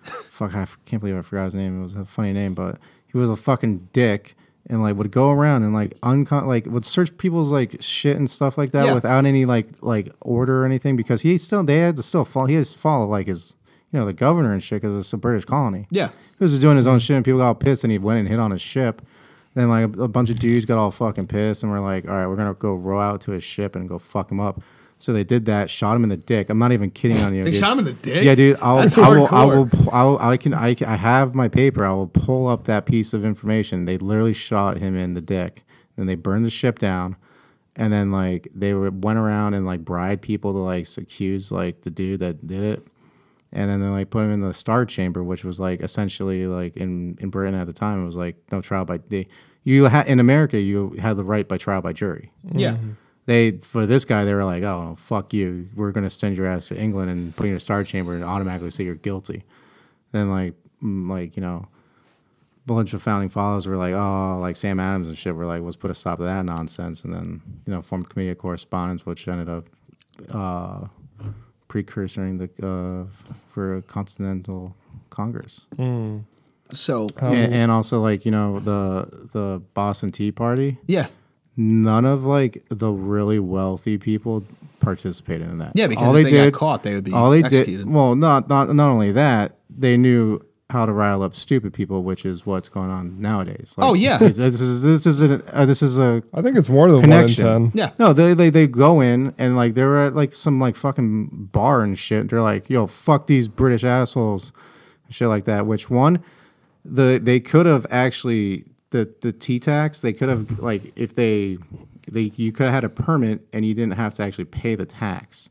[SPEAKER 5] fuck, I f- can't believe I forgot his name. It was a funny name, but he was a fucking dick. And like would go around and like uncon like would search people's like shit and stuff like that
[SPEAKER 4] Yeah.
[SPEAKER 5] without without any like like order or anything because he still they had to still follow he has to follow like his you know the governor and shit because it's a British colony.
[SPEAKER 4] Yeah.
[SPEAKER 5] he was just doing his own shit and people got all pissed and he went and hit on his ship. Then like a, a bunch of dudes got all fucking pissed and were like, all right, we're gonna go row out to his ship and go fuck him up. So they did that, shot him in the dick. I'm not even kidding on you.
[SPEAKER 4] They
[SPEAKER 5] dude.
[SPEAKER 4] shot him in the dick?
[SPEAKER 5] Yeah, dude. I'll,
[SPEAKER 4] That's
[SPEAKER 5] I will, I
[SPEAKER 4] hardcore.
[SPEAKER 5] will pu- I will- I can, I can, I have my paper. I will pull up that piece of information. They literally shot him in the dick. Then they burned the ship down, and then like they were, went around and like bribed people to like accuse like the dude that did it, and then they like put him in the star chamber, which was like essentially like in in Britain at the time it was like no trial by they, you ha- in America you had the right by trial by jury
[SPEAKER 4] Yeah.
[SPEAKER 3] Mm-hmm.
[SPEAKER 5] they for this guy they were like oh fuck you we're going to send your ass to england and put you in a star chamber and automatically say you're guilty then like mm, like you know a bunch of founding fathers were like oh like sam adams and shit were like let's put a stop to that nonsense and then you know formed committee of correspondence which ended up uh precursoring the uh f- for a continental congress
[SPEAKER 4] So
[SPEAKER 3] Uh,
[SPEAKER 5] and, and also like you know the the boston tea party
[SPEAKER 4] yeah,
[SPEAKER 5] none of like the really wealthy people participated in that.
[SPEAKER 4] yeah. Because if they, got caught, they would be
[SPEAKER 5] all they
[SPEAKER 4] executed.
[SPEAKER 5] did. Well, not not not only that, they knew how to rile up stupid people, which is what's going on nowadays. Like,
[SPEAKER 4] Oh, yeah.
[SPEAKER 5] this is this is an, uh, this is a
[SPEAKER 3] I think it's more than
[SPEAKER 5] connection.
[SPEAKER 3] one in ten.
[SPEAKER 4] Yeah.
[SPEAKER 5] No, they, they they go in and like they're at like some like fucking bar and shit. They're like, yo, fuck these British assholes, and shit like that. Which one? The they could have actually the the tea tax. They could have like if they they you could have had a permit and you didn't have to actually pay the tax,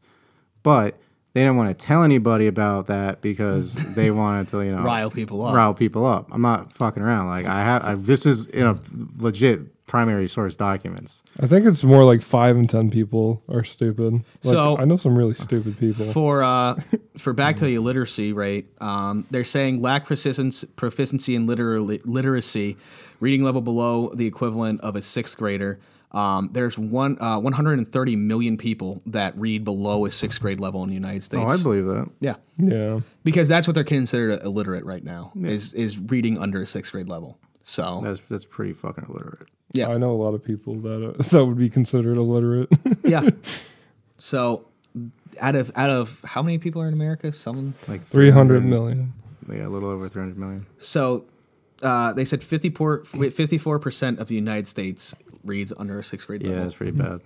[SPEAKER 5] but. They didn't want to tell anybody about that because
[SPEAKER 4] (laughs)
[SPEAKER 5] they wanted to, you know,
[SPEAKER 4] Rile people up.
[SPEAKER 5] Rile people up. I'm not fucking around. Like I have, I, this is in a legit primary source documents.
[SPEAKER 3] I think it's more like five and ten people are stupid. Like,
[SPEAKER 4] So-
[SPEAKER 3] I know some really stupid people.
[SPEAKER 4] for uh, for back to the illiteracy rate, um, they're saying lack proficiency, proficiency in literally, literacy, reading level below the equivalent of a sixth grader. Um, there's one uh, 130 million people that read below a sixth grade level in the United States.
[SPEAKER 5] Oh, I believe that.
[SPEAKER 4] Yeah,
[SPEAKER 3] yeah,
[SPEAKER 4] because that's what they're considered illiterate right now is is reading under a sixth grade level. So
[SPEAKER 5] That's that's pretty fucking illiterate.
[SPEAKER 4] Yeah.
[SPEAKER 3] I know a lot of people that uh, (laughs) that would be considered illiterate.
[SPEAKER 4] yeah. So out of out of how many people are in America? Someone
[SPEAKER 5] Like
[SPEAKER 3] Three hundred million.
[SPEAKER 5] Yeah, a little over three hundred million.
[SPEAKER 4] so uh, they said 54 percent of the United States reads under a sixth grade
[SPEAKER 5] Yeah,
[SPEAKER 4] level.
[SPEAKER 5] that's pretty bad.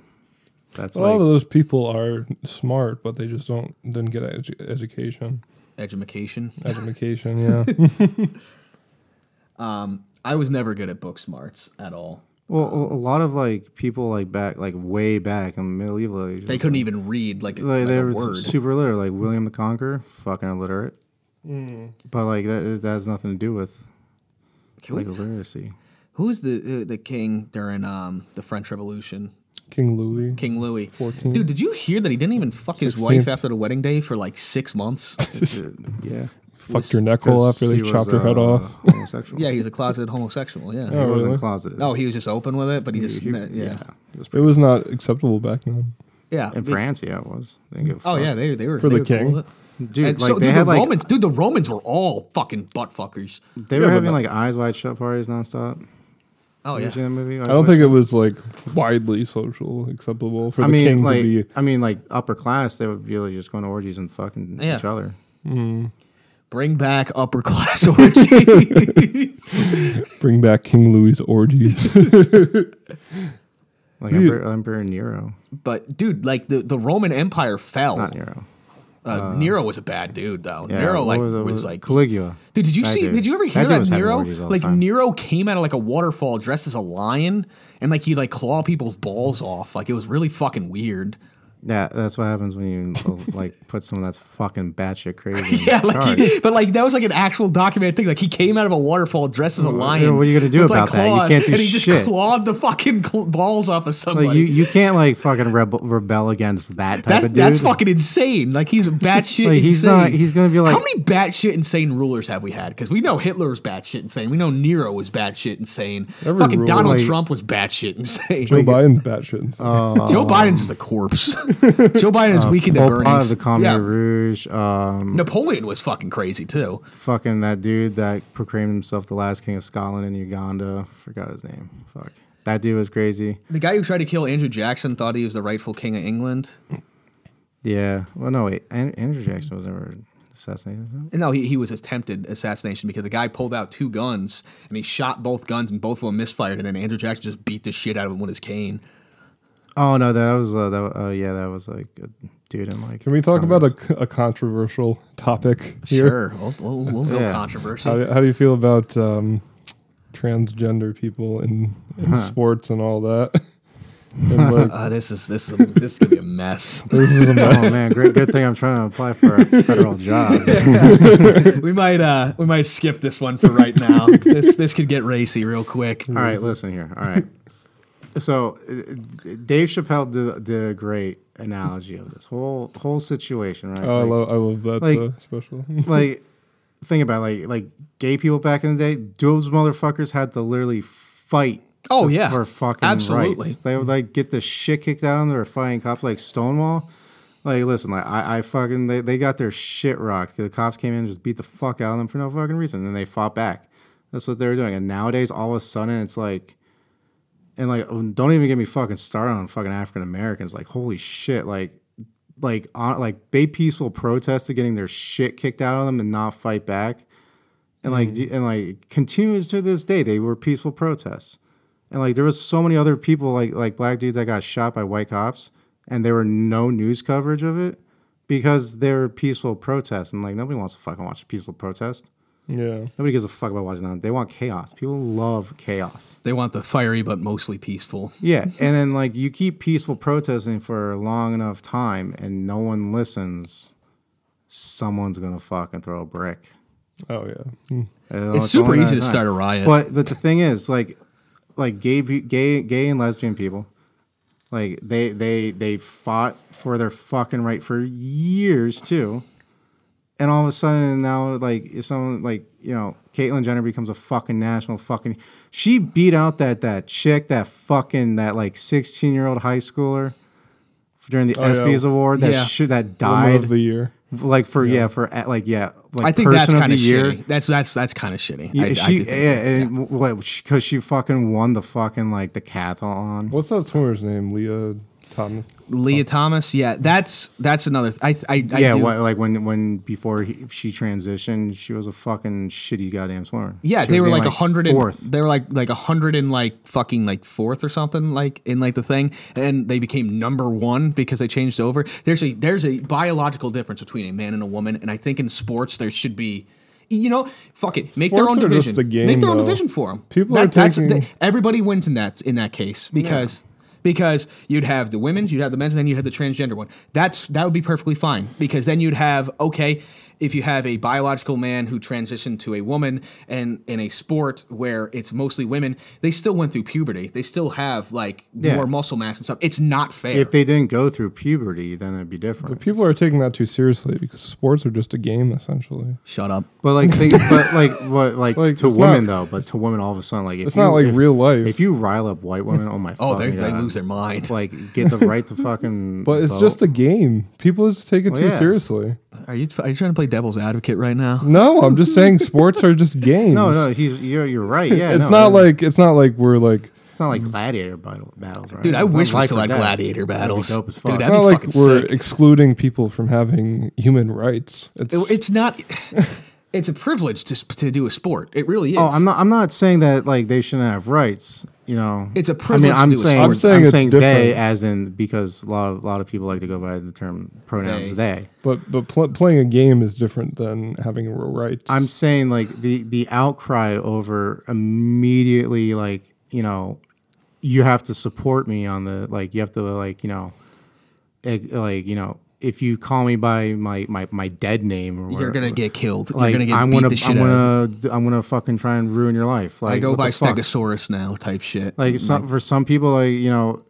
[SPEAKER 5] That's
[SPEAKER 3] a lot of
[SPEAKER 5] like
[SPEAKER 3] those people are smart, but they just don't didn't get edu- education.
[SPEAKER 4] Education.
[SPEAKER 3] Education, (laughs) yeah.
[SPEAKER 4] I was never good at book smarts at all.
[SPEAKER 5] Well, a a lot of like people like back, like way back in the medieval age,
[SPEAKER 4] They couldn't even read like, a-
[SPEAKER 5] like,
[SPEAKER 4] like
[SPEAKER 5] they
[SPEAKER 4] a
[SPEAKER 5] were
[SPEAKER 4] word.
[SPEAKER 5] super illiterate, like William the Conqueror, fucking illiterate.
[SPEAKER 3] Hmm.
[SPEAKER 5] But like that, that has nothing to do with
[SPEAKER 4] Can we-
[SPEAKER 3] (laughs)
[SPEAKER 5] like illiteracy.
[SPEAKER 4] Who's the uh, the king during um the French Revolution?
[SPEAKER 3] King Louis.
[SPEAKER 4] King Louis.
[SPEAKER 3] 14.
[SPEAKER 4] Dude, did you hear that he didn't even fuck his wife
[SPEAKER 3] 16th.
[SPEAKER 4] after the wedding day for like six months? (laughs)
[SPEAKER 5] Yeah,
[SPEAKER 3] Fucked her neck hole after they
[SPEAKER 5] He was,
[SPEAKER 3] chopped her head
[SPEAKER 5] uh,
[SPEAKER 3] off. Oh,
[SPEAKER 5] Homosexual.
[SPEAKER 4] yeah, he was a closeted homosexual. Yeah.
[SPEAKER 5] he wasn't
[SPEAKER 3] really?
[SPEAKER 5] closeted.
[SPEAKER 4] No, he was just open with it, but he
[SPEAKER 5] Oh. He-
[SPEAKER 4] just
[SPEAKER 5] he-
[SPEAKER 4] yeah. yeah.
[SPEAKER 5] It was
[SPEAKER 3] It was not acceptable back then.
[SPEAKER 5] in
[SPEAKER 4] They-
[SPEAKER 5] France, yeah, it was. They didn't give a
[SPEAKER 4] Oh
[SPEAKER 5] fuck.
[SPEAKER 4] yeah, they they were
[SPEAKER 3] For
[SPEAKER 4] they
[SPEAKER 3] the
[SPEAKER 4] were cool
[SPEAKER 3] king?
[SPEAKER 4] with it.
[SPEAKER 5] dude,
[SPEAKER 4] And
[SPEAKER 5] like
[SPEAKER 4] so,
[SPEAKER 5] they
[SPEAKER 4] dude,
[SPEAKER 5] had
[SPEAKER 4] the
[SPEAKER 5] like
[SPEAKER 4] Romans, dude, the Romans were all fucking butt fuckers.
[SPEAKER 5] they were having like eyes wide shut parties nonstop.
[SPEAKER 4] Oh
[SPEAKER 5] you
[SPEAKER 4] yeah,
[SPEAKER 5] ever seen that movie? Eyes
[SPEAKER 3] I don't
[SPEAKER 5] Wide
[SPEAKER 3] think
[SPEAKER 5] Shut?
[SPEAKER 3] it was like widely social acceptable for the
[SPEAKER 5] I mean,
[SPEAKER 3] king
[SPEAKER 5] like,
[SPEAKER 3] to be.
[SPEAKER 5] I mean, like upper class, they would be like just going to orgies and fucking
[SPEAKER 4] Yeah.
[SPEAKER 5] each other.
[SPEAKER 4] bring back upper (laughs) class orgies. (laughs)
[SPEAKER 3] Bring back King Louis orgies. (laughs)
[SPEAKER 5] Like Emperor, Emperor Nero,
[SPEAKER 4] but dude, like the, the Roman Empire fell.
[SPEAKER 5] not Nero.
[SPEAKER 4] Uh, Nero was a bad dude though.
[SPEAKER 5] Yeah,
[SPEAKER 4] Nero
[SPEAKER 5] what
[SPEAKER 4] like was,
[SPEAKER 5] it? What
[SPEAKER 4] like
[SPEAKER 5] Caligula.
[SPEAKER 4] Dude, did you
[SPEAKER 5] That
[SPEAKER 4] see?
[SPEAKER 5] dude-
[SPEAKER 4] Did you ever
[SPEAKER 5] that
[SPEAKER 4] hear
[SPEAKER 5] dude
[SPEAKER 4] that,
[SPEAKER 5] was having
[SPEAKER 4] Nero?
[SPEAKER 5] orgies all the
[SPEAKER 4] Like
[SPEAKER 5] time.
[SPEAKER 4] Nero came out of like a waterfall dressed as a lion, and like he like claw people's balls off. Like it was really fucking weird.
[SPEAKER 5] Yeah, that's what happens
[SPEAKER 4] (laughs)
[SPEAKER 5] when you uh, like put someone that's fucking batshit crazy. in
[SPEAKER 4] Yeah, like
[SPEAKER 5] charge.
[SPEAKER 4] he, but like that was like an actual documented thing. Like he came out of a waterfall dressed as a lion.
[SPEAKER 5] what are you gonna do
[SPEAKER 4] with, like,
[SPEAKER 5] about that? You can't do
[SPEAKER 4] and he just
[SPEAKER 5] shit.
[SPEAKER 4] clawed the fucking cl- balls off of somebody.
[SPEAKER 5] Like you, you can't like fucking rebel, rebel against that type
[SPEAKER 4] that's
[SPEAKER 5] of dude.
[SPEAKER 4] that's fucking insane. Like
[SPEAKER 5] (laughs)
[SPEAKER 4] he's batshit
[SPEAKER 5] Like, he's
[SPEAKER 4] insane.
[SPEAKER 5] not- he's gonna be like-
[SPEAKER 4] how many batshit insane rulers have we had? Because we know Hitler was batshit insane. We know Nero was batshit insane.
[SPEAKER 3] Every
[SPEAKER 4] fucking
[SPEAKER 3] ruler-
[SPEAKER 4] Donald
[SPEAKER 5] Like-
[SPEAKER 4] Trump was batshit insane.
[SPEAKER 3] Joe Biden's batshit.
[SPEAKER 4] (laughs) Joe Biden's is a
[SPEAKER 5] (laughs)
[SPEAKER 4] corpse. Joe Biden's weakened at
[SPEAKER 5] Pol Pot of
[SPEAKER 4] Bernie's.
[SPEAKER 5] the Khmer
[SPEAKER 4] Yeah.
[SPEAKER 5] Rouge, um,
[SPEAKER 4] Napoleon was fucking crazy too.
[SPEAKER 5] fucking that dude that proclaimed himself the last king of Scotland and Uganda. Forgot his name. Fuck, that dude was crazy.
[SPEAKER 4] The guy who tried to kill Andrew Jackson thought he was the rightful king of England.
[SPEAKER 5] Yeah. Well, no, wait. An- Andrew Jackson was never assassinated. was he?
[SPEAKER 4] And No, he, he was attempted assassination because the guy pulled out two guns and he shot both guns and both of them misfired and then Andrew Jackson just beat the shit out of him with his cane.
[SPEAKER 5] Oh no, that was uh, that. Oh yeah, that was like a dude in like.
[SPEAKER 3] Can we talk about a, a controversial topic here?
[SPEAKER 4] Sure, we'll, we'll, we'll go
[SPEAKER 5] Yeah.
[SPEAKER 4] controversy.
[SPEAKER 3] How do, how do you feel about um, transgender people in, in sports and all that? (laughs) And like,
[SPEAKER 4] (laughs) Uh, this is this is this is gonna be a
[SPEAKER 5] (laughs)
[SPEAKER 4] mess.
[SPEAKER 3] this is a mess.
[SPEAKER 5] Oh man, great. Good thing I'm trying to apply for a
[SPEAKER 3] (laughs)
[SPEAKER 5] federal job.
[SPEAKER 4] we might uh we might skip this one for right
[SPEAKER 5] (laughs)
[SPEAKER 4] now. this this could get racy real quick.
[SPEAKER 5] All right, listen here. All right. So uh, d- Dave Chappelle did, did a great analogy of this whole whole situation, right?
[SPEAKER 3] Oh, I
[SPEAKER 5] Like-
[SPEAKER 3] love I love that
[SPEAKER 5] like-
[SPEAKER 3] uh, special. (laughs)
[SPEAKER 5] like think about it, like like gay people back in the day those motherfuckers had to literally fight
[SPEAKER 4] Oh,
[SPEAKER 5] to-
[SPEAKER 4] yeah.
[SPEAKER 5] for fucking
[SPEAKER 4] Absolutely.
[SPEAKER 5] rights they would like get the shit kicked out of them they were fighting cops like stonewall like listen like i, I fucking they, they got their shit rocked 'cause the cops came in and just beat the fuck out of them for no fucking reason and they fought back that's what they were doing and nowadays all of a sudden it's like and like oh, don't even get me fucking started on fucking African Americans. Like holy shit, like like on like they peaceful protested getting their shit kicked out of them and not fight back. And like d and like continues to this day, they were peaceful protests. And like there was so many other people like like black dudes that got shot by white cops and there were no news coverage of it because they were peaceful protests and like nobody wants to fucking watch a peaceful protest.
[SPEAKER 3] Yeah,
[SPEAKER 5] Nobody gives a fuck about watching that. They want chaos. People love chaos.
[SPEAKER 4] They want the fiery but mostly peaceful.
[SPEAKER 5] Yeah, and then like you keep peaceful protesting for a long enough time, and no one listens. Someone's gonna fucking throw a brick. Uh,
[SPEAKER 3] oh yeah. Mm.
[SPEAKER 5] And
[SPEAKER 4] It's
[SPEAKER 5] only
[SPEAKER 4] super
[SPEAKER 5] that
[SPEAKER 4] easy to
[SPEAKER 5] time.
[SPEAKER 4] start a riot.
[SPEAKER 5] But but the thing is, like, like gay pe- gay gay and lesbian people, like they they they fought for their fucking right for years too, and all of a sudden now like if someone like you know Caitlyn Jenner becomes a fucking national fucking. She beat out that that chick that fucking that like sixteen year old high schooler during the
[SPEAKER 3] yeah.
[SPEAKER 5] ESPYS award that
[SPEAKER 4] Oh, Yeah.
[SPEAKER 5] shit that
[SPEAKER 3] Woman
[SPEAKER 5] died
[SPEAKER 3] of the year.
[SPEAKER 5] like for yeah. for uh, like yeah like
[SPEAKER 4] I think that's
[SPEAKER 5] person of
[SPEAKER 4] kind
[SPEAKER 5] the
[SPEAKER 4] of
[SPEAKER 5] year.
[SPEAKER 4] shitty. That's that's that's kind of shitty.
[SPEAKER 5] Yeah,
[SPEAKER 4] I, I
[SPEAKER 5] she
[SPEAKER 4] do
[SPEAKER 5] yeah,
[SPEAKER 4] think-
[SPEAKER 5] and what? Because she fucking won the fucking like decathlon.
[SPEAKER 3] What's that swimmer's name? Leah Thomas.
[SPEAKER 4] Leah Thomas. Yeah, that's that's another. Th- I I, I
[SPEAKER 5] yeah,
[SPEAKER 4] do-
[SPEAKER 5] what, like when when before he, she transitioned, she was a fucking shitty goddamn swimmer.
[SPEAKER 4] Yeah,
[SPEAKER 5] She
[SPEAKER 4] they
[SPEAKER 5] was
[SPEAKER 4] were
[SPEAKER 5] named,
[SPEAKER 4] like a hundred and
[SPEAKER 5] fourth.
[SPEAKER 4] they were like like a hundred and like fucking like fourth or something like in like the thing, and they became number one because they changed over. There's a there's a biological difference between a man and a woman, and I think in sports there should be you know, fuck it, make their own
[SPEAKER 3] Sports are just
[SPEAKER 4] division.
[SPEAKER 3] a game,
[SPEAKER 4] make their own
[SPEAKER 3] though.
[SPEAKER 4] division for them.
[SPEAKER 3] People are taking-
[SPEAKER 4] everybody wins in that in that case because. Because you'd have the women's, you'd have the men's, and then you'd have the transgender one. That's that would be perfectly fine. Because then you'd have okay, if you have a biological man who transitioned to a woman, and in a sport where it's mostly women, they still went through puberty. They still have like
[SPEAKER 5] Yeah.
[SPEAKER 4] more muscle mass and stuff. It's not fair.
[SPEAKER 5] If they didn't go through puberty, then it'd be different.
[SPEAKER 3] People are taking that too seriously because sports are just a game essentially.
[SPEAKER 4] Shut up.
[SPEAKER 5] But
[SPEAKER 4] (laughs)
[SPEAKER 5] like, think, but like, what like,
[SPEAKER 3] Like,
[SPEAKER 5] to
[SPEAKER 3] it's
[SPEAKER 5] women
[SPEAKER 3] not-
[SPEAKER 5] though? But to women, all of a sudden, like, if
[SPEAKER 3] It's
[SPEAKER 5] you,
[SPEAKER 3] not like
[SPEAKER 5] if-
[SPEAKER 3] real life.
[SPEAKER 5] If you rile up white women, oh my,
[SPEAKER 4] (laughs) Oh, they,
[SPEAKER 5] fucking
[SPEAKER 4] they
[SPEAKER 5] God.
[SPEAKER 4] lose their mind.
[SPEAKER 5] Like, get the right to fucking.
[SPEAKER 3] (laughs) But it's
[SPEAKER 5] vote.
[SPEAKER 3] just a game. People just take it
[SPEAKER 5] Well,
[SPEAKER 3] too
[SPEAKER 5] yeah.
[SPEAKER 3] seriously.
[SPEAKER 4] Are you are you trying to play devil's advocate right now?
[SPEAKER 3] No, I'm just saying sports are just games.
[SPEAKER 5] no, no. He's you're you're right. Yeah,
[SPEAKER 3] (laughs) it's
[SPEAKER 5] no,
[SPEAKER 3] not
[SPEAKER 5] it-
[SPEAKER 3] like it's not like we're like
[SPEAKER 5] it's not like gladiator battle, battles, right?
[SPEAKER 4] Mm. Dude, I
[SPEAKER 5] It's not
[SPEAKER 4] wish we
[SPEAKER 5] life
[SPEAKER 4] still
[SPEAKER 5] or
[SPEAKER 4] had
[SPEAKER 5] death.
[SPEAKER 4] gladiator battles.
[SPEAKER 5] dope as
[SPEAKER 4] Dude,
[SPEAKER 5] fuck.
[SPEAKER 4] that'd
[SPEAKER 3] not
[SPEAKER 4] be
[SPEAKER 3] like
[SPEAKER 4] fucking
[SPEAKER 3] we're
[SPEAKER 4] sick.
[SPEAKER 3] excluding people from having human rights. It's,
[SPEAKER 4] It- it's not. (laughs) It's a privilege to sp- to do a sport. It really is.
[SPEAKER 5] Oh, I'm not. I'm not saying that like they shouldn't have rights. You know,
[SPEAKER 4] It's a privilege
[SPEAKER 5] I mean, I'm
[SPEAKER 4] to do a
[SPEAKER 5] saying
[SPEAKER 4] sport.
[SPEAKER 5] I'm saying,
[SPEAKER 3] it's
[SPEAKER 5] they,
[SPEAKER 3] different.
[SPEAKER 5] as in because a lot of a lot of people like to go by the term
[SPEAKER 4] They.
[SPEAKER 5] pronouns they.
[SPEAKER 3] but but pl- playing a game is different than having a right.
[SPEAKER 5] I'm saying like the the outcry over immediately like you know you have to support me on the like you have to like you know eg- like you know if you call me by my my, my dead name or
[SPEAKER 4] You're
[SPEAKER 5] whatever,
[SPEAKER 4] gonna get killed.
[SPEAKER 5] like
[SPEAKER 4] You're gonna get
[SPEAKER 5] I'm
[SPEAKER 4] beat
[SPEAKER 5] gonna
[SPEAKER 4] the shit
[SPEAKER 5] I'm
[SPEAKER 4] out. of.
[SPEAKER 5] gonna I'm gonna fucking try and ruin your life. Like
[SPEAKER 4] I go
[SPEAKER 5] what
[SPEAKER 4] by Mm-hmm.
[SPEAKER 5] the fuck?
[SPEAKER 4] Stegosaurus now, type shit.
[SPEAKER 5] like it's not for some people like you know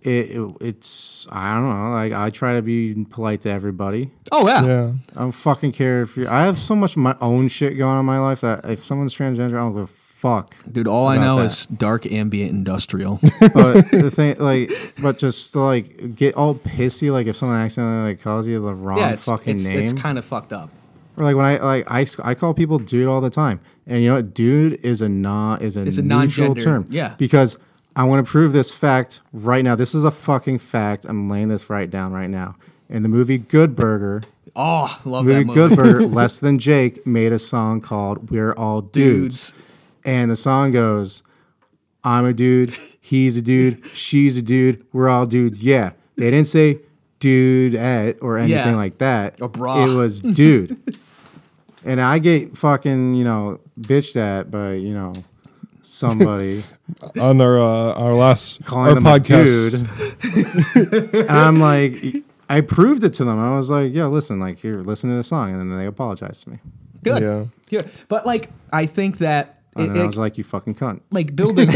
[SPEAKER 5] it, it it's i don't know like i try to be polite to everybody
[SPEAKER 4] oh yeah.
[SPEAKER 3] yeah,
[SPEAKER 5] i don't fucking care if you i have so much of my own shit going on in my life that if someone's transgender i don't give a fuck
[SPEAKER 4] dude. All I
[SPEAKER 5] About
[SPEAKER 4] know
[SPEAKER 5] that.
[SPEAKER 4] is dark ambient
[SPEAKER 5] (laughs)
[SPEAKER 4] industrial.
[SPEAKER 5] but the thing (laughs) like but just to, like get all pissy like if someone accidentally like calls you the wrong
[SPEAKER 4] yeah, it's,
[SPEAKER 5] fucking
[SPEAKER 4] it's,
[SPEAKER 5] name
[SPEAKER 4] it's kind of fucked up.
[SPEAKER 5] or like when i like I, I call people dude all the time and you know what dude is a non is a,
[SPEAKER 4] It's a
[SPEAKER 5] neutral
[SPEAKER 4] non-gendered-
[SPEAKER 5] term
[SPEAKER 4] yeah.
[SPEAKER 5] because I want to prove this fact right now. This is a fucking fact. I'm laying this right down right now. In the movie Good Burger,
[SPEAKER 4] Oh, love
[SPEAKER 5] movie
[SPEAKER 4] that movie. (laughs)
[SPEAKER 5] Good Burger, Less Than Jake made a song called We're All Dudes.
[SPEAKER 4] Dudes.
[SPEAKER 5] And the song goes, I'm a dude, he's a dude, she's a dude, we're all dudes. Yeah. They didn't say dude at or anything
[SPEAKER 4] Yeah.
[SPEAKER 5] like that.
[SPEAKER 4] Or brah.
[SPEAKER 5] It
[SPEAKER 4] (laughs)
[SPEAKER 5] was dude. and I get fucking, you know, bitched at by, you know, somebody.
[SPEAKER 3] on our uh, our last
[SPEAKER 5] calling
[SPEAKER 3] our
[SPEAKER 5] them
[SPEAKER 3] podcast,
[SPEAKER 5] a dude. and I'm like, I proved it to them. I was like, yo, listen, like here, listen to the song, and then they apologized to me.
[SPEAKER 4] Good.
[SPEAKER 3] Yeah.
[SPEAKER 4] Good. But like, I think that.
[SPEAKER 5] And
[SPEAKER 4] it-
[SPEAKER 5] then I
[SPEAKER 4] it-
[SPEAKER 5] was like, you fucking cunt.
[SPEAKER 4] like building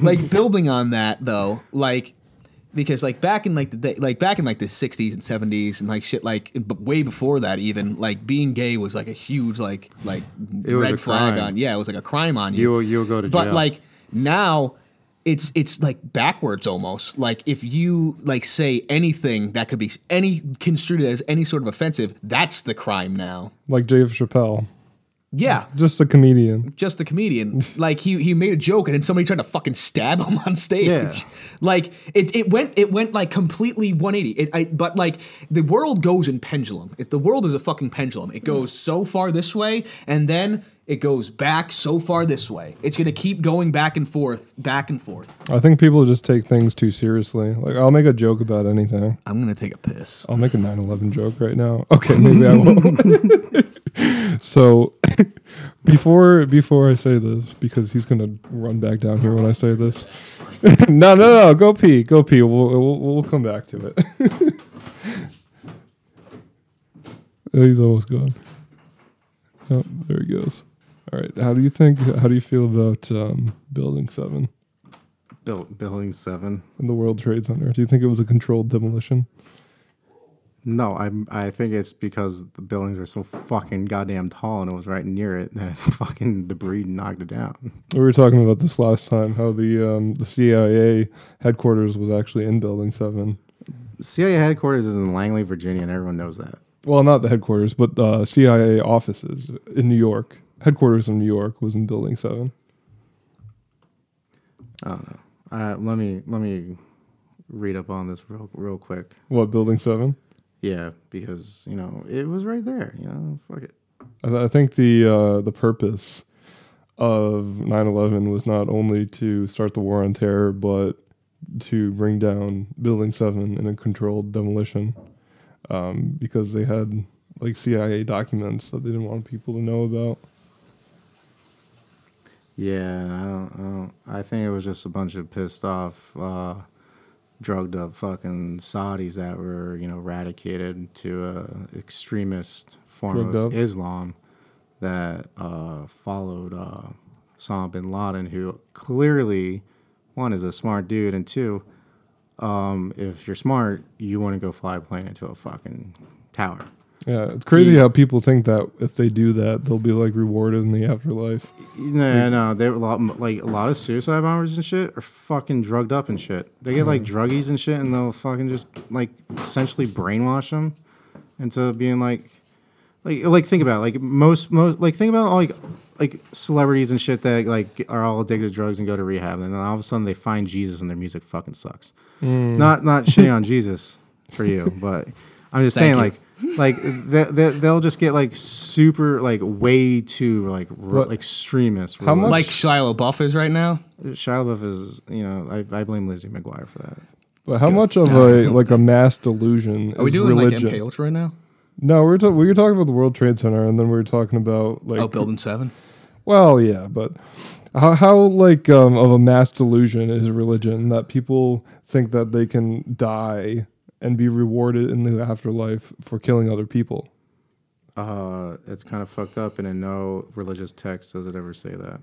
[SPEAKER 5] (laughs)
[SPEAKER 4] like building (laughs) on that though like because like back in like the day like back in like the 60s and 70s and like shit like b- way before that even like being gay was like a huge like like
[SPEAKER 5] It was a
[SPEAKER 4] red flag
[SPEAKER 5] crime.
[SPEAKER 4] on yeah it was like a crime on you
[SPEAKER 5] You will- you will go to
[SPEAKER 4] but
[SPEAKER 5] jail.
[SPEAKER 4] like now it's it's like backwards almost like if you like say anything that could be s- any construed as any sort of offensive that's the crime now
[SPEAKER 3] like Dave Chappelle,
[SPEAKER 4] yeah
[SPEAKER 3] just a comedian.
[SPEAKER 4] just the (laughs) comedian. like he he made a joke and then somebody tried to fucking stab him (laughs) on stage.
[SPEAKER 5] Yeah.
[SPEAKER 4] Like it, it went it went like completely 180. It, I, but like the world goes in pendulum. It, the world is a fucking pendulum. It goes so far this way and then it goes back so far this way. It's gonna keep going back and forth, back and forth.
[SPEAKER 3] I think people just take things too seriously. Like I'll make a joke about anything.
[SPEAKER 4] I'm gonna take a piss.
[SPEAKER 3] I'll make a 9/11 joke right now. Okay, maybe I won't. (laughs) so, before before I say this, because he's gonna run back down here when I say this. (laughs) no, no, no. Go pee. Go pee. We'll we'll, we'll come back to it. (laughs) he's almost gone. Oh, there he goes. All right. How do you think? How do you feel about um, Building Seven
[SPEAKER 5] Built building seven.
[SPEAKER 3] and the World Trade Center? Do you think it was a controlled demolition?
[SPEAKER 5] No, I'm. I think it's because the buildings are so fucking goddamn tall, and it was right near it that (laughs) fucking debris knocked it down.
[SPEAKER 3] We were talking about this last time how the um, the CIA headquarters was actually in Building Seven.
[SPEAKER 5] CIA headquarters is in Langley, Virginia, and everyone knows that.
[SPEAKER 3] Well, not the headquarters, but the CIA offices in New York. Headquarters in New York was in Building Seven.
[SPEAKER 5] Uh, let me let me read up on this real real quick.
[SPEAKER 3] What Building Seven?
[SPEAKER 5] Yeah, because you know it was right there. You know, fuck it.
[SPEAKER 3] I, th- I think the uh, the purpose of 9/11 was not only to start the war on terror, but to bring down Building Seven in a controlled demolition, um, because they had like CIA documents that they didn't want people to know about.
[SPEAKER 5] Yeah, I don't, I don't. I think it was just a bunch of pissed off, uh, drugged up fucking Saudis that were, you know, radicated to a extremist form
[SPEAKER 3] Drugged
[SPEAKER 5] of
[SPEAKER 3] up.
[SPEAKER 5] Islam that uh, followed uh, Osama bin Laden, who clearly, one is a smart dude, and two, um, if you're smart, you want to go fly a plane into a fucking tower.
[SPEAKER 3] Yeah, it's crazy how people think that if they do that, they'll be like rewarded in the afterlife.
[SPEAKER 5] No, no, they were a lot like a lot of suicide bombers and shit are fucking drugged up and shit. They get like druggies and shit, and they'll fucking just like essentially brainwash them into being like, like, like think about it, like most most like think about like like celebrities and shit that like are all addicted to drugs and go to rehab, and then all of a sudden they find Jesus and their music fucking sucks.
[SPEAKER 3] Mm.
[SPEAKER 5] Not
[SPEAKER 3] (laughs)
[SPEAKER 5] not shitting on Jesus for you, but I'm just saying
[SPEAKER 4] Thank you.
[SPEAKER 5] like. Like they, they, they'll just get like super like way too like re-
[SPEAKER 3] What-
[SPEAKER 5] extremist.
[SPEAKER 3] How much-
[SPEAKER 5] religion.
[SPEAKER 4] Like Shia LaBeouf is right now.
[SPEAKER 5] Shia LaBeouf is, you know, I, I blame Lizzie McGuire for that.
[SPEAKER 3] But how much of a like a mass delusion
[SPEAKER 4] Are we
[SPEAKER 3] is
[SPEAKER 4] doing
[SPEAKER 3] religion?
[SPEAKER 4] like MK Ultra right now?
[SPEAKER 3] No, we were, ta- we were talking about the World Trade Center, and then we were talking about like
[SPEAKER 4] Oh, Building Seven.
[SPEAKER 3] Well, yeah, but how, how like um, of a mass delusion is religion that people think that they can die and be rewarded in the afterlife for killing other people?
[SPEAKER 5] Uh, it's kind of fucked up, and in no religious text does it ever say that.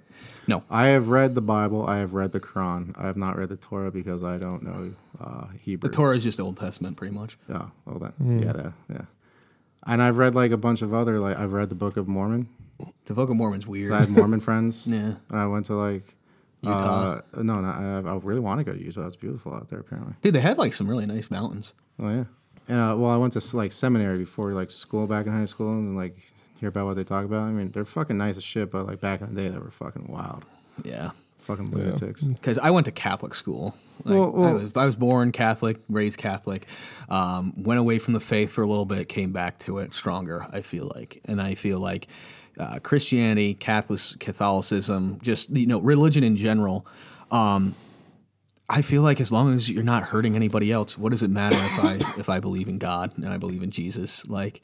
[SPEAKER 4] No,
[SPEAKER 5] I have read the Bible. I have read the Quran. I have not read the Torah because I don't know uh, Hebrew.
[SPEAKER 4] the Torah is just Old Testament, pretty much.
[SPEAKER 5] Yeah, well that. Yeah, that, yeah. And I've read like a bunch of other like I've read the Book of Mormon.
[SPEAKER 4] The Book of Mormon's weird.
[SPEAKER 5] 'cause I had Mormon
[SPEAKER 4] (laughs)
[SPEAKER 5] friends.
[SPEAKER 4] Yeah.
[SPEAKER 5] And I went to like
[SPEAKER 4] Utah.
[SPEAKER 5] Uh, no, no, I, I really want to go to Utah. It's beautiful out there, apparently.
[SPEAKER 4] Dude, they had like some really nice mountains.
[SPEAKER 5] Oh yeah. And uh, well, I went to like seminary before like school back in high school and like hear about what they talk about. I mean, they're fucking nice as shit, but like back in the day, they were fucking wild,
[SPEAKER 4] Yeah.
[SPEAKER 5] fucking lunatics.
[SPEAKER 3] Mm-hmm.
[SPEAKER 4] because I went to Catholic school. Like,
[SPEAKER 5] Well, well-
[SPEAKER 4] I, was, I was born Catholic, raised Catholic, um, went away from the faith for a little bit, came back to it stronger. I feel like, and I feel like uh, Christianity, Catholic, Catholicism, just you know, religion in general. Um, I feel like as long as you're not hurting anybody else, what does it matter if
[SPEAKER 5] (coughs)
[SPEAKER 4] I if I believe in God and I believe in Jesus? Like,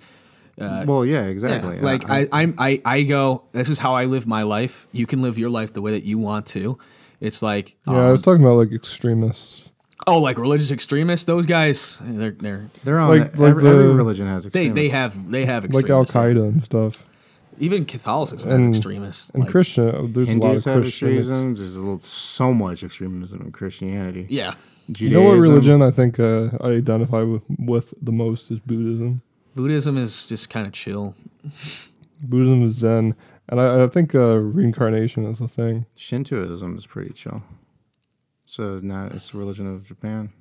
[SPEAKER 5] Well, yeah, exactly.
[SPEAKER 4] Uh, yeah, like I, I, I, I go. This is how I live my life. You can live your life the way that you want to. It's like
[SPEAKER 3] Yeah, I was talking about like extremists.
[SPEAKER 4] Oh, like religious extremists? Those guys, they're they're
[SPEAKER 5] they're on
[SPEAKER 3] like-
[SPEAKER 5] the- every,
[SPEAKER 3] like the-
[SPEAKER 5] every religion has
[SPEAKER 4] they,
[SPEAKER 5] extremists.
[SPEAKER 4] they have they have
[SPEAKER 3] Like
[SPEAKER 4] extremists.
[SPEAKER 3] Al Qaeda and stuff,
[SPEAKER 4] even Catholicism
[SPEAKER 3] And-
[SPEAKER 4] has extremists.
[SPEAKER 3] and
[SPEAKER 4] like-
[SPEAKER 3] Christian. uh, There's a lot of
[SPEAKER 5] Hindus have
[SPEAKER 3] Christians.
[SPEAKER 5] extremism. There's a little, so much extremism in Christianity.
[SPEAKER 4] Yeah,
[SPEAKER 3] You know what
[SPEAKER 5] Judaism.
[SPEAKER 3] religion I think uh, I identify with, with the most is Buddhism.
[SPEAKER 4] Buddhism is just kind of chill.
[SPEAKER 3] Buddhism is Zen, and I, I think uh, reincarnation is a thing.
[SPEAKER 5] Shintoism is pretty chill. So now it's the religion of Japan.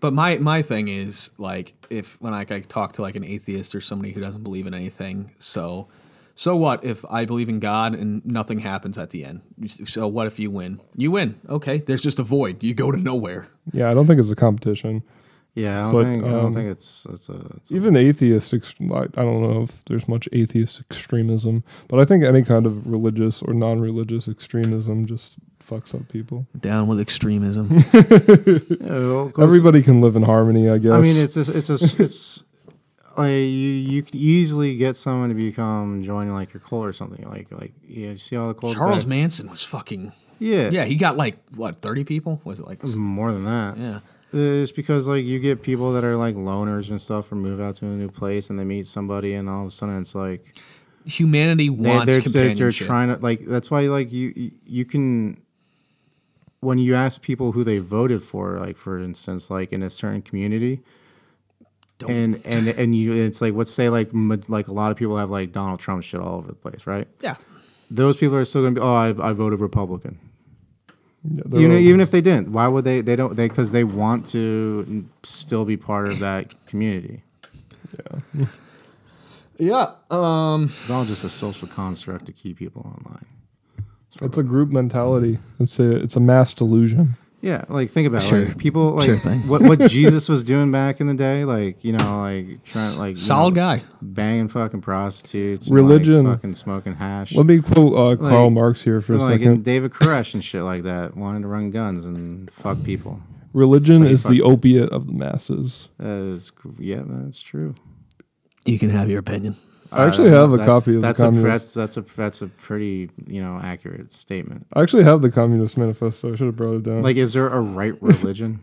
[SPEAKER 4] But my my thing is like if when I, I talk to like an atheist or somebody who doesn't believe in anything, so so what if I believe in God and nothing happens at the end? So what if you win? You win. Okay, there's just a void. You go to nowhere.
[SPEAKER 3] Yeah, I don't think it's a competition.
[SPEAKER 5] Yeah, I don't
[SPEAKER 3] But,
[SPEAKER 5] think I don't
[SPEAKER 3] um,
[SPEAKER 5] think it's it's a. It's a
[SPEAKER 3] even atheist ex- like, i don't know if there's much atheist extremism but i think any kind of religious or non-religious extremism just fucks up people
[SPEAKER 4] Down with
[SPEAKER 3] (laughs)
[SPEAKER 4] extremism.
[SPEAKER 5] Yeah, well, of course-
[SPEAKER 3] everybody can live in harmony i guess
[SPEAKER 5] I mean, it's a,
[SPEAKER 3] (laughs)
[SPEAKER 5] it's a, it's like you you could easily get someone to become join like your cult or something like like you see all the cults.
[SPEAKER 4] Charles
[SPEAKER 5] back-
[SPEAKER 4] Manson was fucking.
[SPEAKER 5] yeah,
[SPEAKER 4] Yeah, he got like what thirty people? Was it like?
[SPEAKER 5] more than that.
[SPEAKER 4] Yeah.
[SPEAKER 5] It's because like you get people that are like loners and stuff, or move out to a new place, and they meet somebody, and all of a sudden it's like
[SPEAKER 4] humanity
[SPEAKER 5] they,
[SPEAKER 4] wants
[SPEAKER 5] they're, they're,
[SPEAKER 4] companionship.
[SPEAKER 5] they're trying to like that's why like you you- you can when you ask people who they voted for like for instance like in a certain community and and and you it's like let's say like ma- like a lot of people have like Donald Trump shit all over the place right
[SPEAKER 4] yeah,
[SPEAKER 5] those people are still gonna be oh I, I voted Republican
[SPEAKER 3] Yeah, they're
[SPEAKER 5] you know
[SPEAKER 3] all-
[SPEAKER 5] even if they didn't why would they they don't they because they want to still be part of that community
[SPEAKER 4] yeah. Um,
[SPEAKER 5] it's all just a social construct to keep people online
[SPEAKER 3] it's a group mentality it's a it's a mass delusion
[SPEAKER 5] Yeah, like think about
[SPEAKER 4] Sure.
[SPEAKER 5] it. Like, people like
[SPEAKER 4] Sure thing.
[SPEAKER 5] what
[SPEAKER 3] (laughs)
[SPEAKER 5] what Jesus was doing back in the day, like you know, like trying like you
[SPEAKER 4] solid
[SPEAKER 5] know,
[SPEAKER 4] guy.
[SPEAKER 5] banging fucking prostitutes,
[SPEAKER 3] Religion.
[SPEAKER 5] and, like, fucking smoking hash,
[SPEAKER 3] let me quote uh, karl
[SPEAKER 5] Like-
[SPEAKER 3] marx here for a
[SPEAKER 5] and, like
[SPEAKER 3] second
[SPEAKER 5] and David Koresh and shit like that, wanting to run guns and fuck people.
[SPEAKER 3] religion
[SPEAKER 5] Pretty
[SPEAKER 3] is the
[SPEAKER 5] fucked up.
[SPEAKER 3] opiate of the masses
[SPEAKER 5] That is, yeah, that's true.
[SPEAKER 4] You can have your opinion.
[SPEAKER 3] I actually have a
[SPEAKER 5] Uh, That's-
[SPEAKER 3] copy of
[SPEAKER 5] that's
[SPEAKER 3] the
[SPEAKER 5] a
[SPEAKER 3] communist.
[SPEAKER 5] that's that's a that's a pretty you know accurate statement.
[SPEAKER 3] I actually have the Communist Manifesto. I should have brought it down.
[SPEAKER 5] Like, is there
[SPEAKER 4] (laughs)
[SPEAKER 5] a right religion?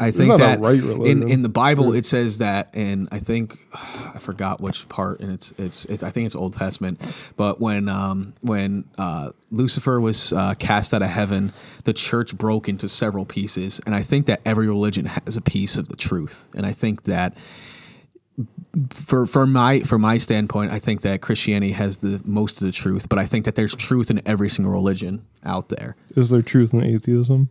[SPEAKER 4] I think
[SPEAKER 3] not a
[SPEAKER 4] that
[SPEAKER 3] right
[SPEAKER 4] in,
[SPEAKER 3] religion.
[SPEAKER 4] in the Bible it says that, and I think (sighs) I forgot which part, and it's it's, it's I think it's Old Testament. But when um, when uh, Lucifer was uh, cast out of heaven, the church broke into several pieces, and I think that every religion has a piece of the truth, and I think that for for my for my standpoint, I think that Christianity has the most of the truth, but I think that there's truth in every single religion out there
[SPEAKER 3] Is there truth in atheism?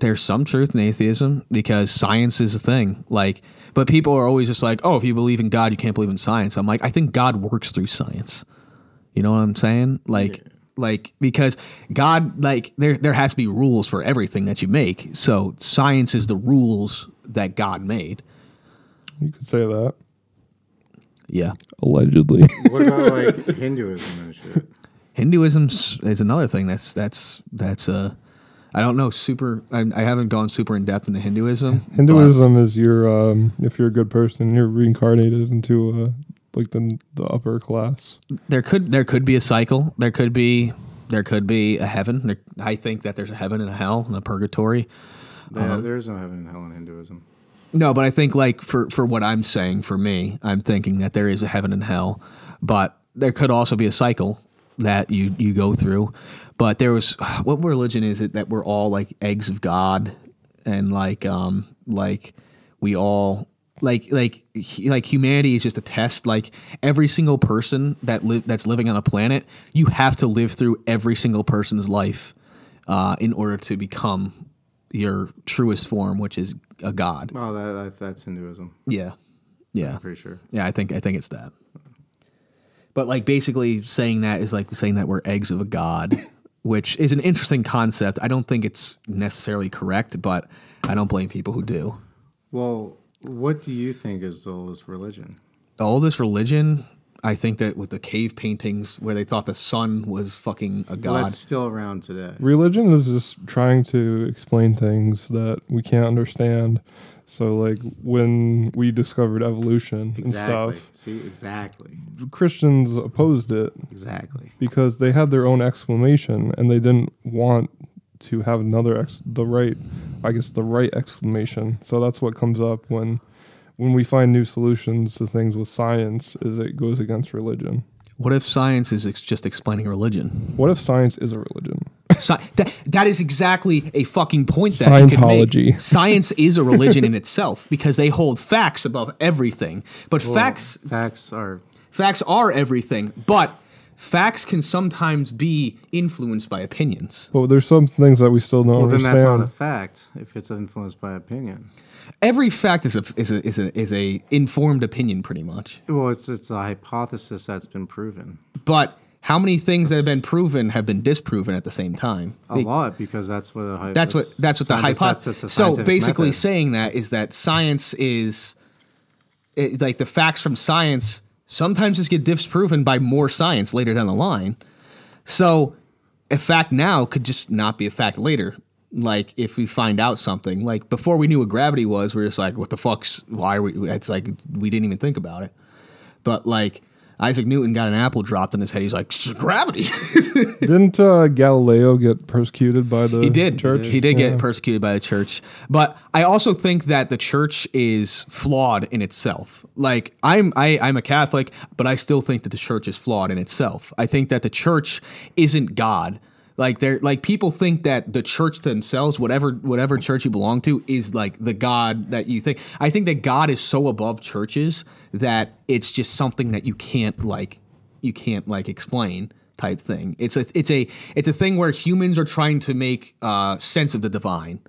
[SPEAKER 4] there's some truth in atheism because science is a thing. Like, but people are always just like, oh, if you believe in God, you can't believe in science. I'm like, I think God works through science. You know what I'm saying? Like, like because God, like there, there has to be rules for everything that you make. So science is the rules that God made.
[SPEAKER 3] You could say that.
[SPEAKER 4] Yeah.
[SPEAKER 3] Allegedly.
[SPEAKER 5] what about like Hinduism and shit?
[SPEAKER 4] Hinduism is another thing that's that's that's uh, I don't know super. I, I haven't gone super in depth into Hinduism. but-
[SPEAKER 3] Hinduism is your um, if you're a good person, you're reincarnated into uh, like the the upper class.
[SPEAKER 4] there could there could be a cycle. There could be there could be a heaven. There, I think that there's a heaven and a hell and a purgatory.
[SPEAKER 5] Yeah, there is no heaven and hell in Hinduism.
[SPEAKER 4] No, but I think like for for what I'm saying for me, I'm thinking that there is a heaven and hell, but there could also be a cycle that you you go through. But there was (sighs) what religion is it that we're all like eggs of God and like um like we all like like hu- like humanity is just a test like every single person that li- that's living on the planet you have to live through every single person's life uh, in order to become your truest form which is a god
[SPEAKER 5] Oh, that, that that's Hinduism.
[SPEAKER 4] yeah. Yeah.
[SPEAKER 5] I'm pretty sure.
[SPEAKER 4] Yeah, I think I think it's that. But like basically saying that is like saying that we're eggs of a god, which is an interesting concept. I don't think it's necessarily correct, but I don't blame people who do.
[SPEAKER 5] Well, what do you think is the oldest religion?
[SPEAKER 4] All this religion, I think that with the cave paintings where they thought the sun was fucking a
[SPEAKER 5] Well,
[SPEAKER 4] god.
[SPEAKER 5] that's still around today.
[SPEAKER 3] Religion is just trying to explain things that we can't understand. So like when we discovered evolution and
[SPEAKER 5] Exactly.
[SPEAKER 3] stuff,
[SPEAKER 5] See, exactly,
[SPEAKER 3] Christians opposed it
[SPEAKER 5] exactly.
[SPEAKER 3] because they had their own explanation and they didn't want to have another ex- the right I guess the right explanation. So that's what comes up when when we find new solutions to things with science is it goes against religion.
[SPEAKER 4] what if science is ex- just explaining religion?
[SPEAKER 3] What if science is a religion?
[SPEAKER 4] Sci- that, that is exactly a fucking point that you can make.
[SPEAKER 3] Scientology.
[SPEAKER 4] (laughs) Science is a religion in itself because they hold facts above everything. But facts
[SPEAKER 5] Facts are
[SPEAKER 4] Facts are everything, but facts can sometimes be influenced by opinions.
[SPEAKER 3] But there's some things that we still don't
[SPEAKER 5] well. Then
[SPEAKER 3] understand.
[SPEAKER 5] that's not a fact if it's influenced by opinion.
[SPEAKER 4] Every fact is a is a is a, is a informed opinion, pretty much.
[SPEAKER 5] Well, it's it's a hypothesis that's been proven
[SPEAKER 4] But how many things that have been proven have been disproven at the same time?
[SPEAKER 5] a lot because that's what a hy-
[SPEAKER 4] That's what that's what the
[SPEAKER 5] science- that's-
[SPEAKER 4] hypothesis.
[SPEAKER 5] that's a
[SPEAKER 4] So
[SPEAKER 5] scientific
[SPEAKER 4] basically,
[SPEAKER 5] method.
[SPEAKER 4] saying that is that science is it, like the facts from science sometimes just get disproven by more science later down the line. So a fact now could just not be a fact later. Like if we find out something, like before we knew what gravity was, we are just like, what the fuck's? Why are we? It's like we didn't even think about it. But like Isaac Newton got an apple dropped in his head. He's like, "Shh, gravity. (laughs)
[SPEAKER 3] Didn't uh, Galileo get persecuted by the
[SPEAKER 4] He did.
[SPEAKER 3] church?
[SPEAKER 4] He did
[SPEAKER 3] Yeah.
[SPEAKER 4] get persecuted by the church. But I also think that the church is flawed in itself. Like I'm I, I'm a Catholic, but I still think that the church is flawed in itself. I think that the church isn't God. Like they're like people think that the church themselves, whatever whatever church you belong to, is like the God that you think. I think that God is so above churches that it's just something that you can't like you can't like explain type thing. It's a it's a it's a thing where humans are trying to make uh, sense of the divine,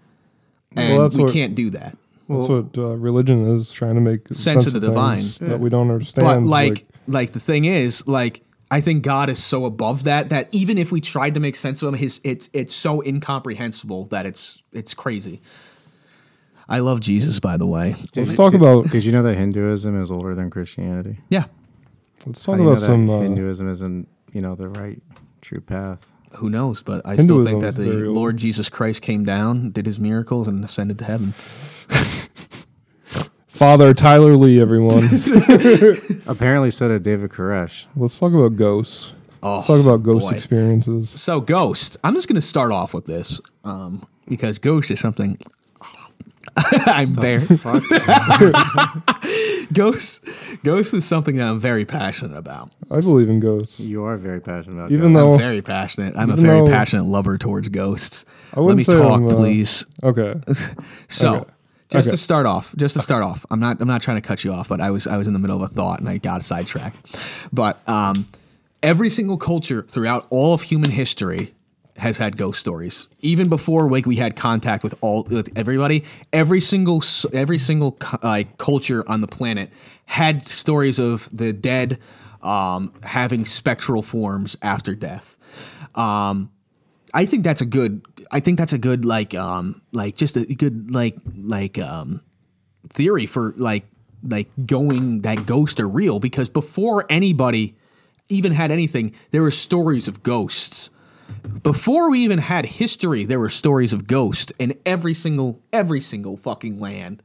[SPEAKER 4] and
[SPEAKER 3] Well, that's
[SPEAKER 4] we
[SPEAKER 3] what-
[SPEAKER 4] can't do that.
[SPEAKER 3] That's what uh, religion is trying to make
[SPEAKER 4] Sense of the divine.
[SPEAKER 3] things that we don't understand.
[SPEAKER 4] But like, like the thing is like. I think God is so above that that even if we tried to make sense of him, his it's it's so incomprehensible that it's it's crazy. I love Jesus, by the way.
[SPEAKER 3] let's talk about
[SPEAKER 5] Did you know that Hinduism is older than Christianity?
[SPEAKER 4] Yeah,
[SPEAKER 3] let's
[SPEAKER 5] How
[SPEAKER 3] talk
[SPEAKER 5] do you know
[SPEAKER 3] about
[SPEAKER 5] that
[SPEAKER 3] some uh,
[SPEAKER 5] Hinduism isn't you know the right true path?
[SPEAKER 4] who knows? But I still
[SPEAKER 3] Hinduism
[SPEAKER 4] think that
[SPEAKER 3] is
[SPEAKER 4] the
[SPEAKER 3] very old.
[SPEAKER 4] Lord Jesus Christ came down, did his miracles, and ascended to heaven.
[SPEAKER 3] Father Tyler Lee,
[SPEAKER 4] (laughs)
[SPEAKER 3] everyone.
[SPEAKER 5] Apparently, so did David Koresh.
[SPEAKER 3] Let's talk about ghosts.
[SPEAKER 4] Oh,
[SPEAKER 3] Let's talk about ghost
[SPEAKER 4] boy.
[SPEAKER 3] experiences.
[SPEAKER 4] So, Ghost. I'm just going to start off with this um, because Ghost is something (laughs) I'm
[SPEAKER 3] Oh. (laughs)
[SPEAKER 4] very
[SPEAKER 5] Fuck.
[SPEAKER 4] Ghost. Ghost is something that I'm very passionate about.
[SPEAKER 3] I believe in ghosts.
[SPEAKER 5] you are very passionate about
[SPEAKER 3] Even
[SPEAKER 5] guns.
[SPEAKER 3] though
[SPEAKER 4] I'm very passionate. I'm a
[SPEAKER 3] even
[SPEAKER 4] very
[SPEAKER 3] though-
[SPEAKER 4] passionate lover towards ghosts.
[SPEAKER 3] I
[SPEAKER 4] Let
[SPEAKER 3] wouldn't
[SPEAKER 4] me
[SPEAKER 3] say
[SPEAKER 4] talk,
[SPEAKER 3] I'm, uh,
[SPEAKER 4] please.
[SPEAKER 3] okay,
[SPEAKER 4] So,
[SPEAKER 3] Okay.
[SPEAKER 4] just
[SPEAKER 3] Okay.
[SPEAKER 4] to start off, just to start off, I'm not I'm not trying to cut you off, but I was I was in the middle of a thought and I got sidetracked. But um, every single culture throughout all of human history has had ghost stories. Even before like we had contact with all with everybody, every single s- every single cu- like culture on the planet had stories of the dead um, having spectral forms after death. Um, I think that's a good. I think that's a good like um like just a good like like um theory for like like going that ghosts are real because before anybody even had anything, there were stories of ghosts. Before we even had history, there were stories of ghosts in every single every single fucking land.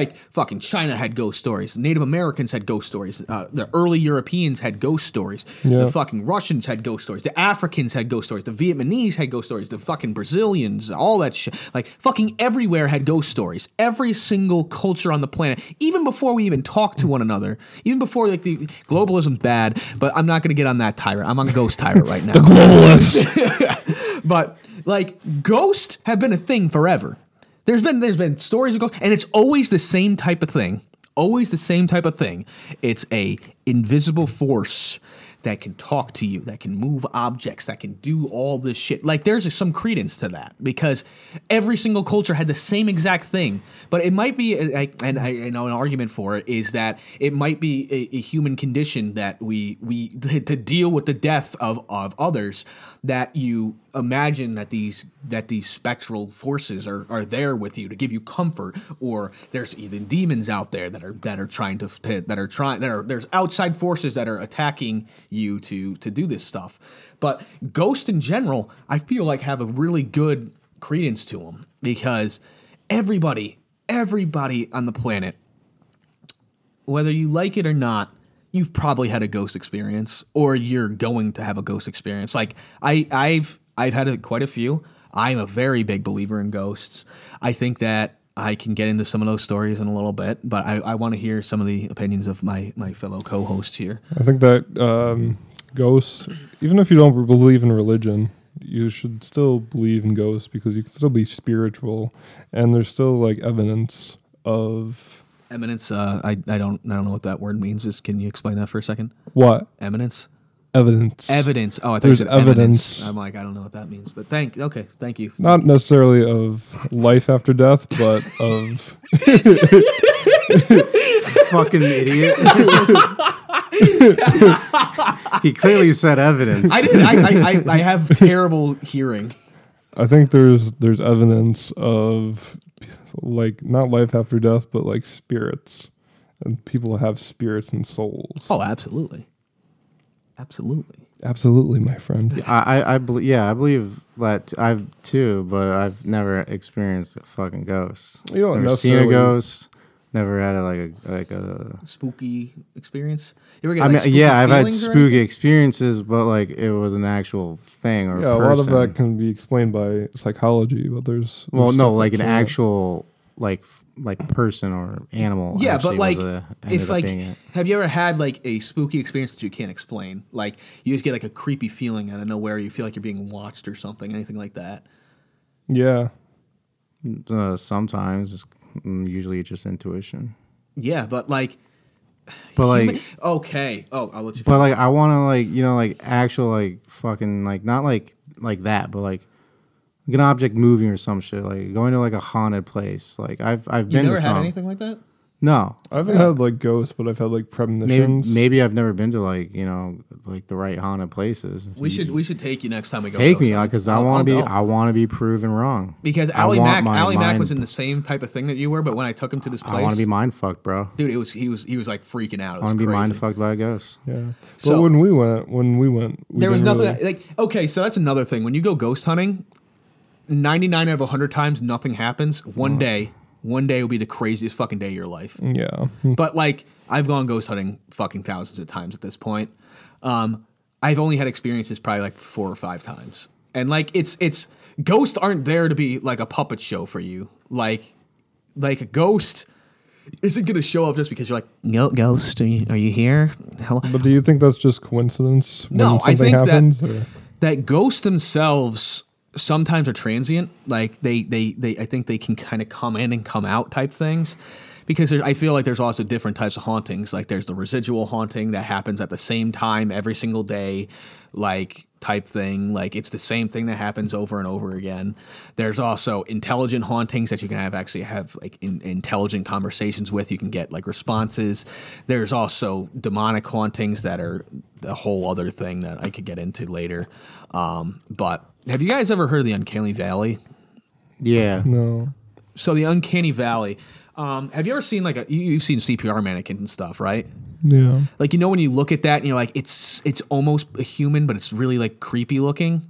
[SPEAKER 4] Like fucking China had ghost stories. Native Americans had ghost stories. Uh, the early Europeans had ghost stories.
[SPEAKER 3] Yeah.
[SPEAKER 4] The fucking Russians had ghost stories. The Africans had ghost stories. The Vietnamese had ghost stories. The fucking Brazilians, all that shit. Like fucking everywhere had ghost stories. Every single culture on the planet, even before we even talked to one another, even before like the globalism's bad. But I'm not gonna get on that tyrant. I'm on ghost tyrant right now. but like ghosts have been a thing forever. There's been there's been stories of ghosts, and it's always the same type of thing. Always the same type of thing. It's a invisible force that can talk to you, that can move objects, that can do all this shit. Like there's some credence to that because every single culture had the same exact thing. But it might be, uh, like, and I you know an argument for it is that it might be a, a human condition that we we to deal with the death of of others that you imagine that these that these spectral forces are, are there with you to give you comfort or there's even demons out there that are that are trying to, to that are trying that are there's outside forces that are attacking you to to do this stuff but ghosts in general i feel like have a really good credence to them because everybody everybody on the planet whether you like it or not, you've probably had a ghost experience or you're going to have a ghost experience. Like I, I've I've had a, quite a few. I'm a very big believer in ghosts. I think that I can get into some of those stories in a little bit, but I, I want to hear some of the opinions of my my fellow co-hosts here.
[SPEAKER 3] I think that um, ghosts, even if you don't believe in religion, you should still believe in ghosts because you can still be spiritual, and there's still like evidence of
[SPEAKER 4] Eminence, uh, I I don't I don't know what that word means. Just can you explain that for a second?
[SPEAKER 3] what
[SPEAKER 4] Eminence,
[SPEAKER 3] evidence.
[SPEAKER 4] evidence. Oh, I thought
[SPEAKER 3] There's
[SPEAKER 4] you said evidence.
[SPEAKER 3] evidence.
[SPEAKER 4] I'm like I don't know what that means, but thank okay, thank you.
[SPEAKER 3] Not necessarily of life after death, but of
[SPEAKER 5] (laughs) fucking idiot. he clearly said evidence.
[SPEAKER 4] I, didn't, I, I, I I have terrible hearing.
[SPEAKER 3] I think there's there's evidence of like not life after death, but like spirits, and people have spirits and souls.
[SPEAKER 4] Oh, absolutely. Absolutely.
[SPEAKER 3] Absolutely, my friend.
[SPEAKER 5] I, I, I believe, yeah, I believe that I've too, but I've never experienced a fucking ghost.
[SPEAKER 3] You don't
[SPEAKER 5] never seen a
[SPEAKER 3] necessarily-
[SPEAKER 5] ghost. Never had a, like a like a.
[SPEAKER 4] Spooky experience. You ever get,
[SPEAKER 5] I
[SPEAKER 4] like,
[SPEAKER 5] mean,
[SPEAKER 4] spooky
[SPEAKER 5] yeah, I've had
[SPEAKER 4] feelings or
[SPEAKER 5] spooky
[SPEAKER 4] anything?
[SPEAKER 5] experiences, but like it was an actual thing or
[SPEAKER 3] Yeah, a lot of uh,
[SPEAKER 5] person.
[SPEAKER 3] that can be explained by psychology, but there's,
[SPEAKER 5] well,
[SPEAKER 3] there's
[SPEAKER 5] no,
[SPEAKER 3] stuff
[SPEAKER 5] like an
[SPEAKER 3] that can't.
[SPEAKER 5] actual like f- like person or animal.
[SPEAKER 4] Yeah,
[SPEAKER 5] actually
[SPEAKER 4] but
[SPEAKER 5] was
[SPEAKER 4] like,
[SPEAKER 5] a- ended
[SPEAKER 4] if
[SPEAKER 5] up
[SPEAKER 4] like,
[SPEAKER 5] being it.
[SPEAKER 4] have you ever had like a spooky experience that you can't explain? Like, you just get like a creepy feeling out of nowhere. You feel like you're being watched or something, anything like that.
[SPEAKER 3] Yeah,
[SPEAKER 5] Uh, sometimes it's mm, usually just intuition.
[SPEAKER 4] Yeah, but like,
[SPEAKER 5] But like,
[SPEAKER 4] (laughs) okay. Oh, I'll let you.
[SPEAKER 5] but like, I want to like you know like actual like fucking like not like like that, but like, like an object moving or some shit. Like going to like a haunted place. Like I've I've
[SPEAKER 4] you
[SPEAKER 5] been
[SPEAKER 4] never
[SPEAKER 5] to
[SPEAKER 4] had
[SPEAKER 5] some.
[SPEAKER 4] anything like that?
[SPEAKER 5] No,
[SPEAKER 3] I haven't had like ghosts, but I've had like
[SPEAKER 5] maybe
[SPEAKER 3] premonitions.
[SPEAKER 5] maybe I've never been to like you know like the right haunted places.
[SPEAKER 4] We should we should take you next time we go.
[SPEAKER 5] take
[SPEAKER 4] ghost
[SPEAKER 5] me
[SPEAKER 4] hunting.
[SPEAKER 5] because I
[SPEAKER 4] I'll-
[SPEAKER 5] want to
[SPEAKER 4] I'll
[SPEAKER 5] be
[SPEAKER 4] go.
[SPEAKER 5] I want to be proven wrong.
[SPEAKER 4] because
[SPEAKER 5] I
[SPEAKER 4] Allie
[SPEAKER 5] want
[SPEAKER 4] Mack
[SPEAKER 5] my
[SPEAKER 4] Allie Mac
[SPEAKER 5] mind-
[SPEAKER 4] was in the same type of thing that you were, but when I took him to this place,
[SPEAKER 5] I want to be mind fucked, bro.
[SPEAKER 4] dude, it was he was he was like freaking out. It was
[SPEAKER 5] I want to be
[SPEAKER 4] crazy.
[SPEAKER 5] mind fucked by a ghost.
[SPEAKER 3] Yeah, but
[SPEAKER 4] So-
[SPEAKER 3] when we went, when we went, we
[SPEAKER 4] there was
[SPEAKER 3] didn't
[SPEAKER 4] nothing
[SPEAKER 3] really-
[SPEAKER 4] like okay so that's another thing when you go ghost hunting 99 out of 100 times nothing happens one day One day will be the craziest fucking day of your life.
[SPEAKER 3] Yeah.
[SPEAKER 4] But like I've gone ghost hunting fucking thousands of times at this point. Um, I've only had experiences probably like four or five times, and like it's it's ghosts aren't there to be like a puppet show for you. Like like a ghost isn't gonna show up just because you're like no ghost. Are you, are you here? Hello?
[SPEAKER 3] But do you think that's just coincidence when
[SPEAKER 4] No, I
[SPEAKER 3] something
[SPEAKER 4] think
[SPEAKER 3] happens?
[SPEAKER 4] that
[SPEAKER 3] or-
[SPEAKER 4] that ghosts themselves sometimes are transient. Like they, they, they I think they can kind of come in and come out type things. Because there, I feel like there's also different types of hauntings. Like there's the residual haunting that happens at the same time every single day, like type thing. Like it's the same thing that happens over and over again. There's also intelligent hauntings that you can have actually have like in, intelligent conversations with. You can get like responses. There's also demonic hauntings that are a whole other thing that I could get into later. Um, but have you guys ever heard of the Uncanny Valley?
[SPEAKER 5] Yeah.
[SPEAKER 3] no.
[SPEAKER 4] So the Uncanny Valley. Um, have you ever seen like a you- you've seen CPR mannequin and stuff, right?
[SPEAKER 3] Yeah.
[SPEAKER 4] Like you know when you look at that and you're like it's it's almost a human, but it's really like creepy looking.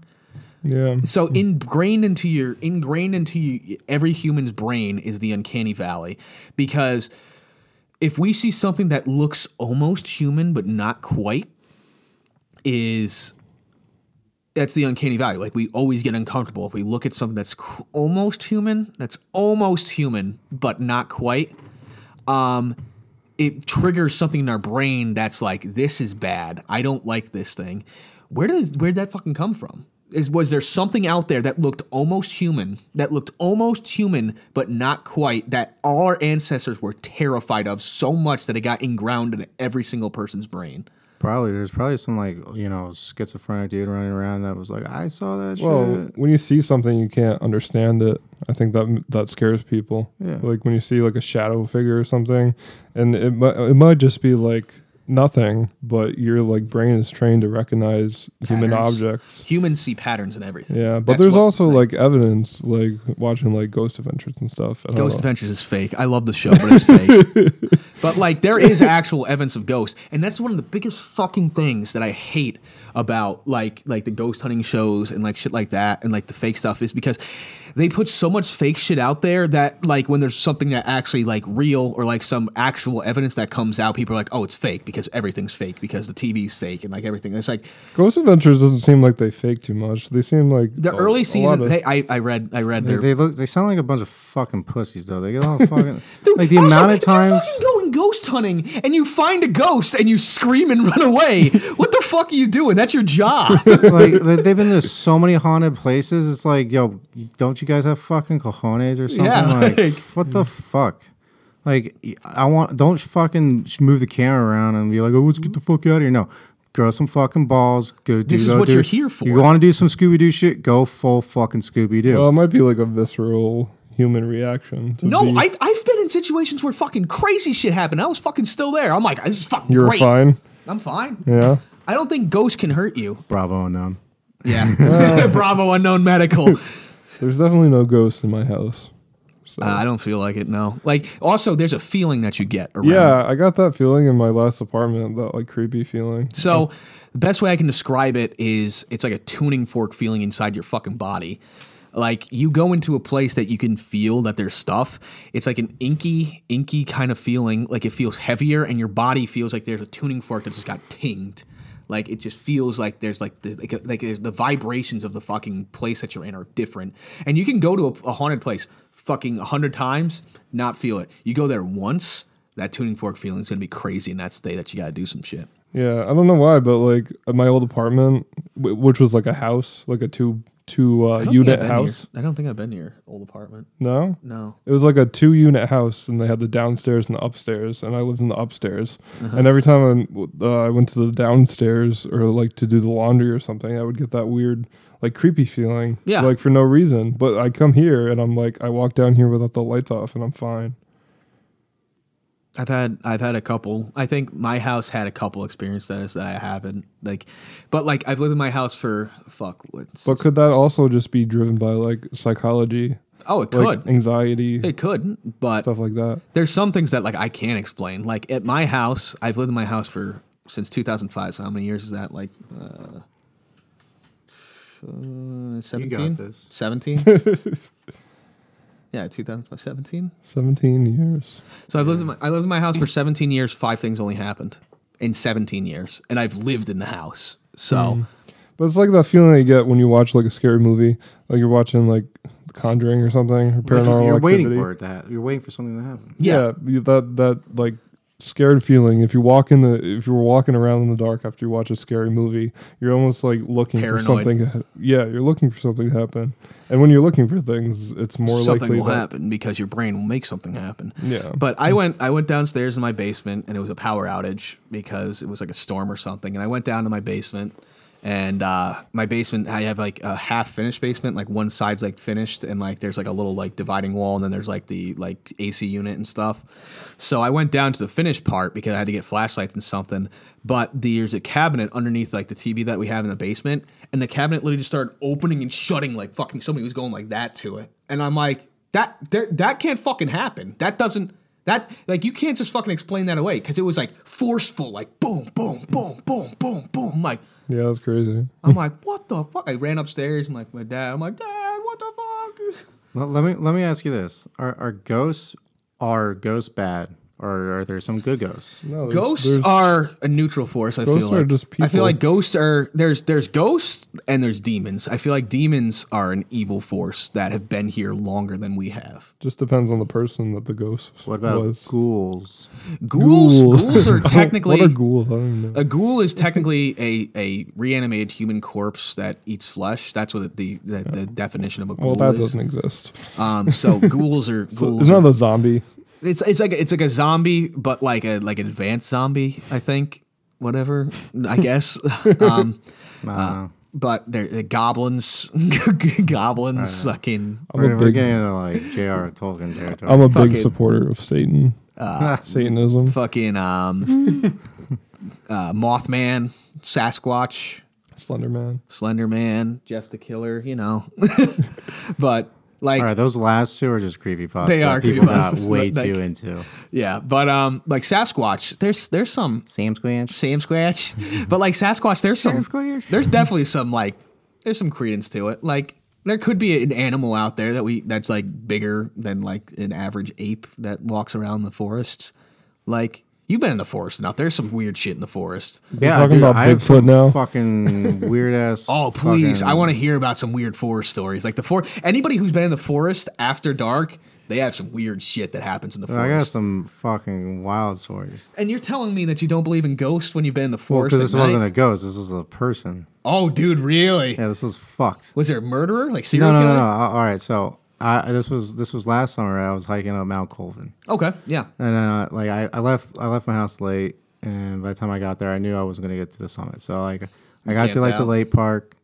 [SPEAKER 3] Yeah.
[SPEAKER 4] So ingrained into your ingrained into you, every human's brain is the uncanny valley because if we see something that looks almost human but not quite is that's the uncanny valley like we always get uncomfortable if we look at something that's cr- almost human that's almost human but not quite um it triggers something in our brain that's like this is bad i don't like this thing where does where did that fucking come from is was there something out there that looked almost human that looked almost human but not quite that all our ancestors were terrified of so much that it got inground into every single person's brain
[SPEAKER 5] Probably there's probably some like you know schizophrenic dude running around that was like I saw that
[SPEAKER 3] Well,
[SPEAKER 5] shit.
[SPEAKER 3] when you see something you can't understand it, I think that that scares people.
[SPEAKER 5] Yeah.
[SPEAKER 3] Like when you see like a shadow figure or something, and it mi- it might just be like nothing, but your like brain is trained to recognize human
[SPEAKER 4] Patterns.
[SPEAKER 3] objects.
[SPEAKER 4] humans see patterns in everything
[SPEAKER 3] Yeah, but
[SPEAKER 4] That's
[SPEAKER 3] there's
[SPEAKER 4] what-
[SPEAKER 3] also like evidence, like watching like Ghost Adventures and stuff. I don't
[SPEAKER 4] Ghost
[SPEAKER 3] know.
[SPEAKER 4] Adventures is fake. I love the show, but it's fake.
[SPEAKER 3] (laughs)
[SPEAKER 4] but like there is actual evidence of ghosts, and that's one of the biggest fucking things that I hate about like like the ghost hunting shows and like shit like that and like the fake stuff is because they put so much fake shit out there that like when there's something that actually like real or like some actual evidence that comes out, people are like, "Oh, it's fake because everything's fake because the TV's fake and like everything." It's like
[SPEAKER 3] Ghost Adventures doesn't seem like they fake too much. They seem like
[SPEAKER 4] the
[SPEAKER 3] a-
[SPEAKER 4] early
[SPEAKER 3] Oh, a
[SPEAKER 4] season.
[SPEAKER 3] lot of-
[SPEAKER 4] they, I I read I read
[SPEAKER 5] They,
[SPEAKER 4] their
[SPEAKER 5] they look they sound like a bunch of fucking pussies though. They get
[SPEAKER 4] (laughs)
[SPEAKER 5] all fucking
[SPEAKER 4] Dude,
[SPEAKER 5] like the
[SPEAKER 4] also,
[SPEAKER 5] amount of
[SPEAKER 4] if you're
[SPEAKER 5] times.
[SPEAKER 4] fucking going ghost hunting and you find a ghost and you scream and run
[SPEAKER 5] (laughs)
[SPEAKER 4] away. what the fuck are you doing? That's your job. (laughs)
[SPEAKER 5] like they- they've been to so many haunted places. It's like, yo, don't you guys have fucking cojones or something?
[SPEAKER 4] Yeah,
[SPEAKER 5] like,
[SPEAKER 4] like-
[SPEAKER 5] what the fuck? Like, I want don't fucking sh- move the camera around and be like, oh, let's get the fuck out of here. No, grow some fucking balls. Go do.
[SPEAKER 4] Mm-hmm. This is
[SPEAKER 5] go
[SPEAKER 4] what
[SPEAKER 5] do-
[SPEAKER 4] you're here for. Oh.
[SPEAKER 5] You want to do some Scooby Doo shit? Go full fucking Scooby Doo.
[SPEAKER 3] Well, it might be like a visceral human reaction. to
[SPEAKER 4] no,
[SPEAKER 3] be-
[SPEAKER 4] I've, I've been in situations where fucking crazy shit happened. I was fucking still there. I'm like, this is fucking
[SPEAKER 3] You're
[SPEAKER 4] great.
[SPEAKER 3] fine.
[SPEAKER 4] I'm fine.
[SPEAKER 3] Yeah.
[SPEAKER 4] I don't think ghosts can hurt you.
[SPEAKER 5] Bravo and them.
[SPEAKER 4] (laughs)
[SPEAKER 5] Uh.
[SPEAKER 4] Yeah. Uh, Bravo, unknown
[SPEAKER 5] (laughs)
[SPEAKER 4] medical.
[SPEAKER 3] There's definitely no ghosts in my house. So.
[SPEAKER 4] I don't feel like it. No. Like, also, there's a feeling that you get around.
[SPEAKER 3] Yeah, I got that feeling in my last apartment, that like creepy feeling.
[SPEAKER 4] So the best way I can describe it is it's like a tuning fork feeling inside your fucking body. Like you go into a place that you can feel that there's stuff. It's like an inky, inky kind of feeling. Like it feels heavier, and your body feels like there's a tuning fork that just got tinged. Like it just feels like there's like the, like, like there's the vibrations of the fucking place that you're in are different. And you can go to a, a haunted place fucking a hundred times, not feel it. You go there once, that tuning fork feeling is gonna be crazy, and that's the day that you gotta do some shit.
[SPEAKER 3] Yeah, I don't know why, but like at my old apartment, w- which was like a house, like a two two uh,
[SPEAKER 4] I don't think I've
[SPEAKER 3] unit
[SPEAKER 4] been
[SPEAKER 3] house.
[SPEAKER 4] here. I don't think I've been to your old apartment.
[SPEAKER 3] No,
[SPEAKER 4] No.
[SPEAKER 3] it was like a two unit house, and they had the downstairs and the upstairs, and I lived in the upstairs.
[SPEAKER 4] Uh-huh.
[SPEAKER 3] And every time I, uh, I went to the downstairs or like to do the laundry or something, I would get that weird, like creepy feeling,
[SPEAKER 4] Yeah.
[SPEAKER 3] like for no reason. But I come here and I'm like, I walk down here without the lights off, and I'm fine.
[SPEAKER 4] I've had I've had a couple. I think my house had a couple experiences that I haven't like, but like I've lived in my house for fuck. What's,
[SPEAKER 3] But could that also just be driven by like psychology,
[SPEAKER 4] oh, it
[SPEAKER 3] like
[SPEAKER 4] could.
[SPEAKER 3] anxiety,
[SPEAKER 4] it could, but
[SPEAKER 3] stuff like that?
[SPEAKER 4] there's some things that like I can't explain. Like at my house, I've lived in my house for since 2005. So how many years is that? Like, uh,
[SPEAKER 3] (laughs)
[SPEAKER 4] 17.
[SPEAKER 5] this.
[SPEAKER 4] 17. Yeah, 2017.
[SPEAKER 3] 17 years.
[SPEAKER 4] So I've lived in my I lived in my house for 17 years. Five things only happened in 17 years, and I've lived in the house. So
[SPEAKER 3] Mm. But it's like that feeling you get when you watch like a scary movie, like you're watching like The Conjuring or something, or
[SPEAKER 5] Like,
[SPEAKER 3] Paranormal
[SPEAKER 5] you're
[SPEAKER 3] Activity.
[SPEAKER 5] waiting for it. That you're waiting for something to happen.
[SPEAKER 4] Yeah.
[SPEAKER 3] Yeah, you- that that like scared feeling. If you walk in the, if you were walking around in the dark after you watch a scary movie, you're almost like looking
[SPEAKER 4] Paranoid.
[SPEAKER 3] for something. To ha- yeah, you're looking for something to happen, and when you're looking for things, it's more
[SPEAKER 4] something
[SPEAKER 3] likely
[SPEAKER 4] will
[SPEAKER 3] that
[SPEAKER 4] happen because your brain will make something happen.
[SPEAKER 3] Yeah.
[SPEAKER 4] But I went I went downstairs in my basement and it was a power outage because it was like a storm or something. And I went down to my basement and uh, my basement I have like a half finished basement, like one side's like finished and like there's like a little like dividing wall and then there's like the like AC unit and stuff. So I went down to the finished part because I had to get flashlights and something. But there's a cabinet underneath like the TV that we have in the basement, and the cabinet literally just started opening and shutting like fucking somebody was going like that to it. And I'm like, that there, that can't fucking happen. That doesn't that like you can't just fucking explain that away because it was like forceful, like boom, boom, boom, boom, boom, boom. I'm like
[SPEAKER 3] Yeah, that's crazy.
[SPEAKER 4] I'm like, what the fuck? I ran upstairs and like my dad. I'm like, Dad, what the fuck?
[SPEAKER 5] Let, let me let me ask you this: Are are ghosts are ghosts bad, or are there some good ghosts?
[SPEAKER 3] No, there's-
[SPEAKER 4] Ghosts
[SPEAKER 3] there's-
[SPEAKER 4] are a neutral force. I
[SPEAKER 3] Ghosts
[SPEAKER 4] feel like
[SPEAKER 3] are just
[SPEAKER 4] I feel
[SPEAKER 3] people.
[SPEAKER 4] like ghosts are there's there's ghosts and there's demons. I feel like demons are an evil force that have been here longer than we have.
[SPEAKER 3] just depends on the person that the ghost
[SPEAKER 5] What about
[SPEAKER 3] was.
[SPEAKER 5] ghouls?
[SPEAKER 4] Ghouls
[SPEAKER 3] Ghouls. Oh,
[SPEAKER 4] ghouls are technically
[SPEAKER 3] (laughs) what are ghouls? I don't even know.
[SPEAKER 4] a ghoul is technically a, a reanimated human corpse that eats flesh. That's what the the, the definition of a
[SPEAKER 3] Well,
[SPEAKER 4] ghoul
[SPEAKER 3] that
[SPEAKER 4] is.
[SPEAKER 3] doesn't exist. (laughs)
[SPEAKER 4] Um, so ghouls are ghouls.
[SPEAKER 3] It's
[SPEAKER 4] are-
[SPEAKER 3] not a zombie.
[SPEAKER 4] It's it's like it's like a zombie, but like a like an advanced zombie. I think whatever.
[SPEAKER 3] (laughs)
[SPEAKER 4] I guess. um,
[SPEAKER 5] No, no.
[SPEAKER 4] but they're, they're goblins, (laughs) goblins, fucking.
[SPEAKER 3] I'm
[SPEAKER 5] We're,
[SPEAKER 3] a
[SPEAKER 5] we're
[SPEAKER 3] big,
[SPEAKER 5] getting into like J.R. Tolkien territory.
[SPEAKER 3] I'm a big
[SPEAKER 4] it.
[SPEAKER 3] supporter of Satan, Ah. (laughs) Satanism,
[SPEAKER 4] Fucking um,
[SPEAKER 3] (laughs)
[SPEAKER 4] uh, Mothman, Sasquatch,
[SPEAKER 3] Slender Man.
[SPEAKER 4] Slender Man, Jeff the Killer, you know. (laughs) but like,
[SPEAKER 5] All right, those last two are just creepy pasta.
[SPEAKER 4] They are
[SPEAKER 5] people
[SPEAKER 4] (laughs) creepypastas,
[SPEAKER 5] got way
[SPEAKER 4] like-
[SPEAKER 5] too into.
[SPEAKER 4] yeah, but um, like Sasquatch, there's there's some
[SPEAKER 5] Sam Squanch.
[SPEAKER 4] Sam
[SPEAKER 5] (laughs)
[SPEAKER 4] Scratch, but like Sasquatch, there's some,
[SPEAKER 5] Sasquatch.
[SPEAKER 4] there's definitely some like, there's some credence to it. Like there could be an animal out there that we that's like bigger than like an average ape that walks around the forests. Like you've been in the forest enough. There's some weird shit in the forest.
[SPEAKER 5] Yeah,
[SPEAKER 3] talking
[SPEAKER 5] dude,
[SPEAKER 3] about
[SPEAKER 5] I have
[SPEAKER 3] Bigfoot
[SPEAKER 5] some
[SPEAKER 3] now?
[SPEAKER 4] (laughs)
[SPEAKER 5] Fucking weird ass.
[SPEAKER 4] Oh please, I want to hear about some weird forest stories. Like the for anybody who's been in the forest after dark, they have some weird shit that happens in the
[SPEAKER 5] I
[SPEAKER 4] forest.
[SPEAKER 5] got some fucking wild stories.
[SPEAKER 4] and you're telling me that you don't believe in ghosts when you've been in the
[SPEAKER 5] Well,
[SPEAKER 4] forest?
[SPEAKER 5] because this
[SPEAKER 4] at night?
[SPEAKER 5] wasn't a ghost. This was a person.
[SPEAKER 4] oh, dude, really?
[SPEAKER 5] Yeah, this was fucked.
[SPEAKER 4] Was there a murderer? Like serial
[SPEAKER 5] No, no, no,
[SPEAKER 4] killer?
[SPEAKER 5] no. All right, so I, this was this was last summer. I was hiking up Mount Colvin,
[SPEAKER 4] Okay, yeah.
[SPEAKER 5] and uh, like I, I left I left my house late, and by the time I got there, I knew I wasn't gonna get to the summit. So like I got
[SPEAKER 4] Camped
[SPEAKER 5] to like the
[SPEAKER 4] out.
[SPEAKER 5] lake park,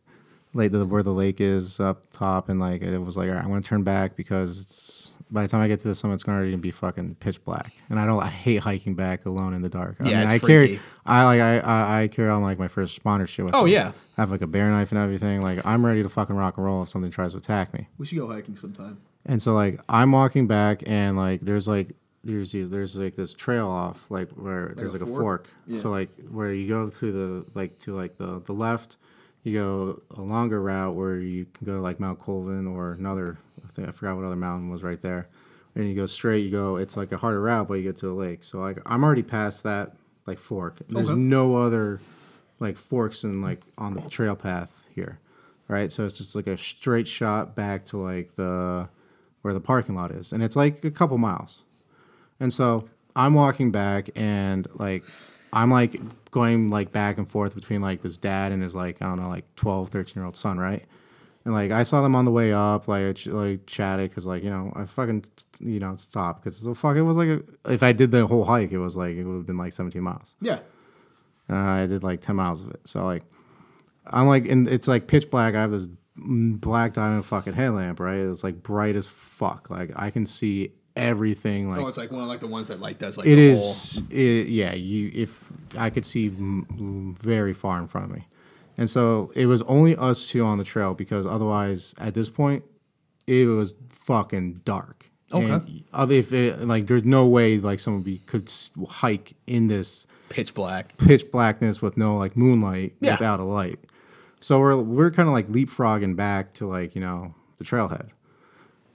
[SPEAKER 5] like the, where the lake is up top, and like it was like all right, I'm gonna turn back because it's by the time I get to the summit, it's gonna already be fucking pitch black, and I don't I hate hiking back alone in the dark. I
[SPEAKER 4] Yeah,
[SPEAKER 5] mean,
[SPEAKER 4] it's
[SPEAKER 5] I carry
[SPEAKER 4] freaky.
[SPEAKER 5] I like I, I I carry on like my first responder shit. With
[SPEAKER 4] Oh,
[SPEAKER 5] me.
[SPEAKER 4] yeah.
[SPEAKER 5] I have like a bear knife and everything. Like I'm ready to fucking rock and roll if something tries to attack me.
[SPEAKER 4] We should go hiking sometime.
[SPEAKER 5] And so like I'm walking back and like there's like there's these there's like this trail off like where there's
[SPEAKER 4] a
[SPEAKER 5] like a
[SPEAKER 4] fork?
[SPEAKER 5] fork. So like where you go through the like to like the the left, you go a longer route where you can go to like Mount Colvin or another I think I forgot what other mountain was right there. And you go straight, you go it's like a harder route but you get to a lake. So like I'm already past that like fork. There's
[SPEAKER 4] Okay.
[SPEAKER 5] no other like forks and like on the trail path here right? So it's just like a straight shot back to like the where the parking lot is, and it's like a couple miles. And so I'm walking back, and like I'm like going like back and forth between like this dad and his like I don't know like 12, 13 year old son, right? And like I saw them on the way up, like I ch- like chatted because like you know I fucking you know stopped because the fuck it was like a, if I did the whole hike, it was like it would have been like 17 miles.
[SPEAKER 4] Yeah.
[SPEAKER 5] Uh, I did like 10 miles of it. So like, I'm like, and it's like pitch black. I have this mm, black diamond fucking headlamp, right? It's like bright as fuck. Like I can see everything. Like
[SPEAKER 4] Oh, it's like one of like the ones that like does like
[SPEAKER 5] it
[SPEAKER 4] the
[SPEAKER 5] is, it, yeah. You, if I could see m- very far in front of me. And so it was only us two on the trail because otherwise at this point it was fucking dark.
[SPEAKER 4] Okay.
[SPEAKER 5] And other- if it, like there's no way like someone be, could s- hike in this
[SPEAKER 4] whole pitch black.
[SPEAKER 5] pitch blackness with no like moonlight
[SPEAKER 4] Yeah.
[SPEAKER 5] without a light. So we're we're kind of like leapfrogging back to like you know the trailhead,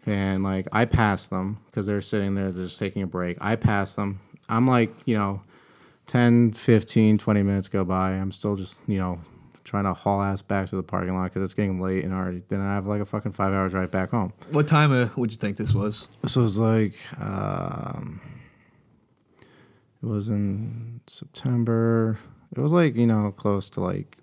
[SPEAKER 5] and like I pass them because they're sitting there they're just taking a break. I pass them. I'm like, you know, 10, 15, 20 minutes go by. I'm still just, you know, trying to haul ass back to the parking lot because it's getting late and already. Then I have like a fucking five hour drive back home.
[SPEAKER 4] What time uh, would you think this was?
[SPEAKER 5] So it was like, um, it was in September. It was like, you know, close to like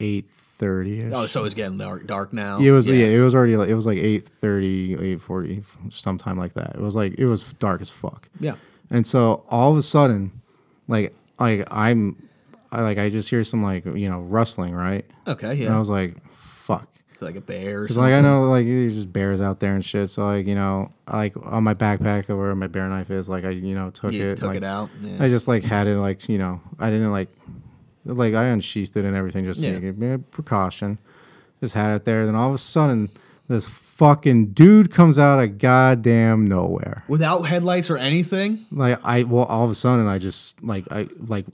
[SPEAKER 5] 8.30ish.
[SPEAKER 4] Oh, so it's getting dark, dark now.
[SPEAKER 5] It was yeah. it was already like it was like 8:30, 8:40, sometime like that. It was like it was dark as fuck.
[SPEAKER 4] Yeah.
[SPEAKER 5] And so all of a sudden, like like I'm I like I just hear some like, you know, rustling, right?
[SPEAKER 4] Okay.
[SPEAKER 5] And I
[SPEAKER 4] Yeah.
[SPEAKER 5] was like, fuck.
[SPEAKER 4] It's like a bear. Or
[SPEAKER 5] 'Cause,
[SPEAKER 4] something.
[SPEAKER 5] like I know like there's just bears out there and shit. So like, you know, like on my backpack or where my bear knife is, like I, you know, took
[SPEAKER 4] You
[SPEAKER 5] it.
[SPEAKER 4] took
[SPEAKER 5] like,
[SPEAKER 4] it out. Yeah.
[SPEAKER 5] I just like had it like, you know, I didn't like like I unsheathed it and everything just
[SPEAKER 4] Yeah.
[SPEAKER 5] to give me a precaution. Just had it there. Then all of a sudden, this fucking dude comes out of goddamn nowhere.
[SPEAKER 4] Without headlights or anything.
[SPEAKER 5] Like I, well, all of a sudden, I just like I like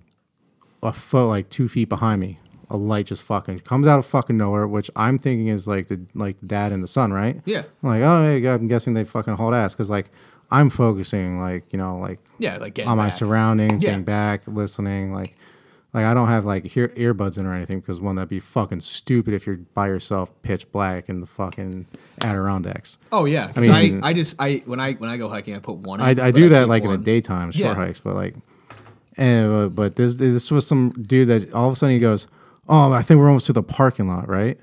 [SPEAKER 5] a foot, like two feet behind me, a light just fucking comes out of fucking nowhere, which I'm thinking is like the like the dad and the son, right?
[SPEAKER 4] Yeah.
[SPEAKER 5] I'm like, oh, hey, I'm guessing they fucking hauled ass because like I'm focusing, like you know, like
[SPEAKER 4] Yeah, like getting
[SPEAKER 5] on my
[SPEAKER 4] back.
[SPEAKER 5] surroundings,
[SPEAKER 4] Yeah.
[SPEAKER 5] getting back, listening, like. Like I don't have like hear earbuds in or anything because one that'd be fucking stupid if you're by yourself, pitch black in the fucking Adirondacks.
[SPEAKER 4] Oh yeah, 'cause I,
[SPEAKER 5] mean-
[SPEAKER 4] I just I when I when I go hiking I put one. In,
[SPEAKER 5] I, I
[SPEAKER 4] but
[SPEAKER 5] do that
[SPEAKER 4] keep
[SPEAKER 5] like in
[SPEAKER 4] one.
[SPEAKER 5] the daytime, short
[SPEAKER 4] Yeah.
[SPEAKER 5] hikes, but like, and uh, but this this was some dude that all of a sudden he goes, oh, I think we're almost to the parking lot, right?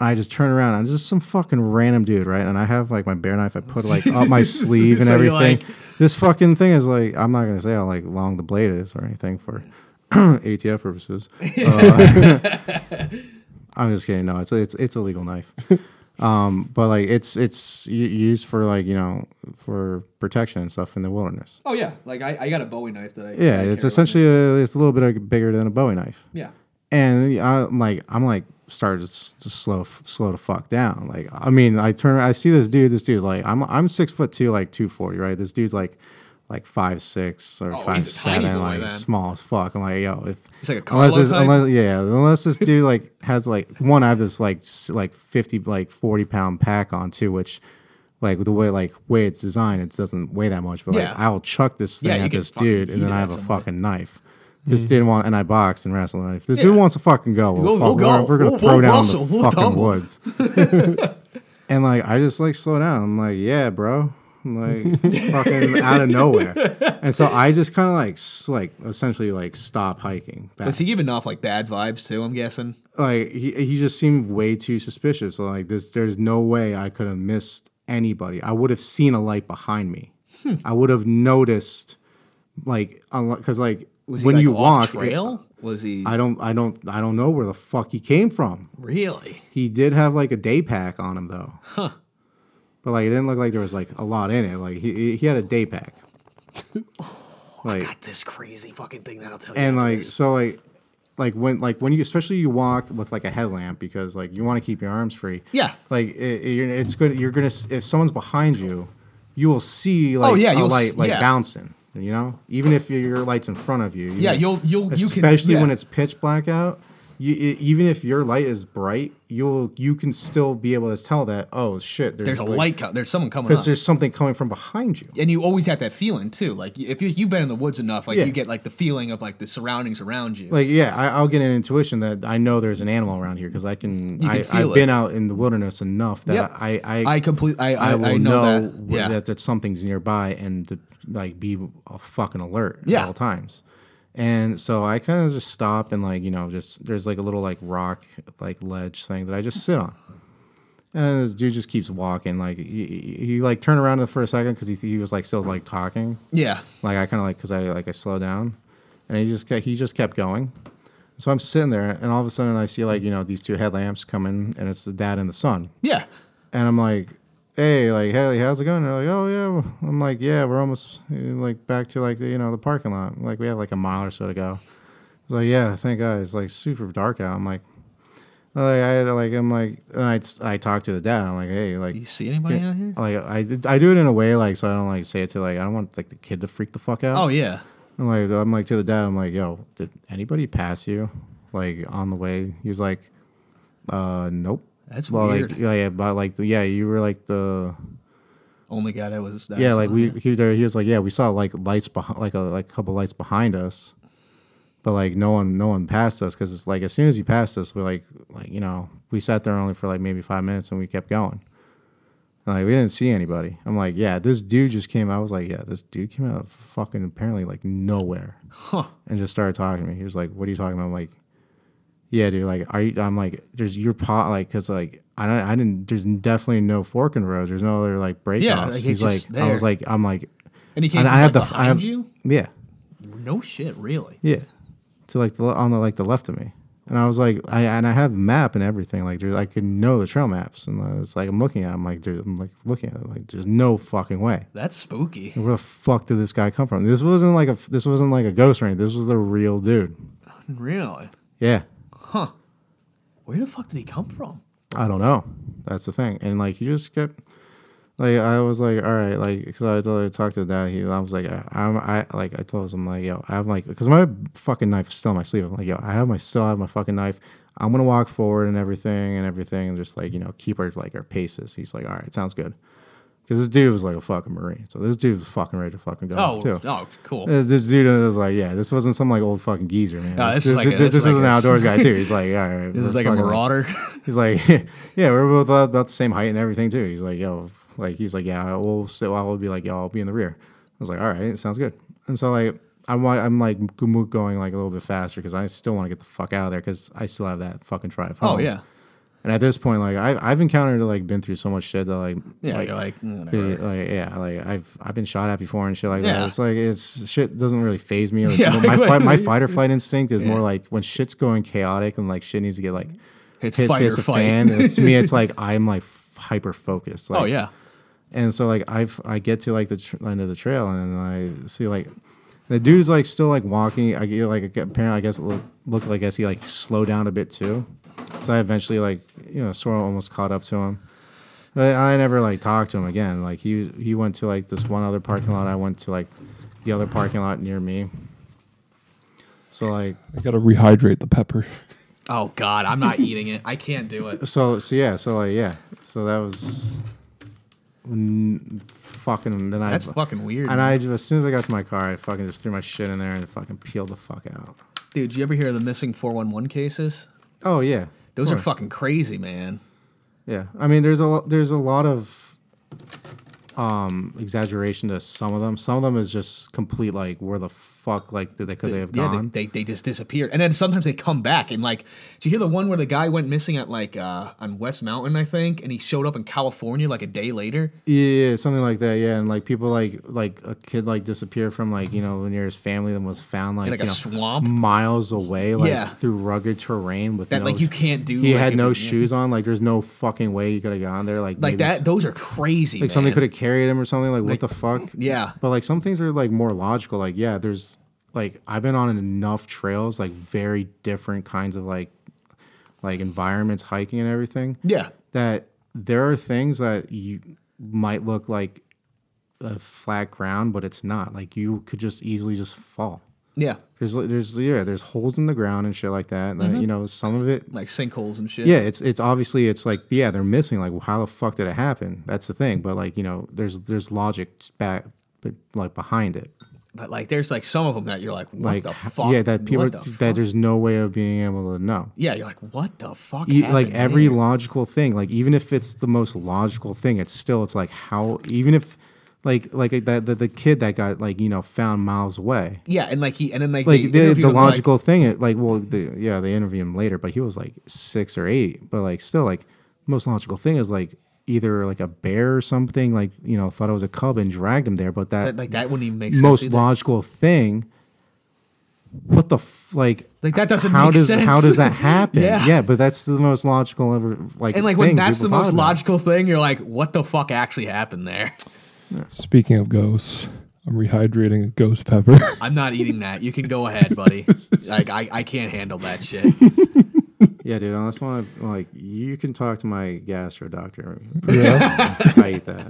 [SPEAKER 5] And I just turn around and just some fucking random dude, right? And I have like my bear knife, I put like
[SPEAKER 4] (laughs)
[SPEAKER 5] up my sleeve and
[SPEAKER 4] So you're
[SPEAKER 5] everything.
[SPEAKER 4] like-
[SPEAKER 5] this fucking thing is like, I'm not gonna say how like long the blade is or anything for (clears throat) ATF purposes. Uh, (laughs) I'm just kidding. No, it's it's it's a
[SPEAKER 4] (laughs)
[SPEAKER 5] legal knife. Um, but like it's it's u- used for like you know for protection and stuff in the wilderness.
[SPEAKER 4] Oh yeah, like I, I got a Bowie knife that I
[SPEAKER 5] Yeah,
[SPEAKER 4] I carry with
[SPEAKER 5] it's
[SPEAKER 4] me.
[SPEAKER 5] essentially a, it's a little bit bigger than a Bowie knife,
[SPEAKER 4] yeah.
[SPEAKER 5] and I'm like I'm like started s- to slow slow to fuck down. Like I mean I turn I see this dude. This dude's like I'm I'm six foot two, like two forty, right? This dude's like like five six
[SPEAKER 4] Oh,
[SPEAKER 5] or
[SPEAKER 4] he's a
[SPEAKER 5] five
[SPEAKER 4] tiny
[SPEAKER 5] seven,
[SPEAKER 4] boy
[SPEAKER 5] like
[SPEAKER 4] then.
[SPEAKER 5] small as fuck. I'm like yo if
[SPEAKER 4] He's like a
[SPEAKER 5] unless
[SPEAKER 4] Carlo
[SPEAKER 5] this,
[SPEAKER 4] type?
[SPEAKER 5] unless yeah unless this dude like has like one I have this like s- like fifty like forty pound pack on too, which. Like the way, like way it's designed, it doesn't weigh that much. But
[SPEAKER 4] Yeah.
[SPEAKER 5] like, I'll chuck this
[SPEAKER 4] Yeah,
[SPEAKER 5] thing
[SPEAKER 4] you
[SPEAKER 5] at
[SPEAKER 4] could
[SPEAKER 5] this
[SPEAKER 4] fucking
[SPEAKER 5] dude,
[SPEAKER 4] eat
[SPEAKER 5] and then
[SPEAKER 4] it
[SPEAKER 5] I
[SPEAKER 4] at
[SPEAKER 5] have a
[SPEAKER 4] somebody.
[SPEAKER 5] fucking knife. This dude want and I boxed and wrestled. and If this
[SPEAKER 4] Yeah.
[SPEAKER 5] dude wants to fucking go, we'll,
[SPEAKER 4] We'll-
[SPEAKER 5] fuck,
[SPEAKER 4] we'll go.
[SPEAKER 5] We're, we're gonna
[SPEAKER 4] We'll-
[SPEAKER 5] throw
[SPEAKER 4] we'll
[SPEAKER 5] down
[SPEAKER 4] wrestle.
[SPEAKER 5] the
[SPEAKER 4] We'll
[SPEAKER 5] fucking
[SPEAKER 4] tumble.
[SPEAKER 5] woods.
[SPEAKER 4] (laughs)
[SPEAKER 5] and like I just like slow down. I'm like, yeah, bro. I'm like fucking out
[SPEAKER 4] (laughs)
[SPEAKER 5] of nowhere. And so I just kind of like s- like essentially like stop hiking. Back.
[SPEAKER 4] Was he giving off like bad vibes too? I'm guessing.
[SPEAKER 5] like he he just seemed way too suspicious. So like this, there's no way I could have missed anybody. I would have seen a light behind me.
[SPEAKER 4] Hmm.
[SPEAKER 5] I would have noticed, like, because like
[SPEAKER 4] Was he
[SPEAKER 5] when
[SPEAKER 4] like,
[SPEAKER 5] you
[SPEAKER 4] off
[SPEAKER 5] walk, it-
[SPEAKER 4] trail? was he
[SPEAKER 5] I don't, I don't, I don't know where the fuck he came from.
[SPEAKER 4] really?
[SPEAKER 5] He did have like a day pack on him though. Huh. But like it didn't look like there was like a lot in it. Like he he had a
[SPEAKER 4] (laughs)
[SPEAKER 5] day pack.
[SPEAKER 4] Oh,
[SPEAKER 5] like
[SPEAKER 4] Got this crazy fucking thing that I'll tell you.
[SPEAKER 5] and
[SPEAKER 4] after
[SPEAKER 5] like
[SPEAKER 4] this.
[SPEAKER 5] so like like when like when you especially you walk with like a headlamp because like you want to keep your arms free.
[SPEAKER 4] Yeah.
[SPEAKER 5] Like it, it- you're, it's good. You're gonna s- if someone's behind you, you will see like
[SPEAKER 4] Oh, yeah,
[SPEAKER 5] a
[SPEAKER 4] you'll s-
[SPEAKER 5] light like
[SPEAKER 4] yeah.
[SPEAKER 5] bouncing. You know, even if your- your light's in front of you. you
[SPEAKER 4] Yeah,
[SPEAKER 5] know?
[SPEAKER 4] you'll- you'll- you can-
[SPEAKER 5] especially when
[SPEAKER 4] yeah.
[SPEAKER 5] it's pitch black out. You, e- even if your light is bright, you'll you can still be able to tell that oh shit, there's,
[SPEAKER 4] there's a
[SPEAKER 5] like-
[SPEAKER 4] light. Co- there's someone coming
[SPEAKER 5] because
[SPEAKER 4] up.
[SPEAKER 5] there's something coming from behind you.
[SPEAKER 4] And you always have that feeling too. Like if you, you've been in the woods enough, like
[SPEAKER 5] Yeah.
[SPEAKER 4] you get like the feeling of like the surroundings around you.
[SPEAKER 5] Like yeah, I, I'll get an intuition that I know there's an animal around here because I can.
[SPEAKER 4] You can
[SPEAKER 5] I,
[SPEAKER 4] feel
[SPEAKER 5] I've
[SPEAKER 4] it.
[SPEAKER 5] been out in the wilderness enough that
[SPEAKER 4] Yep.
[SPEAKER 5] I I,
[SPEAKER 4] I complete. I I,
[SPEAKER 5] I
[SPEAKER 4] I,
[SPEAKER 5] will
[SPEAKER 4] know,
[SPEAKER 5] know,
[SPEAKER 4] that.
[SPEAKER 5] wh-
[SPEAKER 4] Yeah.
[SPEAKER 5] that, that something's nearby and to like be a fucking alert
[SPEAKER 4] Yeah.
[SPEAKER 5] at all times. And so I kind of just stop and like you know just there's like a little like rock like ledge thing that I just sit on. And this dude just keeps walking. Like he, he, he like turned around for a second because he, he was like still like talking.
[SPEAKER 4] yeah.
[SPEAKER 5] Like I kind of like because I like I slow down, and he just kept, he just kept going. So I'm sitting there, and all of a sudden I see like you know these two headlamps coming, and it's the dad and the son,
[SPEAKER 4] Yeah.
[SPEAKER 5] and I'm like, hey, like hey, how's it going? And they're like, oh yeah. I'm like, yeah, we're almost eh, like back to like the you know the parking lot. Like we have like a mile or so to go. He's like, yeah, thank God. It's like super dark out. I'm like. Like I like I'm like and I I talk to the dad. I'm like, hey, like
[SPEAKER 4] You see anybody out here?
[SPEAKER 5] like I did- I do it in a way like so I don't like say it to like I don't want like the kid to freak the fuck out.
[SPEAKER 4] Oh yeah.
[SPEAKER 5] I'm like, I'm like to the dad. I'm like, yo, did anybody pass you, like on the way? He's like, uh, nope.
[SPEAKER 4] That's
[SPEAKER 5] Well,
[SPEAKER 4] weird.
[SPEAKER 5] like yeah, yeah, but like the, yeah, you were like the
[SPEAKER 4] Only guy that was that
[SPEAKER 5] yeah,
[SPEAKER 4] was
[SPEAKER 5] like
[SPEAKER 4] on
[SPEAKER 5] we
[SPEAKER 4] it.
[SPEAKER 5] he was there. He was like yeah, we saw like lights behind, like a like a couple lights behind us, but like no one no one passed us because it's like as soon as he passed us, we're like like you know we sat there only for like maybe five minutes and we kept going. And, like we didn't see anybody. I'm like yeah, this dude just came. I was like yeah, this dude came out of fucking apparently like nowhere
[SPEAKER 4] Huh.
[SPEAKER 5] and just started talking to me. He was like, "What are you talking about?" I'm like, "Yeah, dude. Like, are you?" I'm like, "There's your pot, like, cause like I don't, I didn't. There's definitely no fork in the road. There's no other like break
[SPEAKER 4] Yeah,
[SPEAKER 5] offs."
[SPEAKER 4] like, it's
[SPEAKER 5] He's like,
[SPEAKER 4] just
[SPEAKER 5] "I was
[SPEAKER 4] there.
[SPEAKER 5] like, I'm like,
[SPEAKER 4] And he came
[SPEAKER 5] and I
[SPEAKER 4] right
[SPEAKER 5] have the,
[SPEAKER 4] behind
[SPEAKER 5] I have,
[SPEAKER 4] you?
[SPEAKER 5] yeah,
[SPEAKER 4] No shit, really.
[SPEAKER 5] yeah, to like the le- on the like the left of me." And I was like, I and I have map and everything. Like, dude, I could know the trail maps, and uh, it's like I'm looking at. It, I'm like, dude, I'm like looking at it. Like, there's no fucking way.
[SPEAKER 4] That's spooky. (laughs)
[SPEAKER 5] Where the fuck did this guy come from? This wasn't like a this wasn't like a ghost or anything. This was the real dude.
[SPEAKER 4] Really?
[SPEAKER 5] Yeah,
[SPEAKER 4] Where the fuck did he come from?
[SPEAKER 5] I don't know. That's the thing. And like, he just kept, like, I was like, all right, like, because I, told- I talked to dad. He, I was like, I, I'm, I, like, I told him, like, yo, I have like, because my fucking knife is still in my sleeve. I'm like, yo, I have my, still have my fucking knife. I'm gonna walk forward and everything and everything and just like, you know, keep our like our paces. He's like, all right, sounds good. Because this dude was like a fucking marine, so this dude was fucking ready to fucking go.
[SPEAKER 4] Oh,
[SPEAKER 5] too.
[SPEAKER 4] oh, cool.
[SPEAKER 5] Uh, This dude was like, yeah, this wasn't some like old fucking geezer, man.
[SPEAKER 4] No,
[SPEAKER 5] this
[SPEAKER 4] this is like a- this is
[SPEAKER 5] is an
[SPEAKER 4] like a- (laughs)
[SPEAKER 5] outdoors guy too. He's like, all right,
[SPEAKER 4] this is like a marauder.
[SPEAKER 5] (laughs) He's like, yeah, we're both about the same height and everything too. He's like, yo, like he's like, yeah, we'll sit. I will be like, yo, I'll be in the rear. I was like, all right, sounds good. And so like, I'm like, I'm like go- going like a little bit faster because I still want to get the fuck out of there because I still have that fucking drive
[SPEAKER 4] oh
[SPEAKER 5] home.
[SPEAKER 4] yeah,
[SPEAKER 5] And at this point, like I, I've encountered like been through so much shit that like,
[SPEAKER 4] yeah.
[SPEAKER 5] like,
[SPEAKER 4] you're like mm, whatever.
[SPEAKER 5] dude, like, yeah, uh, like I've I've been shot at before and shit like
[SPEAKER 4] Yeah.
[SPEAKER 5] that. It's like it's shit doesn't really
[SPEAKER 4] (laughs)
[SPEAKER 5] phase me. It's
[SPEAKER 4] Yeah,
[SPEAKER 5] more- my
[SPEAKER 4] like-
[SPEAKER 5] fight, my fight or flight instinct is
[SPEAKER 4] Yeah.
[SPEAKER 5] more like when shit's going chaotic and like shit needs to get like
[SPEAKER 4] It's
[SPEAKER 5] hits,
[SPEAKER 4] fight
[SPEAKER 5] hits
[SPEAKER 4] or
[SPEAKER 5] the
[SPEAKER 4] fight.
[SPEAKER 5] fan. and to me, it's like I'm like hyper focused. Like,
[SPEAKER 4] (laughs) oh yeah.
[SPEAKER 5] and so like I've I get to like the tr- end of the trail and I see like the dude's like still like walking. I get like apparently I guess it look, looked like I see like slow down a bit too. So I eventually like you know sort of almost caught up to him. But I never like talked to him again. Like he he went to like this one other parking lot. I went to like the other parking lot near me. So like
[SPEAKER 3] I gotta rehydrate the pepper.
[SPEAKER 4] Oh god, I'm not eating it. I can't do
[SPEAKER 5] (laughs)
[SPEAKER 4] it.
[SPEAKER 5] so so yeah so like yeah so that was n- fucking then I
[SPEAKER 4] That's fucking weird.
[SPEAKER 5] And
[SPEAKER 4] man.
[SPEAKER 5] I just, as soon as I got to my car, I fucking just threw my shit in there and fucking peeled the fuck out.
[SPEAKER 4] Dude, you ever hear of the missing 411 cases?
[SPEAKER 5] Oh yeah,
[SPEAKER 4] Those
[SPEAKER 5] Of
[SPEAKER 4] are
[SPEAKER 5] course.
[SPEAKER 4] fucking crazy, man.
[SPEAKER 5] Yeah, I mean, there's a lo- there's a lot of um exaggeration to some of them. Some of them is just complete like where the fuck like did they could they have
[SPEAKER 4] yeah,
[SPEAKER 5] gone?
[SPEAKER 4] They, they they just disappeared, and then sometimes they come back. And like, did you hear the one where the guy went missing at like uh, on West Mountain, I think, and he showed up in California like a day later?
[SPEAKER 5] yeah, yeah, something like that. Yeah, and like people like like a kid like disappeared from like you know near his family and was found like,
[SPEAKER 4] like,
[SPEAKER 5] you
[SPEAKER 4] a
[SPEAKER 5] know,
[SPEAKER 4] swamp?
[SPEAKER 5] miles away like
[SPEAKER 4] Yeah.
[SPEAKER 5] through rugged terrain with
[SPEAKER 4] That
[SPEAKER 5] no
[SPEAKER 4] like you can't do.
[SPEAKER 5] He
[SPEAKER 4] like,
[SPEAKER 5] had
[SPEAKER 4] if
[SPEAKER 5] no
[SPEAKER 4] you-
[SPEAKER 5] shoes on. Like there's no fucking way you could have gone there. Like
[SPEAKER 4] Like
[SPEAKER 5] maybe s-
[SPEAKER 4] that. Those are crazy.
[SPEAKER 5] like somebody
[SPEAKER 4] man.
[SPEAKER 5] could have carried him or something like, what the fuck
[SPEAKER 4] yeah.
[SPEAKER 5] but like some things are like more logical like yeah there's like i've been on enough trails like very different kinds of like like environments hiking and everything
[SPEAKER 4] Yeah.
[SPEAKER 5] that there are things that you might look like a flat ground but it's not like you could just easily just fall
[SPEAKER 4] Yeah.
[SPEAKER 5] there's there's yeah there's holes in the ground and shit like that and uh,
[SPEAKER 4] Mm-hmm.
[SPEAKER 5] you know some of it
[SPEAKER 4] Like sinkholes and shit.
[SPEAKER 5] yeah, it's it's obviously it's like yeah they're missing like how the fuck did it happen? That's the thing. But like you know there's there's logic back but like behind it.
[SPEAKER 4] But like, there's like some of them that you're like, what
[SPEAKER 5] Like
[SPEAKER 4] the
[SPEAKER 5] h-
[SPEAKER 4] fuck?
[SPEAKER 5] yeah that people
[SPEAKER 4] What the
[SPEAKER 5] that
[SPEAKER 4] fuck?
[SPEAKER 5] there's no way of being able to know.
[SPEAKER 4] Yeah, you're like, what the fuck?
[SPEAKER 5] E- like
[SPEAKER 4] happened
[SPEAKER 5] every
[SPEAKER 4] here?
[SPEAKER 5] logical thing like even if it's the most logical thing it's still it's like how even if like like uh, that the, the kid that got like you know found miles away
[SPEAKER 4] Yeah, and like he, and then like,
[SPEAKER 5] like
[SPEAKER 4] they
[SPEAKER 5] the,
[SPEAKER 4] interviewed
[SPEAKER 5] the
[SPEAKER 4] him, like-
[SPEAKER 5] logical thing it like well the, yeah they interview him later but he was like six or eight but like still like most logical thing is like either like a bear or something like you know thought it was a cub and dragged him there but that
[SPEAKER 4] that- like that wouldn't even make sense.
[SPEAKER 5] most
[SPEAKER 4] either.
[SPEAKER 5] logical thing what the f- like
[SPEAKER 4] Like, that doesn't
[SPEAKER 5] how
[SPEAKER 4] make
[SPEAKER 5] does
[SPEAKER 4] sense.
[SPEAKER 5] how does that happen
[SPEAKER 4] Yeah.
[SPEAKER 5] yeah. but that's the most logical ever
[SPEAKER 4] (laughs)
[SPEAKER 5] like
[SPEAKER 4] And like when
[SPEAKER 5] thing
[SPEAKER 4] that's the
[SPEAKER 5] people
[SPEAKER 4] most
[SPEAKER 5] thought about.
[SPEAKER 4] logical thing, you're like, what the fuck actually happened there?
[SPEAKER 3] Speaking of ghosts, I'm rehydrating a ghost pepper. (laughs)
[SPEAKER 4] I'm not eating that. You can go ahead, buddy. like I, I can't handle that
[SPEAKER 5] (laughs)
[SPEAKER 4] shit.
[SPEAKER 5] yeah dude unless one like you can talk to my gastro doctor
[SPEAKER 3] (laughs) yeah.
[SPEAKER 5] i eat that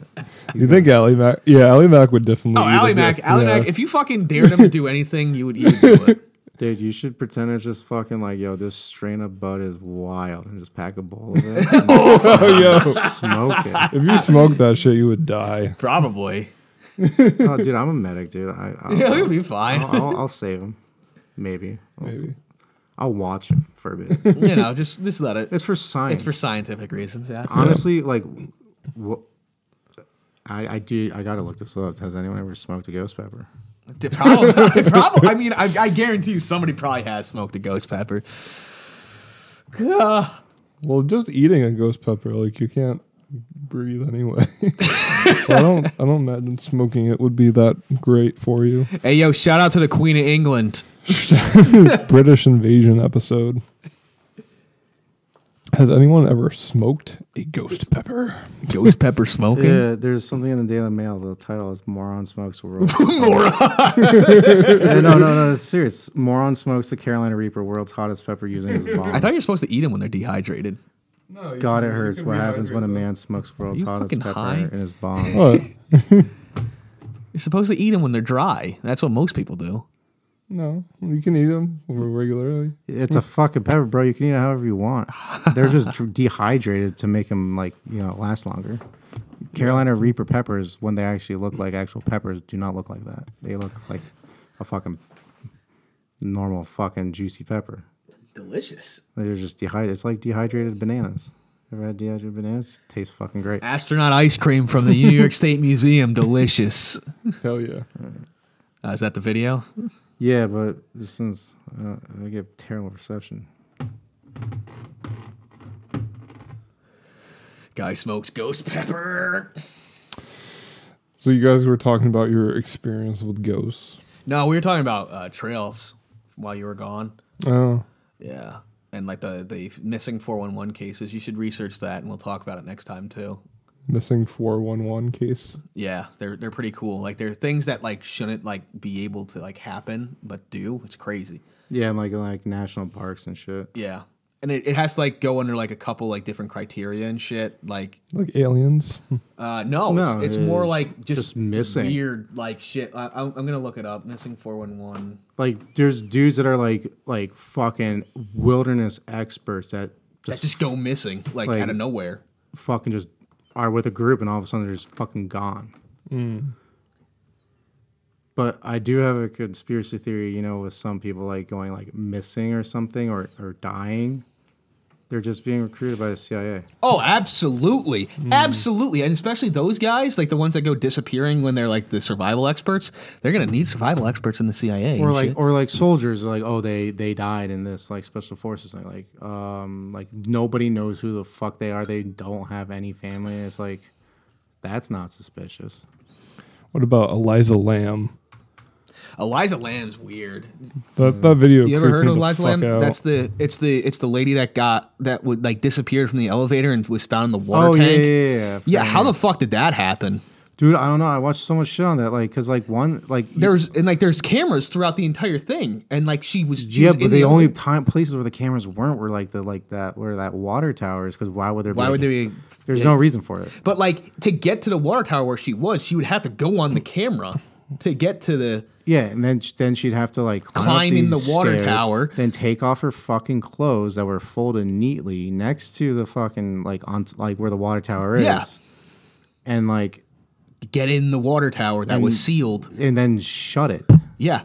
[SPEAKER 3] You think Ally Mac? Yeah, Ally Mac would definitely.
[SPEAKER 4] Oh,
[SPEAKER 3] eat
[SPEAKER 4] Ally
[SPEAKER 3] it.
[SPEAKER 4] Mac, Ally
[SPEAKER 3] Yeah.
[SPEAKER 4] Mac, if you fucking dared him to do anything, you would you would do it. (laughs)
[SPEAKER 5] Dude, you should pretend it's just fucking like, yo, this strain of bud is wild, and just pack a bowl
[SPEAKER 4] (laughs)
[SPEAKER 5] of it. and
[SPEAKER 3] Oh, yo.
[SPEAKER 5] Smoke it.
[SPEAKER 3] If you smoked that shit, you would die.
[SPEAKER 4] Probably. (laughs)
[SPEAKER 5] Oh, dude, I'm a medic, dude. I, I'll,
[SPEAKER 4] Yeah, he'll be
[SPEAKER 5] I'll,
[SPEAKER 4] fine.
[SPEAKER 5] I'll, I'll save him. Maybe. I'll,
[SPEAKER 3] Maybe.
[SPEAKER 5] I'll watch him for a bit.
[SPEAKER 4] you know, just just let it.
[SPEAKER 5] It's for science.
[SPEAKER 4] It's for scientific reasons. Yeah.
[SPEAKER 5] Honestly, like, what? I, I do. I gotta look this up. Has anyone ever smoked a ghost pepper?
[SPEAKER 4] Probably, probably. I mean, I, I guarantee you, somebody probably has smoked a ghost pepper. Ah.
[SPEAKER 3] Well, just eating a ghost pepper, like you can't breathe
[SPEAKER 4] (laughs)
[SPEAKER 3] anyway. (laughs) I don't. I don't imagine smoking it would be that great for you.
[SPEAKER 4] Hey, yo! Shout out to the Queen of England.
[SPEAKER 3] British invasion episode. Has anyone ever smoked a ghost pepper?
[SPEAKER 4] Ghost pepper smoking.
[SPEAKER 5] Yeah, Uh, there's something in the Daily Mail. The title is "Moron Smokes (laughs) World." Moron. no, no, no. It's serious. Moron smokes the Carolina Reaper, world's hottest pepper, using (laughs) his bomb.
[SPEAKER 4] I thought you were supposed to eat them when they're dehydrated.
[SPEAKER 3] No,
[SPEAKER 5] God, it hurts. What happens when a man smokes world's
[SPEAKER 4] you
[SPEAKER 5] hottest
[SPEAKER 4] fucking
[SPEAKER 5] pepper
[SPEAKER 4] high?
[SPEAKER 5] in his bomb?
[SPEAKER 3] What?
[SPEAKER 4] You're supposed to eat them when they're dry. That's what most people do.
[SPEAKER 3] No, you can eat them regularly.
[SPEAKER 5] It's a fucking pepper, bro. You can eat it however you want. They're just dr- dehydrated to make them like you know last longer. Carolina Reaper peppers, when they actually look like actual peppers, do not look like that. They look like a fucking normal fucking juicy pepper.
[SPEAKER 4] Delicious.
[SPEAKER 5] They're just dehydrated. It's like dehydrated bananas. Ever had dehydrated bananas? Tastes fucking great.
[SPEAKER 4] Astronaut ice cream from the New York State Museum. Delicious.
[SPEAKER 3] Hell yeah.
[SPEAKER 4] Uh, is that the video?
[SPEAKER 5] Yeah, but this is uh, I get terrible perception.
[SPEAKER 4] Guy smokes ghost pepper.
[SPEAKER 3] So you guys were talking about your experience with ghosts.
[SPEAKER 4] No, we were talking about uh, trails while you were gone.
[SPEAKER 3] Oh,
[SPEAKER 4] Yeah. And like the, the missing 411 cases. You should research that and we'll talk about it next time too.
[SPEAKER 3] missing four one one case.
[SPEAKER 4] Yeah, they're they're pretty cool. Like they're things that like shouldn't like be able to like happen but do. It's crazy.
[SPEAKER 5] Yeah, and like like national parks and shit.
[SPEAKER 4] Yeah. And it, it has to like go under like a couple like different criteria and shit. Like
[SPEAKER 3] Like aliens.
[SPEAKER 4] Uh, no,
[SPEAKER 5] No,
[SPEAKER 4] it's, it's more
[SPEAKER 5] it's
[SPEAKER 4] like just,
[SPEAKER 5] just missing.
[SPEAKER 4] weird like shit. I, I'm, I'm gonna look it up. Missing four one one.
[SPEAKER 5] Like there's dudes that are like like fucking wilderness experts that
[SPEAKER 4] That
[SPEAKER 5] just,
[SPEAKER 4] just go missing like,
[SPEAKER 5] Like-
[SPEAKER 4] out of nowhere.
[SPEAKER 5] fucking just are with a group and all of a sudden they're just fucking gone. But I do have a conspiracy theory, you know, with some people like going like missing or something or or dying. They're just being recruited by the CIA.
[SPEAKER 4] Oh, absolutely,
[SPEAKER 5] Hmm.
[SPEAKER 4] absolutely, and especially those guys like the ones that go disappearing when they're like the survival experts. They're gonna need survival experts in the CIA.
[SPEAKER 5] or
[SPEAKER 4] and
[SPEAKER 5] like
[SPEAKER 4] shit.
[SPEAKER 5] or like soldiers are like oh they they died in this like special forces thing like um like nobody knows who the fuck they are they don't have any family it's like that's not suspicious
[SPEAKER 3] What about Eliza Lamb?
[SPEAKER 4] Eliza Lamb's weird.
[SPEAKER 3] That that video.
[SPEAKER 4] You ever
[SPEAKER 3] creeped
[SPEAKER 4] heard
[SPEAKER 3] me
[SPEAKER 4] of
[SPEAKER 3] the
[SPEAKER 4] Eliza
[SPEAKER 3] fuck
[SPEAKER 4] Lamb?
[SPEAKER 3] out.
[SPEAKER 4] That's the it's the it's the lady that got that would like disappeared from the elevator and was found in the water
[SPEAKER 5] oh yeah
[SPEAKER 4] tank.
[SPEAKER 5] yeah, yeah, yeah.
[SPEAKER 4] yeah, how
[SPEAKER 5] Fucking-
[SPEAKER 4] the fuck did that happen?
[SPEAKER 5] dude I don't know I watched so much shit on that like because like one like
[SPEAKER 4] there's and like there's cameras throughout the entire thing, and like she was. She
[SPEAKER 5] yeah
[SPEAKER 4] was
[SPEAKER 5] but
[SPEAKER 4] in
[SPEAKER 5] the only
[SPEAKER 4] elevator.
[SPEAKER 5] time places where the cameras weren't were like the like that where that water tower is because why would there
[SPEAKER 4] Why
[SPEAKER 5] be
[SPEAKER 4] would there be?
[SPEAKER 5] there's no reason for it
[SPEAKER 4] But like to get to the water tower where she was, she would have to go on the camera to get to the.
[SPEAKER 5] Yeah, and then sh- then she'd have to like climb, up
[SPEAKER 4] Climb in
[SPEAKER 5] these
[SPEAKER 4] the water
[SPEAKER 5] stairs,
[SPEAKER 4] tower.
[SPEAKER 5] then take off her fucking clothes that were folded neatly next to the fucking like on like where the water tower is,
[SPEAKER 4] Yeah.
[SPEAKER 5] and like
[SPEAKER 4] Get in the water tower that
[SPEAKER 3] Mm.
[SPEAKER 4] was sealed.
[SPEAKER 5] and then shut it.
[SPEAKER 4] Yeah,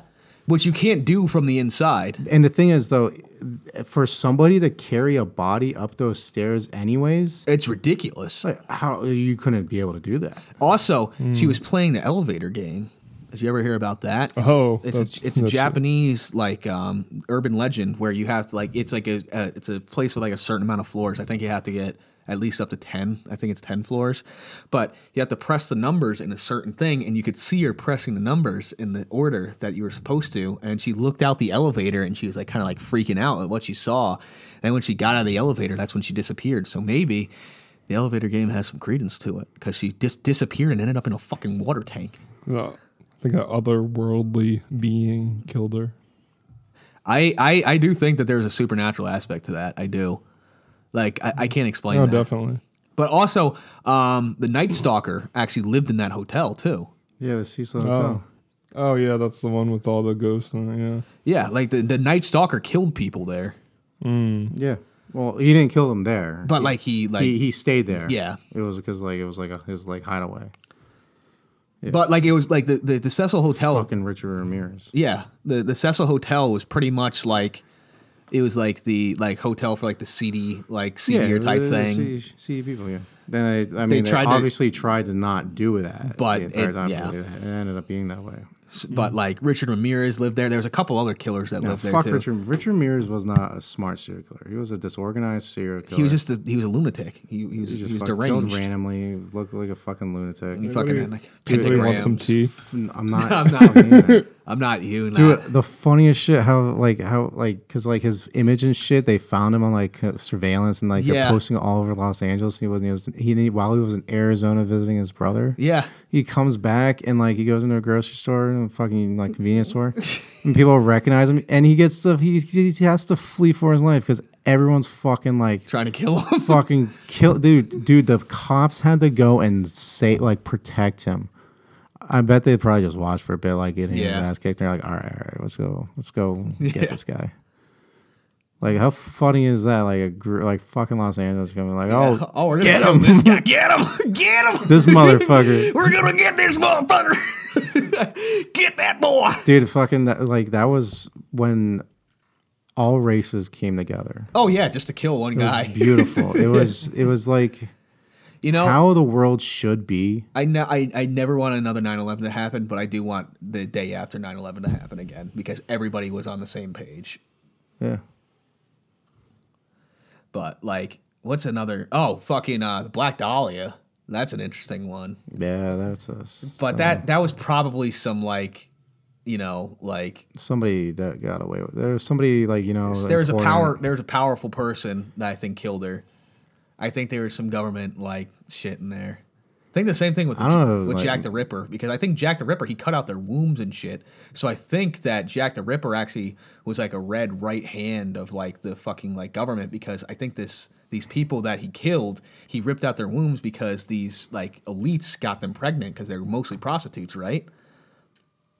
[SPEAKER 4] which you can't do from the inside.
[SPEAKER 5] And the thing is though, for somebody to carry a body up those stairs anyways,
[SPEAKER 4] It's ridiculous.
[SPEAKER 5] like how you couldn't be able to do that.
[SPEAKER 4] Also, she
[SPEAKER 3] Mm.
[SPEAKER 4] was playing the elevator game. Did you ever hear about that? It's-
[SPEAKER 3] Oh,
[SPEAKER 4] it's
[SPEAKER 3] that's-
[SPEAKER 4] a, it's a
[SPEAKER 3] that's-
[SPEAKER 4] Japanese like um, urban legend where you have to like it's like a, a it's a place with like a certain amount of floors. I think you have to get at least up to ten. I think it's ten floors, but you have to press the numbers in a certain thing, and you could see her pressing the numbers in the order that you were supposed to. And she looked out the elevator, and she was like kind of like freaking out at what she saw. And when she got out of the elevator, that's when she disappeared. So maybe. The elevator game has some credence to it because she just disappeared and ended up in a fucking water tank.
[SPEAKER 3] No, I think an otherworldly being killed her.
[SPEAKER 4] I, I, I do think that there's a supernatural aspect to that. I do. Like, I, I can't explain
[SPEAKER 3] No,
[SPEAKER 4] that.
[SPEAKER 3] Oh, definitely.
[SPEAKER 4] But also, um, the Night Stalker actually lived in that hotel, too.
[SPEAKER 5] Yeah, the Cecil
[SPEAKER 3] Oh,
[SPEAKER 5] Hotel.
[SPEAKER 3] Oh yeah, that's the one with all the ghosts in it. Yeah.
[SPEAKER 4] Yeah, like the, the Night Stalker killed people there,
[SPEAKER 5] Yeah. Well, he didn't kill them there,
[SPEAKER 4] but like he like
[SPEAKER 5] he, he stayed there.
[SPEAKER 4] Yeah.
[SPEAKER 5] It was because like it was like a, his like hideaway.
[SPEAKER 4] but like it was like the the, the Cecil Hotel.
[SPEAKER 5] Fucking Richard Ramirez.
[SPEAKER 4] Yeah, the the Cecil Hotel was pretty much like it was like the like hotel for like the seedy like seedier type
[SPEAKER 5] they- they
[SPEAKER 4] thing.
[SPEAKER 5] See, see people. Yeah. Then they, I mean, they,
[SPEAKER 4] tried to-
[SPEAKER 5] obviously tried to not do that,
[SPEAKER 4] But
[SPEAKER 5] the entire
[SPEAKER 4] it-
[SPEAKER 5] time,
[SPEAKER 4] yeah.
[SPEAKER 5] but it ended up being that way.
[SPEAKER 4] S- But like Richard Ramirez lived there. There was a couple other killers that
[SPEAKER 5] Yeah,
[SPEAKER 4] lived there
[SPEAKER 5] fuck
[SPEAKER 4] too.
[SPEAKER 5] Richard. Richard Ramirez was not a smart serial killer. He was a disorganized serial killer.
[SPEAKER 4] He was just a, he was a lunatic. He, he was
[SPEAKER 5] He
[SPEAKER 4] he
[SPEAKER 5] just
[SPEAKER 4] was
[SPEAKER 5] fucking killed
[SPEAKER 4] deranged.
[SPEAKER 5] randomly. Looked like a fucking lunatic.
[SPEAKER 4] He fucking had like
[SPEAKER 3] Anybody want some
[SPEAKER 4] pentagrams.
[SPEAKER 3] tea?
[SPEAKER 5] I'm
[SPEAKER 4] (laughs)
[SPEAKER 5] not.
[SPEAKER 4] I'm not-
[SPEAKER 5] fucking either.
[SPEAKER 4] I'm not you. Nah.
[SPEAKER 5] Dude, the funniest shit. How like how like because like his image and shit. They found him on like uh, surveillance and like
[SPEAKER 4] Yeah.
[SPEAKER 5] they're posting it all over Los Angeles. He was he was he, he while he was in Arizona visiting his brother.
[SPEAKER 4] Yeah.
[SPEAKER 5] He comes back and like he goes into a grocery store and a fucking like convenience
[SPEAKER 4] (laughs)
[SPEAKER 5] store, and people recognize him. And he gets stuff. He, he has to flee for his life because everyone's fucking like
[SPEAKER 4] Trying to kill him.
[SPEAKER 5] fucking kill dude dude the cops had to go and say like protect him i bet they probably just watched for a bit like getting his
[SPEAKER 4] Yeah.
[SPEAKER 5] ass kicked they're like all right all right let's go let's
[SPEAKER 4] (laughs)
[SPEAKER 5] go
[SPEAKER 4] Yeah.
[SPEAKER 5] get this guy like how funny is that like a gr- like fucking los angeles coming like oh
[SPEAKER 4] (laughs) oh, we're gonna get him. This guy. Get him. (laughs) Get
[SPEAKER 5] (laughs)
[SPEAKER 4] him. (laughs)
[SPEAKER 5] this motherfucker
[SPEAKER 4] We're gonna get this motherfucker. (laughs) get that boy.
[SPEAKER 5] dude fucking that like that was when all races came together
[SPEAKER 4] Oh yeah, just to kill one
[SPEAKER 5] it was
[SPEAKER 4] guy. (laughs)
[SPEAKER 5] beautiful it was it was like
[SPEAKER 4] You know
[SPEAKER 5] how the world should be
[SPEAKER 4] I, ne- I I never want another 9/11 to happen, but I do want the day after 9/11 to happen again because everybody was on the same page.
[SPEAKER 5] yeah
[SPEAKER 4] But like, what's another? Oh, fucking uh, the Black Dahlia. That's an interesting one.
[SPEAKER 5] yeah that's us
[SPEAKER 4] But that that was probably some like, you know, like
[SPEAKER 5] somebody that got away with. There was somebody like you know.
[SPEAKER 4] there was a
[SPEAKER 5] important-
[SPEAKER 4] power there was a powerful person that I think killed her. I think there was some government like shit in there. I think the same thing with the,
[SPEAKER 5] I don't know,
[SPEAKER 4] with
[SPEAKER 5] like-
[SPEAKER 4] Jack the Ripper because I think Jack the Ripper he cut out their wombs and shit. So I think that Jack the Ripper actually was like a red right hand of like the fucking like government because I think this these people that he killed he ripped out their wombs because these like elites got them pregnant because they were mostly prostitutes, right?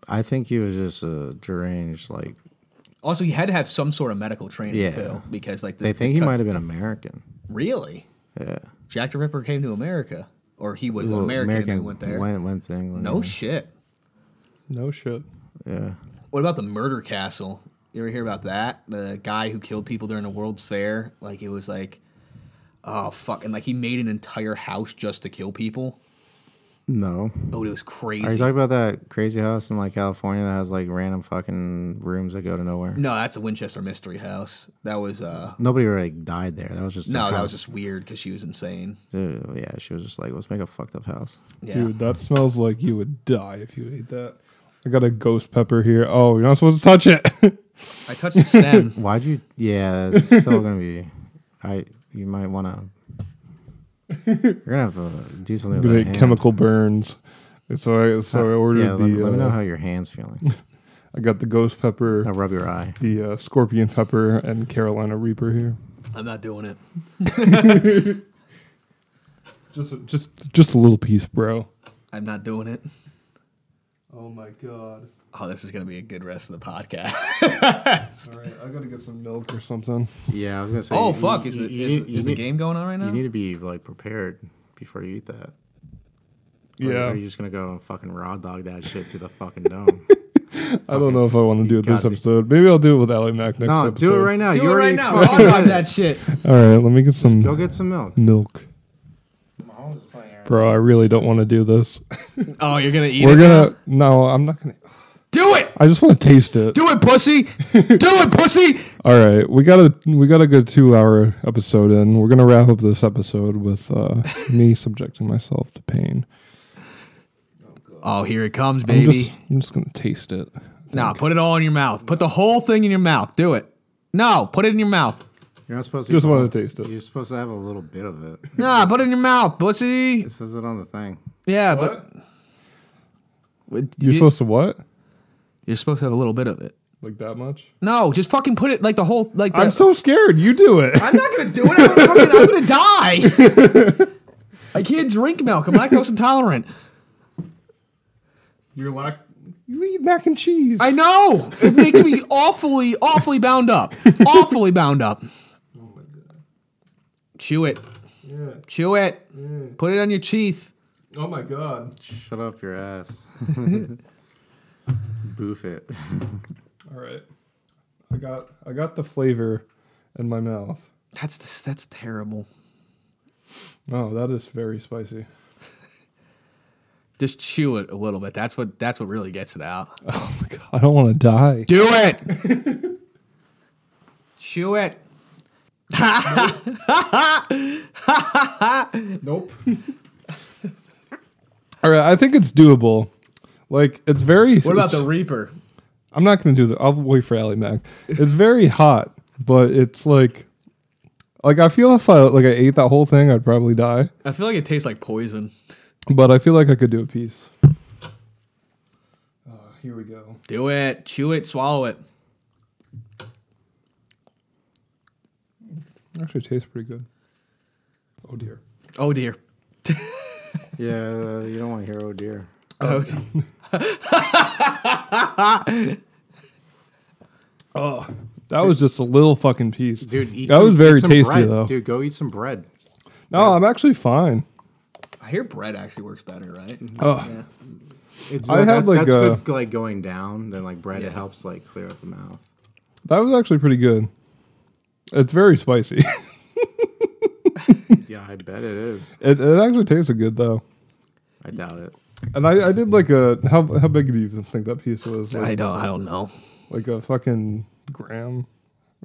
[SPEAKER 5] I think he was just a deranged. Like
[SPEAKER 4] Also, he had to have some sort of medical training
[SPEAKER 5] Yeah.
[SPEAKER 4] too because like the,
[SPEAKER 5] they think he
[SPEAKER 4] because-
[SPEAKER 5] might have been American.
[SPEAKER 4] Really?
[SPEAKER 5] Yeah,
[SPEAKER 4] Jack the Ripper came to America, or he was
[SPEAKER 5] Well,
[SPEAKER 4] an American, and went there.
[SPEAKER 5] Went, went to England.
[SPEAKER 4] no
[SPEAKER 5] yeah.
[SPEAKER 4] shit.
[SPEAKER 3] No shit.
[SPEAKER 5] yeah.
[SPEAKER 4] What about the murder castle? You ever hear about that? The guy who killed people during the World's Fair. Like it was like, oh fuck, and like he made an entire house just to kill people.
[SPEAKER 5] No.
[SPEAKER 4] Oh, it was crazy.
[SPEAKER 5] Are you talking about that crazy house in like California that has like random fucking rooms that go to nowhere?
[SPEAKER 4] no, that's a Winchester Mystery House. That was uh,
[SPEAKER 5] Nobody really died there. That was just a
[SPEAKER 4] no, that
[SPEAKER 5] house.
[SPEAKER 4] was just weird because she was insane.
[SPEAKER 5] Dude, yeah. She was just like, let's make a fucked up house.
[SPEAKER 4] Yeah.
[SPEAKER 3] Dude, that smells like you would die if you ate that. I got a ghost pepper here. Oh, you're not supposed to touch it.
[SPEAKER 4] I touched the
[SPEAKER 5] (laughs)
[SPEAKER 4] stem.
[SPEAKER 5] Why'd you? (laughs) Yeah, it's still gonna be. I you might wanna. You're gonna have to do
[SPEAKER 3] Gonna
[SPEAKER 5] something. with that
[SPEAKER 3] get
[SPEAKER 5] hand.
[SPEAKER 3] chemical burns. So I so I ordered
[SPEAKER 5] yeah,
[SPEAKER 3] the.
[SPEAKER 5] let, me, let me know
[SPEAKER 3] uh,
[SPEAKER 5] how your hands feeling.
[SPEAKER 3] I got the ghost pepper,
[SPEAKER 5] Now rub your eye.
[SPEAKER 3] the uh, scorpion pepper, and Carolina Reaper here.
[SPEAKER 4] I'm not doing it.
[SPEAKER 3] Just just just a little piece, bro.
[SPEAKER 4] I'm not doing it.
[SPEAKER 3] Oh my god.
[SPEAKER 4] Oh, this is gonna be a good rest of the podcast.
[SPEAKER 3] All right, I gotta get some milk or something.
[SPEAKER 5] Yeah, I was gonna say.
[SPEAKER 4] oh fuck, is, the, is, is the
[SPEAKER 5] need,
[SPEAKER 4] game going on right now?
[SPEAKER 5] You need to be like prepared before you eat that. Or
[SPEAKER 3] Yeah,
[SPEAKER 5] are you just gonna go and fucking raw dog that shit to the fucking (laughs) dome?
[SPEAKER 3] I don't know if I want to do it this
[SPEAKER 5] got the-
[SPEAKER 3] episode. Maybe I'll do it with Ali Mac next
[SPEAKER 5] no,
[SPEAKER 3] episode.
[SPEAKER 5] do it right now.
[SPEAKER 4] Do
[SPEAKER 5] you
[SPEAKER 4] it right
[SPEAKER 5] already
[SPEAKER 4] now.
[SPEAKER 5] fucking
[SPEAKER 4] I'll knock
[SPEAKER 5] did it.
[SPEAKER 4] that shit.
[SPEAKER 3] All right, let me get some
[SPEAKER 5] Go get some milk.
[SPEAKER 3] milk. Bro, I really don't want to do this.
[SPEAKER 4] Oh, you're gonna eat
[SPEAKER 3] We're
[SPEAKER 4] it.
[SPEAKER 3] gonna no, I'm not gonna.
[SPEAKER 4] do it.
[SPEAKER 3] I just want to taste it.
[SPEAKER 4] Do
[SPEAKER 3] (laughs)
[SPEAKER 4] it, pussy. do it, pussy.
[SPEAKER 3] All right, we got a we got a good two hour episode in. We're gonna wrap up this episode with uh, me subjecting myself to pain.
[SPEAKER 4] Oh, here it comes,
[SPEAKER 3] I'm
[SPEAKER 4] baby.
[SPEAKER 3] just, I'm just gonna taste it.
[SPEAKER 4] Now put it all in your mouth. Put the whole thing in your mouth. Do it. No, put it in your mouth.
[SPEAKER 5] You're not supposed to.
[SPEAKER 3] Just
[SPEAKER 5] eat
[SPEAKER 3] wanted
[SPEAKER 5] milk.
[SPEAKER 3] to taste it.
[SPEAKER 5] You're supposed to have a little bit of it.
[SPEAKER 4] Nah, put it in your mouth, pussy.
[SPEAKER 5] It says it on the thing.
[SPEAKER 4] Yeah, but Wait,
[SPEAKER 3] You're
[SPEAKER 4] you-
[SPEAKER 3] supposed to what?
[SPEAKER 4] you're supposed to have a little bit of it.
[SPEAKER 3] Like that much?
[SPEAKER 4] No, just fucking put it like the whole like. The,
[SPEAKER 3] I'm so scared. You do it.
[SPEAKER 4] I'm not gonna do it. I'm, fucking, I'm gonna die.
[SPEAKER 3] (laughs)
[SPEAKER 4] I can't drink milk. I'm lactose intolerant.
[SPEAKER 3] You're lac You eat mac and cheese.
[SPEAKER 4] I know. It makes (laughs) me awfully, awfully bound up. Awfully bound up. Chew it. Chew it. Put it on your teeth.
[SPEAKER 3] (laughs) Oh my god.
[SPEAKER 5] Shut up your ass. (laughs) Boof it.
[SPEAKER 3] All right. I got I got the flavor in my mouth.
[SPEAKER 4] That's that's terrible.
[SPEAKER 3] Oh, that is very spicy.
[SPEAKER 4] Just chew it a little bit. That's what that's what really gets it out.
[SPEAKER 3] Oh my god. I don't want to die.
[SPEAKER 4] Do it. chew it.
[SPEAKER 3] Nope. All right, I think it's doable. Like it's very
[SPEAKER 4] What about
[SPEAKER 3] it's-
[SPEAKER 4] the Reaper?
[SPEAKER 3] I'm not gonna do that. I'll wait for Ali Mac. It's very hot, but it's like, like I feel if I like I ate that whole thing, I'd probably die.
[SPEAKER 4] I feel like it tastes like poison.
[SPEAKER 3] But I feel like I could do a piece. Uh, here we go.
[SPEAKER 4] Do it. Chew it. Swallow it.
[SPEAKER 3] Actually, it tastes pretty good. Oh dear.
[SPEAKER 4] Oh dear.
[SPEAKER 5] Yeah, you don't want to hear oh dear.
[SPEAKER 4] Oh, dear.
[SPEAKER 3] That was just a little fucking piece,
[SPEAKER 5] Dude, eat
[SPEAKER 3] that
[SPEAKER 5] some-
[SPEAKER 3] was
[SPEAKER 5] eat
[SPEAKER 3] very
[SPEAKER 5] some
[SPEAKER 3] tasty
[SPEAKER 5] bread.
[SPEAKER 3] though.
[SPEAKER 5] Dude, go eat some bread.
[SPEAKER 3] No, I'm actually fine.
[SPEAKER 4] (laughs) I hear bread actually works better, right?
[SPEAKER 5] It's uh,
[SPEAKER 3] I had,
[SPEAKER 5] that's,
[SPEAKER 3] like,
[SPEAKER 5] that's
[SPEAKER 3] a-
[SPEAKER 5] with like going down, then like bread
[SPEAKER 4] Yeah.
[SPEAKER 5] it helps like clear up the mouth.
[SPEAKER 3] That was actually pretty good. It's very spicy.
[SPEAKER 5] Yeah, I bet it is.
[SPEAKER 3] it, it actually tasted good though.
[SPEAKER 5] I doubt it.
[SPEAKER 3] And I, I did like a how how big do you think that piece was? Like,
[SPEAKER 4] I don't. I don't know.
[SPEAKER 3] like a fucking gram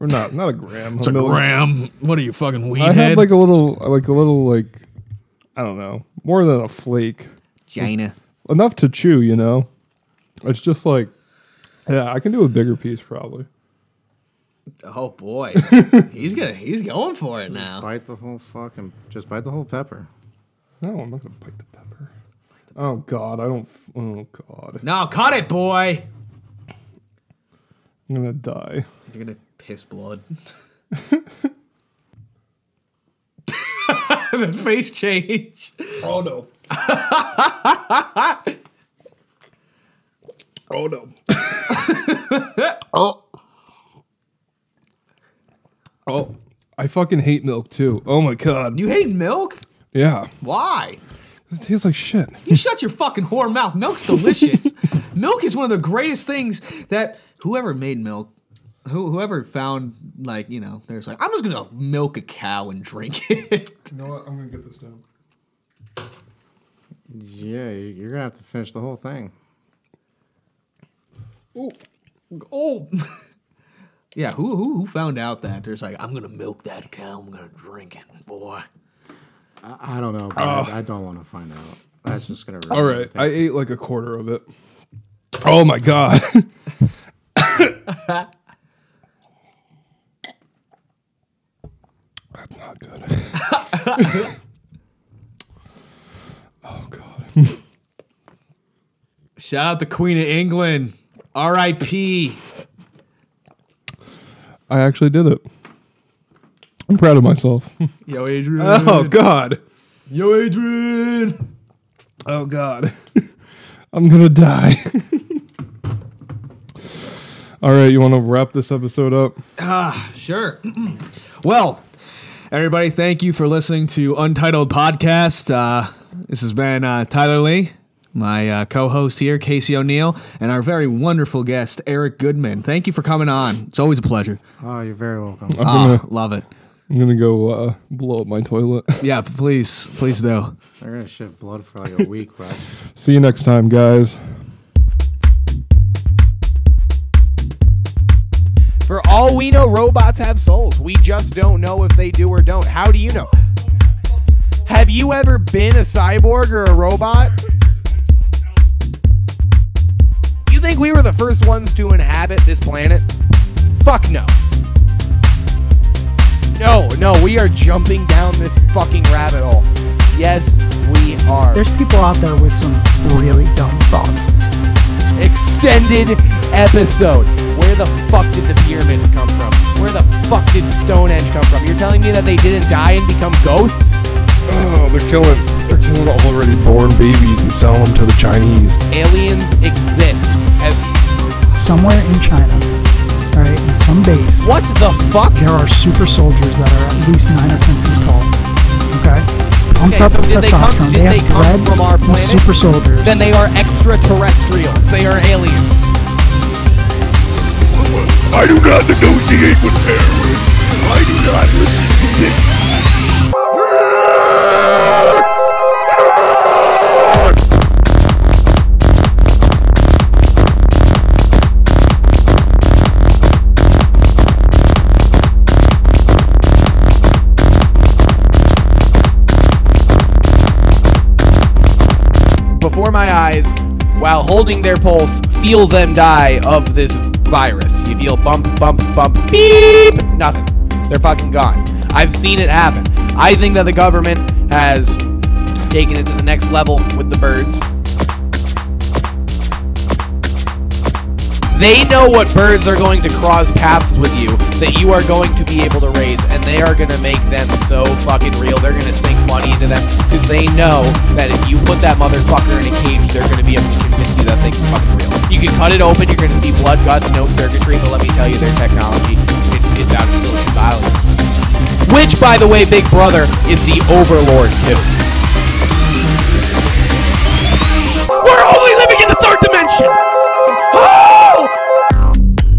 [SPEAKER 3] or not not a gram
[SPEAKER 4] It's a
[SPEAKER 3] milli-
[SPEAKER 4] gram. What are you fucking weed
[SPEAKER 3] i had
[SPEAKER 4] head?
[SPEAKER 3] like a little like a little like i don't know more than a flake
[SPEAKER 4] China.
[SPEAKER 3] enough to chew you know it's just like yeah i can do a bigger piece probably
[SPEAKER 4] (laughs) Oh boy, he's gonna he's going for it now.
[SPEAKER 5] Bite the whole fucking just bite the whole pepper.
[SPEAKER 3] no i'm not gonna bite the pepper oh god i don't f- oh god
[SPEAKER 4] No, cut it, boy.
[SPEAKER 3] i'm gonna die
[SPEAKER 4] You're gonna piss blood. (laughs) the face change.
[SPEAKER 3] oh no (laughs) oh no (laughs)
[SPEAKER 4] Oh,
[SPEAKER 3] oh i fucking hate milk too oh my god
[SPEAKER 4] you hate milk?
[SPEAKER 3] yeah
[SPEAKER 4] Why?
[SPEAKER 3] it tastes like shit
[SPEAKER 4] You shut your fucking whore mouth. Milk's delicious. (laughs) milk is one of the greatest things that whoever made milk, who, whoever found like you know, there's like I'm just gonna milk a cow and drink it. (laughs)
[SPEAKER 3] you know what i'm gonna get this down
[SPEAKER 5] Yeah, you- you're gonna have to finish the whole thing.
[SPEAKER 4] Oh, oh. (laughs) yeah, who, who who found out that there's like I'm gonna milk that cow, I'm gonna drink it, boy.
[SPEAKER 5] I, I don't know, but I, I don't want to find out. That's just gonna. ruin
[SPEAKER 3] Oh. All right,
[SPEAKER 5] everything.
[SPEAKER 3] I ate like a quarter of it. Oh my (laughs) god. That's not (laughs) good. oh god.
[SPEAKER 4] Shout out the Queen of England, R.I.P.
[SPEAKER 3] I actually did it. I'm proud of myself.
[SPEAKER 4] Yo, Adrian.
[SPEAKER 3] (laughs) oh god.
[SPEAKER 4] Yo, Adrian.
[SPEAKER 3] Oh god. I'm going to die. (laughs) All right, you want to wrap this episode up?
[SPEAKER 4] Sure. (clears throat) well, everybody, thank you for listening to Untitled Podcast. Uh, this has been uh, Tyler Lee, my uh, co-host here, Casey O'Neill, and our very wonderful guest, Eric Goodman. Thank you for coming on. It's always a pleasure.
[SPEAKER 5] Oh, you're very welcome.
[SPEAKER 4] Ah, love it.
[SPEAKER 3] I'm going to go uh, blow up my toilet. (laughs)
[SPEAKER 4] Yeah, please, please do.
[SPEAKER 5] They're gonna shit blood for like a week, (laughs) bro.
[SPEAKER 3] See you next time, guys.
[SPEAKER 1] For all we know, robots have souls. We just don't know if they do or don't. How do you know? Have you ever been a cyborg or a robot? You think we were the first ones to inhabit this planet? Fuck no. No, no, we are jumping down this fucking rabbit hole. Yes, we are.
[SPEAKER 2] There's people out there with some really dumb thoughts.
[SPEAKER 1] extended episode. Where the fuck did the pyramids come from? Where the fuck did Stonehenge come from? You're telling me that they didn't die and become ghosts?
[SPEAKER 3] Oh, they're killing they're killing already born babies and selling them to the Chinese.
[SPEAKER 1] Aliens exist.
[SPEAKER 2] somewhere in China, all right, in some base,
[SPEAKER 1] What the fuck?
[SPEAKER 2] there are super soldiers that are at least nine or ten feet tall. Okay, pumped
[SPEAKER 1] Okay,
[SPEAKER 2] up
[SPEAKER 1] so
[SPEAKER 2] with
[SPEAKER 1] did they come-
[SPEAKER 2] testosterone.
[SPEAKER 1] did they
[SPEAKER 2] have
[SPEAKER 1] come
[SPEAKER 2] bred
[SPEAKER 1] from our
[SPEAKER 2] these
[SPEAKER 1] planet?
[SPEAKER 2] super soldiers.
[SPEAKER 1] Then they are extraterrestrials. They are aliens.
[SPEAKER 6] I do not negotiate with terrorists. I do not listen to this.
[SPEAKER 1] before my eyes while holding their pulse feel them die of this virus you feel bump bump bump beep nothing they're fucking gone i've seen it happen i think that the government has taken it to the next level with the birds they know what birds are going to cross paths with you that you are going to be able to raise, and they are going to make them so fucking real. They're going to sink money into them because they know that if you put that motherfucker in a cage, they're going to be able to convince you that thing's fucking real. You can cut it open, you're going to see blood, guts, no circuitry, but let me tell you, their technology it's, it's out of Silicon Valley. Which, by the way, Big Brother is the overlord too. We're only living in the third dimension. (gasps) Oh!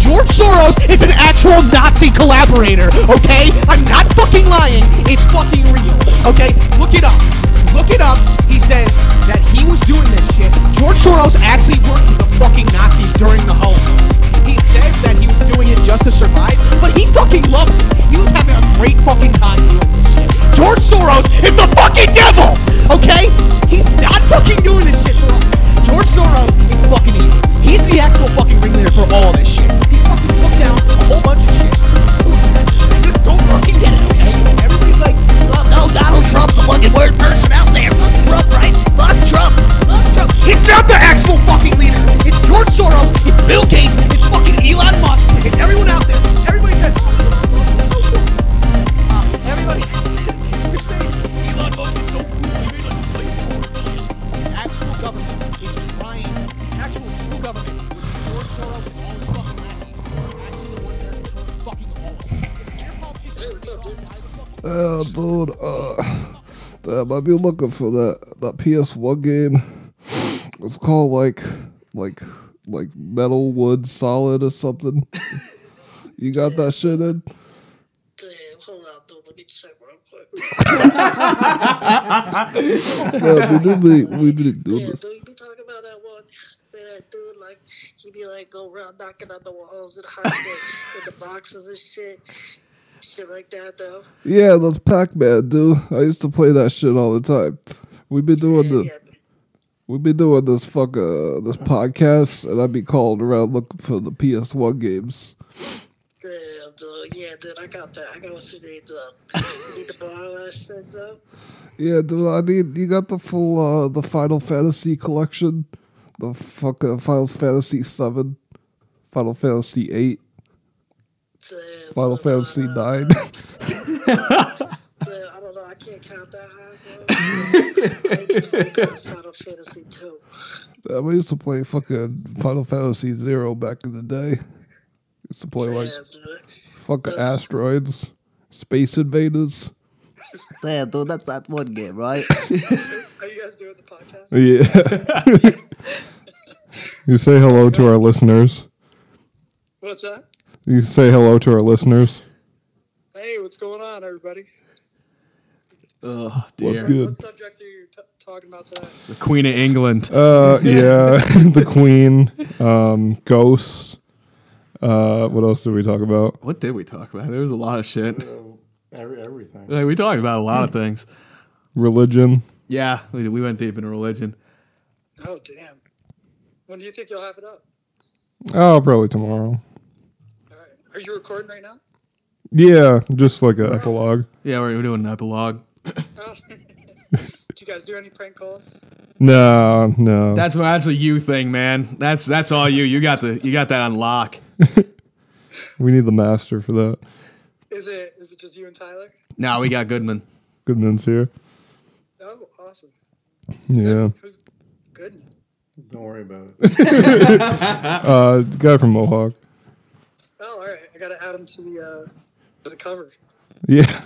[SPEAKER 1] George Soros is an actual Nazi collaborator, okay? I'm not fucking lying. It's fucking real, okay? Look it up. Look it up. He says that he was doing this shit. George Soros actually worked with the fucking Nazis during the Holocaust. He says that he was doing it just to survive, but he fucking loved it. He was having a great fucking time doing this shit. George Soros is the fucking devil, okay? He's not fucking doing this shit for us. George Soros is the fucking evil. He's the actual fucking ringleader for all this shit. He fucking took down a whole bunch of shit. I just don't fucking get it. okay? Everybody's like, oh, no, Donald Trump's the fucking worst person out there. Fuck Trump, right? Fuck Trump. Fuck Trump. He's not the actual fucking leader. It's George Soros. It's Bill Gates. It's fucking Elon Musk. It's everyone out there. Everybody says, uh, everybody, (laughs) you're saying Elon Musk is so cool. He made like a place for it actual government is trying, the actual true government, which is George Soros and all his fucking lackeys, are actually the ones that are controlling fucking all of it. Their politicians are all lies and fucking
[SPEAKER 3] Yeah, dude. Uh, damn, I've been looking for that that PS1 game. It's called like like like Metal Wood Solid or something. you got that shit in?
[SPEAKER 7] Damn, hold on, dude. Let me check real quick.
[SPEAKER 3] Yeah, we did be we did do
[SPEAKER 7] Yeah,
[SPEAKER 3] this.
[SPEAKER 7] dude, you be talking about that one where that dude like he be like go around knocking on the walls and hiding in the boxes and shit, shit like that though.
[SPEAKER 3] Yeah, that's Pac-Man, dude. I used to play that shit all the time. We've been doing
[SPEAKER 7] Yeah,
[SPEAKER 3] the
[SPEAKER 7] yeah.
[SPEAKER 3] we've been doing this fuck uh, this podcast, and I'd be calling around looking for the PS1 games.
[SPEAKER 7] Damn, dude. Yeah, dude, I got that. I got what you need up. You need to borrow that shit up.
[SPEAKER 3] Yeah, dude, I need you got the full uh the Final Fantasy collection, the fucking Final Fantasy seven, Final Fantasy eight,
[SPEAKER 7] Damn,
[SPEAKER 3] Final
[SPEAKER 7] dude, I-
[SPEAKER 3] Fantasy
[SPEAKER 7] I- (laughs)
[SPEAKER 3] nine. (laughs)
[SPEAKER 7] Damn, I don't know. I can't count that high, bro. I Final Fantasy two.
[SPEAKER 3] Damn, I used to play fucking Final Fantasy zero back in the day. Used to play like
[SPEAKER 7] Damn, dude.
[SPEAKER 3] fucking asteroids, space invaders.
[SPEAKER 4] Damn, dude, that's that one game, right?
[SPEAKER 7] Are you guys doing the podcast?
[SPEAKER 3] Yeah. (laughs) you say hello to our listeners.
[SPEAKER 7] What's that?
[SPEAKER 3] You say hello to our listeners.
[SPEAKER 7] Hey, what's going on, everybody?
[SPEAKER 4] (coughs) oh,
[SPEAKER 3] What's
[SPEAKER 4] dear.
[SPEAKER 3] good?
[SPEAKER 7] What subjects are you t- talking about today?
[SPEAKER 4] The Queen of England.
[SPEAKER 3] Uh, yeah, (laughs) the Queen, um, ghosts. Uh, what else did we talk about?
[SPEAKER 4] What did we talk about? There was a lot of shit.
[SPEAKER 5] Every, everything.
[SPEAKER 4] Like, we talked about a lot of things.
[SPEAKER 3] Religion.
[SPEAKER 4] Yeah, we, we went deep into religion.
[SPEAKER 7] Oh, damn. When do you think you'll have it up?
[SPEAKER 3] Oh, probably tomorrow.
[SPEAKER 7] All right. Are you recording right now? (laughs)
[SPEAKER 3] Yeah, just like an epilogue.
[SPEAKER 4] Yeah, we're, we're doing an epilogue.
[SPEAKER 7] Oh. (laughs) Did you guys do any prank calls?
[SPEAKER 3] No, no.
[SPEAKER 4] That's what that's a you thing, man. That's that's all you. You got the you got that on lock.
[SPEAKER 3] we need the master for that.
[SPEAKER 7] Is it is it just you and Tyler?
[SPEAKER 4] Now we got Goodman.
[SPEAKER 3] Goodman's here.
[SPEAKER 7] Oh, awesome.
[SPEAKER 3] Yeah.
[SPEAKER 7] Who's good?
[SPEAKER 5] Don't worry about it.
[SPEAKER 3] Uh, the guy from Mohawk.
[SPEAKER 7] Oh, all right. I gotta add him to the uh, the cover.
[SPEAKER 3] Yeah. (laughs)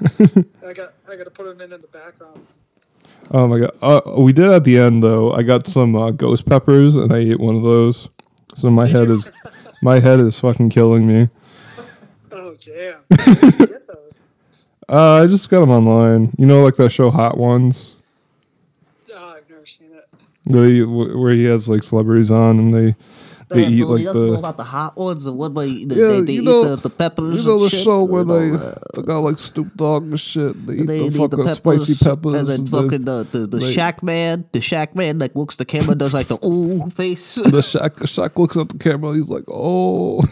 [SPEAKER 7] I got I gotta put him in in the background.
[SPEAKER 3] oh my god. Uh, we did at the end though. I got some uh, ghost peppers and I ate one of those. So my
[SPEAKER 8] (laughs)
[SPEAKER 3] head is my head is fucking killing me.
[SPEAKER 7] Oh damn! Where did you get those? (laughs)
[SPEAKER 3] Uh, I just got them online. You know, like that show Hot Ones,
[SPEAKER 7] Oh, I've never seen it.
[SPEAKER 3] they, wh- where he has like celebrities on and they they eat like the
[SPEAKER 8] about the hot ones and what they,
[SPEAKER 3] Yeah, they- they you eat know- the-
[SPEAKER 8] the peppers.
[SPEAKER 3] You know the show where they, they got like Snoop Dogg and shit. They eat
[SPEAKER 8] They
[SPEAKER 3] the
[SPEAKER 8] need
[SPEAKER 3] fucking
[SPEAKER 8] the peppers,
[SPEAKER 3] spicy peppers.
[SPEAKER 8] and then fucking the the, the
[SPEAKER 3] they-
[SPEAKER 8] Shack Man, the Shack Man like looks the camera does
[SPEAKER 4] (laughs)
[SPEAKER 8] like the ooh face.
[SPEAKER 3] (laughs) the Shaq, Shaq looks at the camera. He's like,
[SPEAKER 8] (laughs)
[SPEAKER 3] "Oh,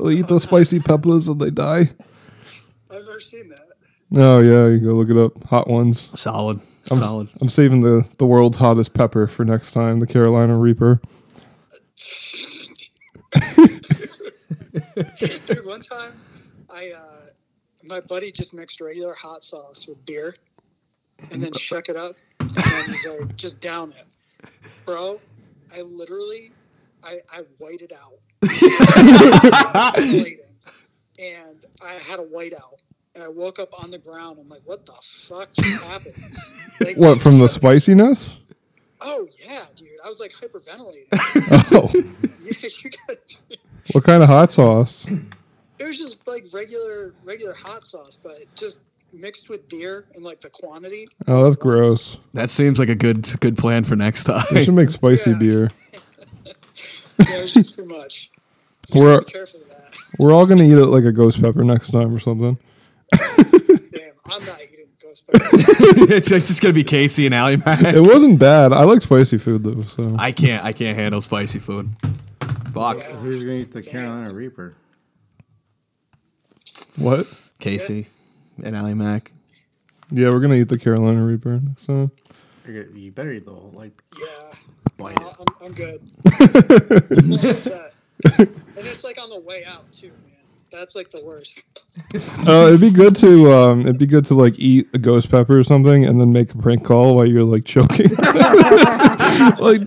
[SPEAKER 3] they eat the spicy peppers and they die."
[SPEAKER 7] I've never seen that.
[SPEAKER 3] Oh yeah, you go look it up. Hot ones.
[SPEAKER 4] Solid. Solid.
[SPEAKER 3] I'm saving the the world's hottest pepper for next time. The Carolina Reaper.
[SPEAKER 7] Dude, one time, I uh, my buddy just mixed regular hot sauce with beer, and then shook it up, and then he's like, just down it, bro. I literally, I I whited out, Bleeding. and I had a whiteout, and I woke up on the ground. I'm like, what the fuck just
[SPEAKER 3] (laughs)
[SPEAKER 7] happened? Like,
[SPEAKER 3] What from the spiciness? (laughs)
[SPEAKER 7] Oh yeah, dude, I was like hyperventilating. (laughs)
[SPEAKER 3] Oh,
[SPEAKER 7] yeah, you got.
[SPEAKER 3] what kind of hot sauce?
[SPEAKER 7] It was just like regular regular hot sauce, but just mixed with beer and like the quantity.
[SPEAKER 3] Oh, that's gross.
[SPEAKER 4] That seems like a good good plan for next
[SPEAKER 3] We
[SPEAKER 4] (laughs)
[SPEAKER 3] should
[SPEAKER 4] time.
[SPEAKER 3] make spicy
[SPEAKER 7] Yeah.
[SPEAKER 3] beer.
[SPEAKER 7] Yeah, it was just too much. You
[SPEAKER 3] We're
[SPEAKER 7] gotta be careful of that.
[SPEAKER 3] we're all gonna eat it like a ghost pepper next time or something.
[SPEAKER 7] Damn, I'm not eating ghost pepper.
[SPEAKER 4] it's just gonna be Casey and Allie. Mac.
[SPEAKER 3] It wasn't bad. I like spicy food though. So
[SPEAKER 4] I can't I can't handle spicy food. Fuck
[SPEAKER 5] Who's gonna eat the Carolina Reaper?
[SPEAKER 3] what?
[SPEAKER 4] Casey and Allie Mac.
[SPEAKER 3] Yeah, we're gonna eat the Carolina Reaper next time.
[SPEAKER 5] You're gonna- You better eat the whole like.
[SPEAKER 7] Yeah,
[SPEAKER 5] Bite
[SPEAKER 7] no,
[SPEAKER 5] it.
[SPEAKER 7] I'm, I'm good. I'm all set. and it's like on the way out too, man. That's like the worst.
[SPEAKER 3] Uh, it'd be good to um, it'd be good to like eat a ghost pepper or something, and then make a prank call while you're like choking. (laughs) like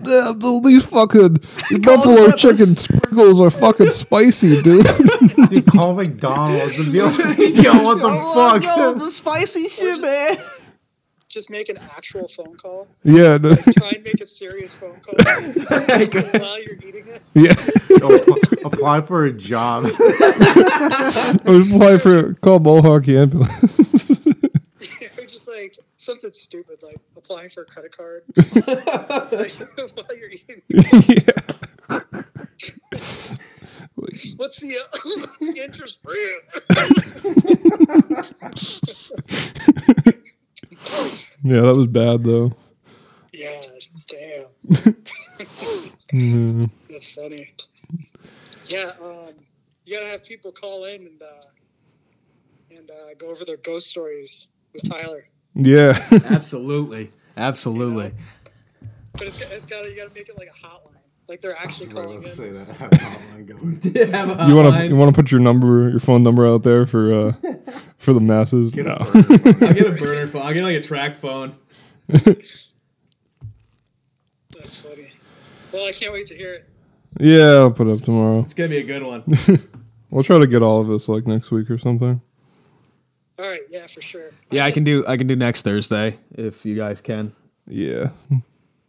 [SPEAKER 3] damn, the- these fucking buffalo chicken sprinkles are fucking spicy, dude. (laughs)
[SPEAKER 5] Dude, call McDonald's and be (laughs) like, yo, what the fuck?
[SPEAKER 8] the spicy shit, man.
[SPEAKER 7] Just make an actual phone call.
[SPEAKER 3] yeah, no- (laughs)
[SPEAKER 7] Try and make a serious phone call while you're eating it. (laughs)
[SPEAKER 3] yeah.
[SPEAKER 5] Yo, app- apply for a job.
[SPEAKER 3] I would apply for call Mohawk ambulance. (laughs)
[SPEAKER 7] Or just like something stupid, like applying for a credit card (laughs) like, while you're eating.
[SPEAKER 3] yeah.
[SPEAKER 7] What's the uh, (laughs) interest rate?
[SPEAKER 3] yeah, that was bad though.
[SPEAKER 7] Yeah, damn,
[SPEAKER 4] Mm.
[SPEAKER 3] Yeah.
[SPEAKER 7] that's funny. Yeah, um, you gotta have people call in and uh, and uh, go over their ghost stories with Tyler.
[SPEAKER 3] yeah. (laughs)
[SPEAKER 4] Absolutely. Absolutely.
[SPEAKER 7] But it's, it's gotta you gotta make it like a hotline, like they're actually calling in.
[SPEAKER 5] (laughs) Let's say that. Have Colin going.
[SPEAKER 3] You want to you want to put your number your phone number out there for
[SPEAKER 5] (laughs)
[SPEAKER 3] uh, for the masses?
[SPEAKER 5] Get
[SPEAKER 3] No.
[SPEAKER 5] a burner phone.
[SPEAKER 4] I'll get a burner phone. I'll get like a track phone.
[SPEAKER 7] That's funny. Well, I can't wait to hear it.
[SPEAKER 3] (laughs) yeah, I'll put it up tomorrow.
[SPEAKER 4] It's gonna be a good one.
[SPEAKER 3] We'll try to get all of us like next week or something.
[SPEAKER 7] All right, yeah, for sure.
[SPEAKER 4] Yeah, I
[SPEAKER 7] just-
[SPEAKER 4] can do I can do next Thursday if you guys can.
[SPEAKER 3] Yeah. (laughs)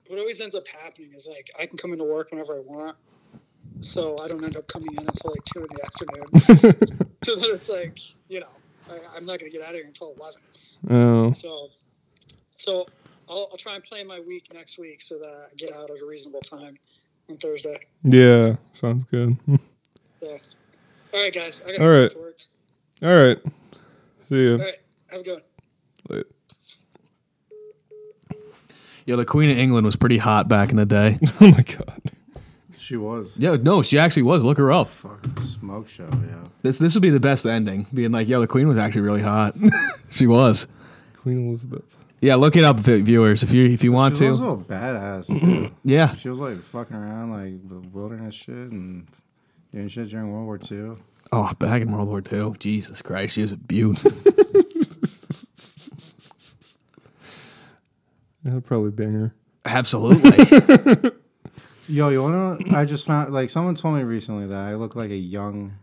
[SPEAKER 7] what always ends up happening is like I can come into work whenever I want, so I don't end up coming in until like two in the afternoon. (laughs) so then it's like you know I, I'm not gonna get out of here until eleven.
[SPEAKER 3] Oh.
[SPEAKER 7] So so I'll, I'll try and plan my week next week so that I get out at a reasonable time on Thursday.
[SPEAKER 3] Yeah. Sounds good. (laughs)
[SPEAKER 7] So all right, guys, I gotta
[SPEAKER 3] All
[SPEAKER 7] go
[SPEAKER 3] right.
[SPEAKER 7] to work.
[SPEAKER 3] All right. See ya. (laughs)
[SPEAKER 7] All right, have a good one.
[SPEAKER 3] Later.
[SPEAKER 4] Yo, the Queen of England was pretty hot back in the day.
[SPEAKER 3] Oh my god.
[SPEAKER 5] She was.
[SPEAKER 4] (laughs) Yeah, no, she actually was. Look her up.
[SPEAKER 5] Fucking smoke show, yeah.
[SPEAKER 4] This this would be the best ending, being like, yo, the queen was actually really hot. (laughs) she was.
[SPEAKER 3] Queen Elizabeth.
[SPEAKER 4] Yeah, look it up, vi- viewers, if you if you want
[SPEAKER 5] She
[SPEAKER 4] to.
[SPEAKER 5] was also a (clears throat) badass. Too.
[SPEAKER 4] yeah,
[SPEAKER 5] she was like fucking around like the wilderness shit and doing shit during World War II.
[SPEAKER 4] Oh, back in World War II. Jesus Christ, she was a beaut. (laughs)
[SPEAKER 3] Yeah, probably banger.
[SPEAKER 4] Absolutely.
[SPEAKER 5] Yo, you wanna? I just found like someone told me recently that I look like a young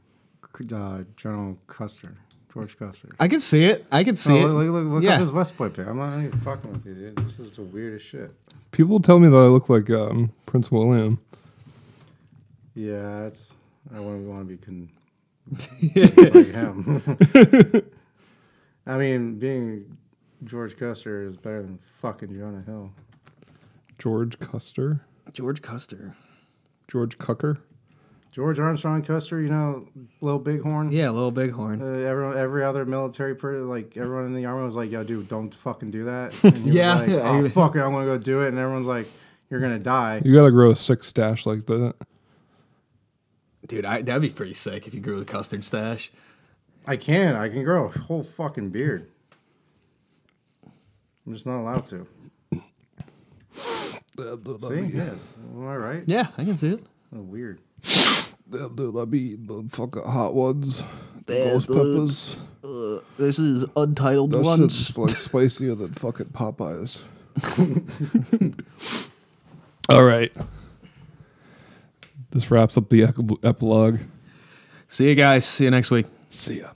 [SPEAKER 5] uh, General Custer, George Custer.
[SPEAKER 4] I can see it. I can
[SPEAKER 5] No,
[SPEAKER 4] see
[SPEAKER 5] look,
[SPEAKER 4] it.
[SPEAKER 5] look, look, look
[SPEAKER 4] yeah.
[SPEAKER 5] up his West Point pic. I'm not even fucking with you, dude. This is the weirdest shit.
[SPEAKER 3] People tell me that I look like um, Prince William.
[SPEAKER 5] Yeah, it's. I wouldn't want to be con- (laughs) like him. (laughs) I mean, being George Custer is better than fucking Jonah Hill.
[SPEAKER 3] George Custer.
[SPEAKER 4] George Custer.
[SPEAKER 3] George Cucker.
[SPEAKER 5] George Armstrong Custer, you know, little bighorn.
[SPEAKER 4] Yeah, little bighorn.
[SPEAKER 5] Uh, everyone, every other military person, like everyone in the army, was like, "Yo, dude, don't fucking do that." And he
[SPEAKER 4] Yeah.
[SPEAKER 5] was
[SPEAKER 4] (laughs)
[SPEAKER 5] like, "Oh, fuck it, I'm gonna go do it," and everyone's like, "You're gonna die."
[SPEAKER 3] You gotta grow a sick stash like that.
[SPEAKER 4] Dude, I, that'd be pretty sick if you grew the custard stash.
[SPEAKER 5] I can, I can grow a whole fucking beard. I'm just not allowed to. See, yeah, am I right?
[SPEAKER 4] Yeah, I can see it.
[SPEAKER 5] Oh, weird.
[SPEAKER 3] Dude, I'd be the fucking hot ones.
[SPEAKER 8] ghost peppers. This is Untitled Ones.
[SPEAKER 3] like spicier than fucking Popeyes. (laughs) All right. This wraps up the ec- epilogue.
[SPEAKER 4] See you guys. See you next week.
[SPEAKER 3] See ya.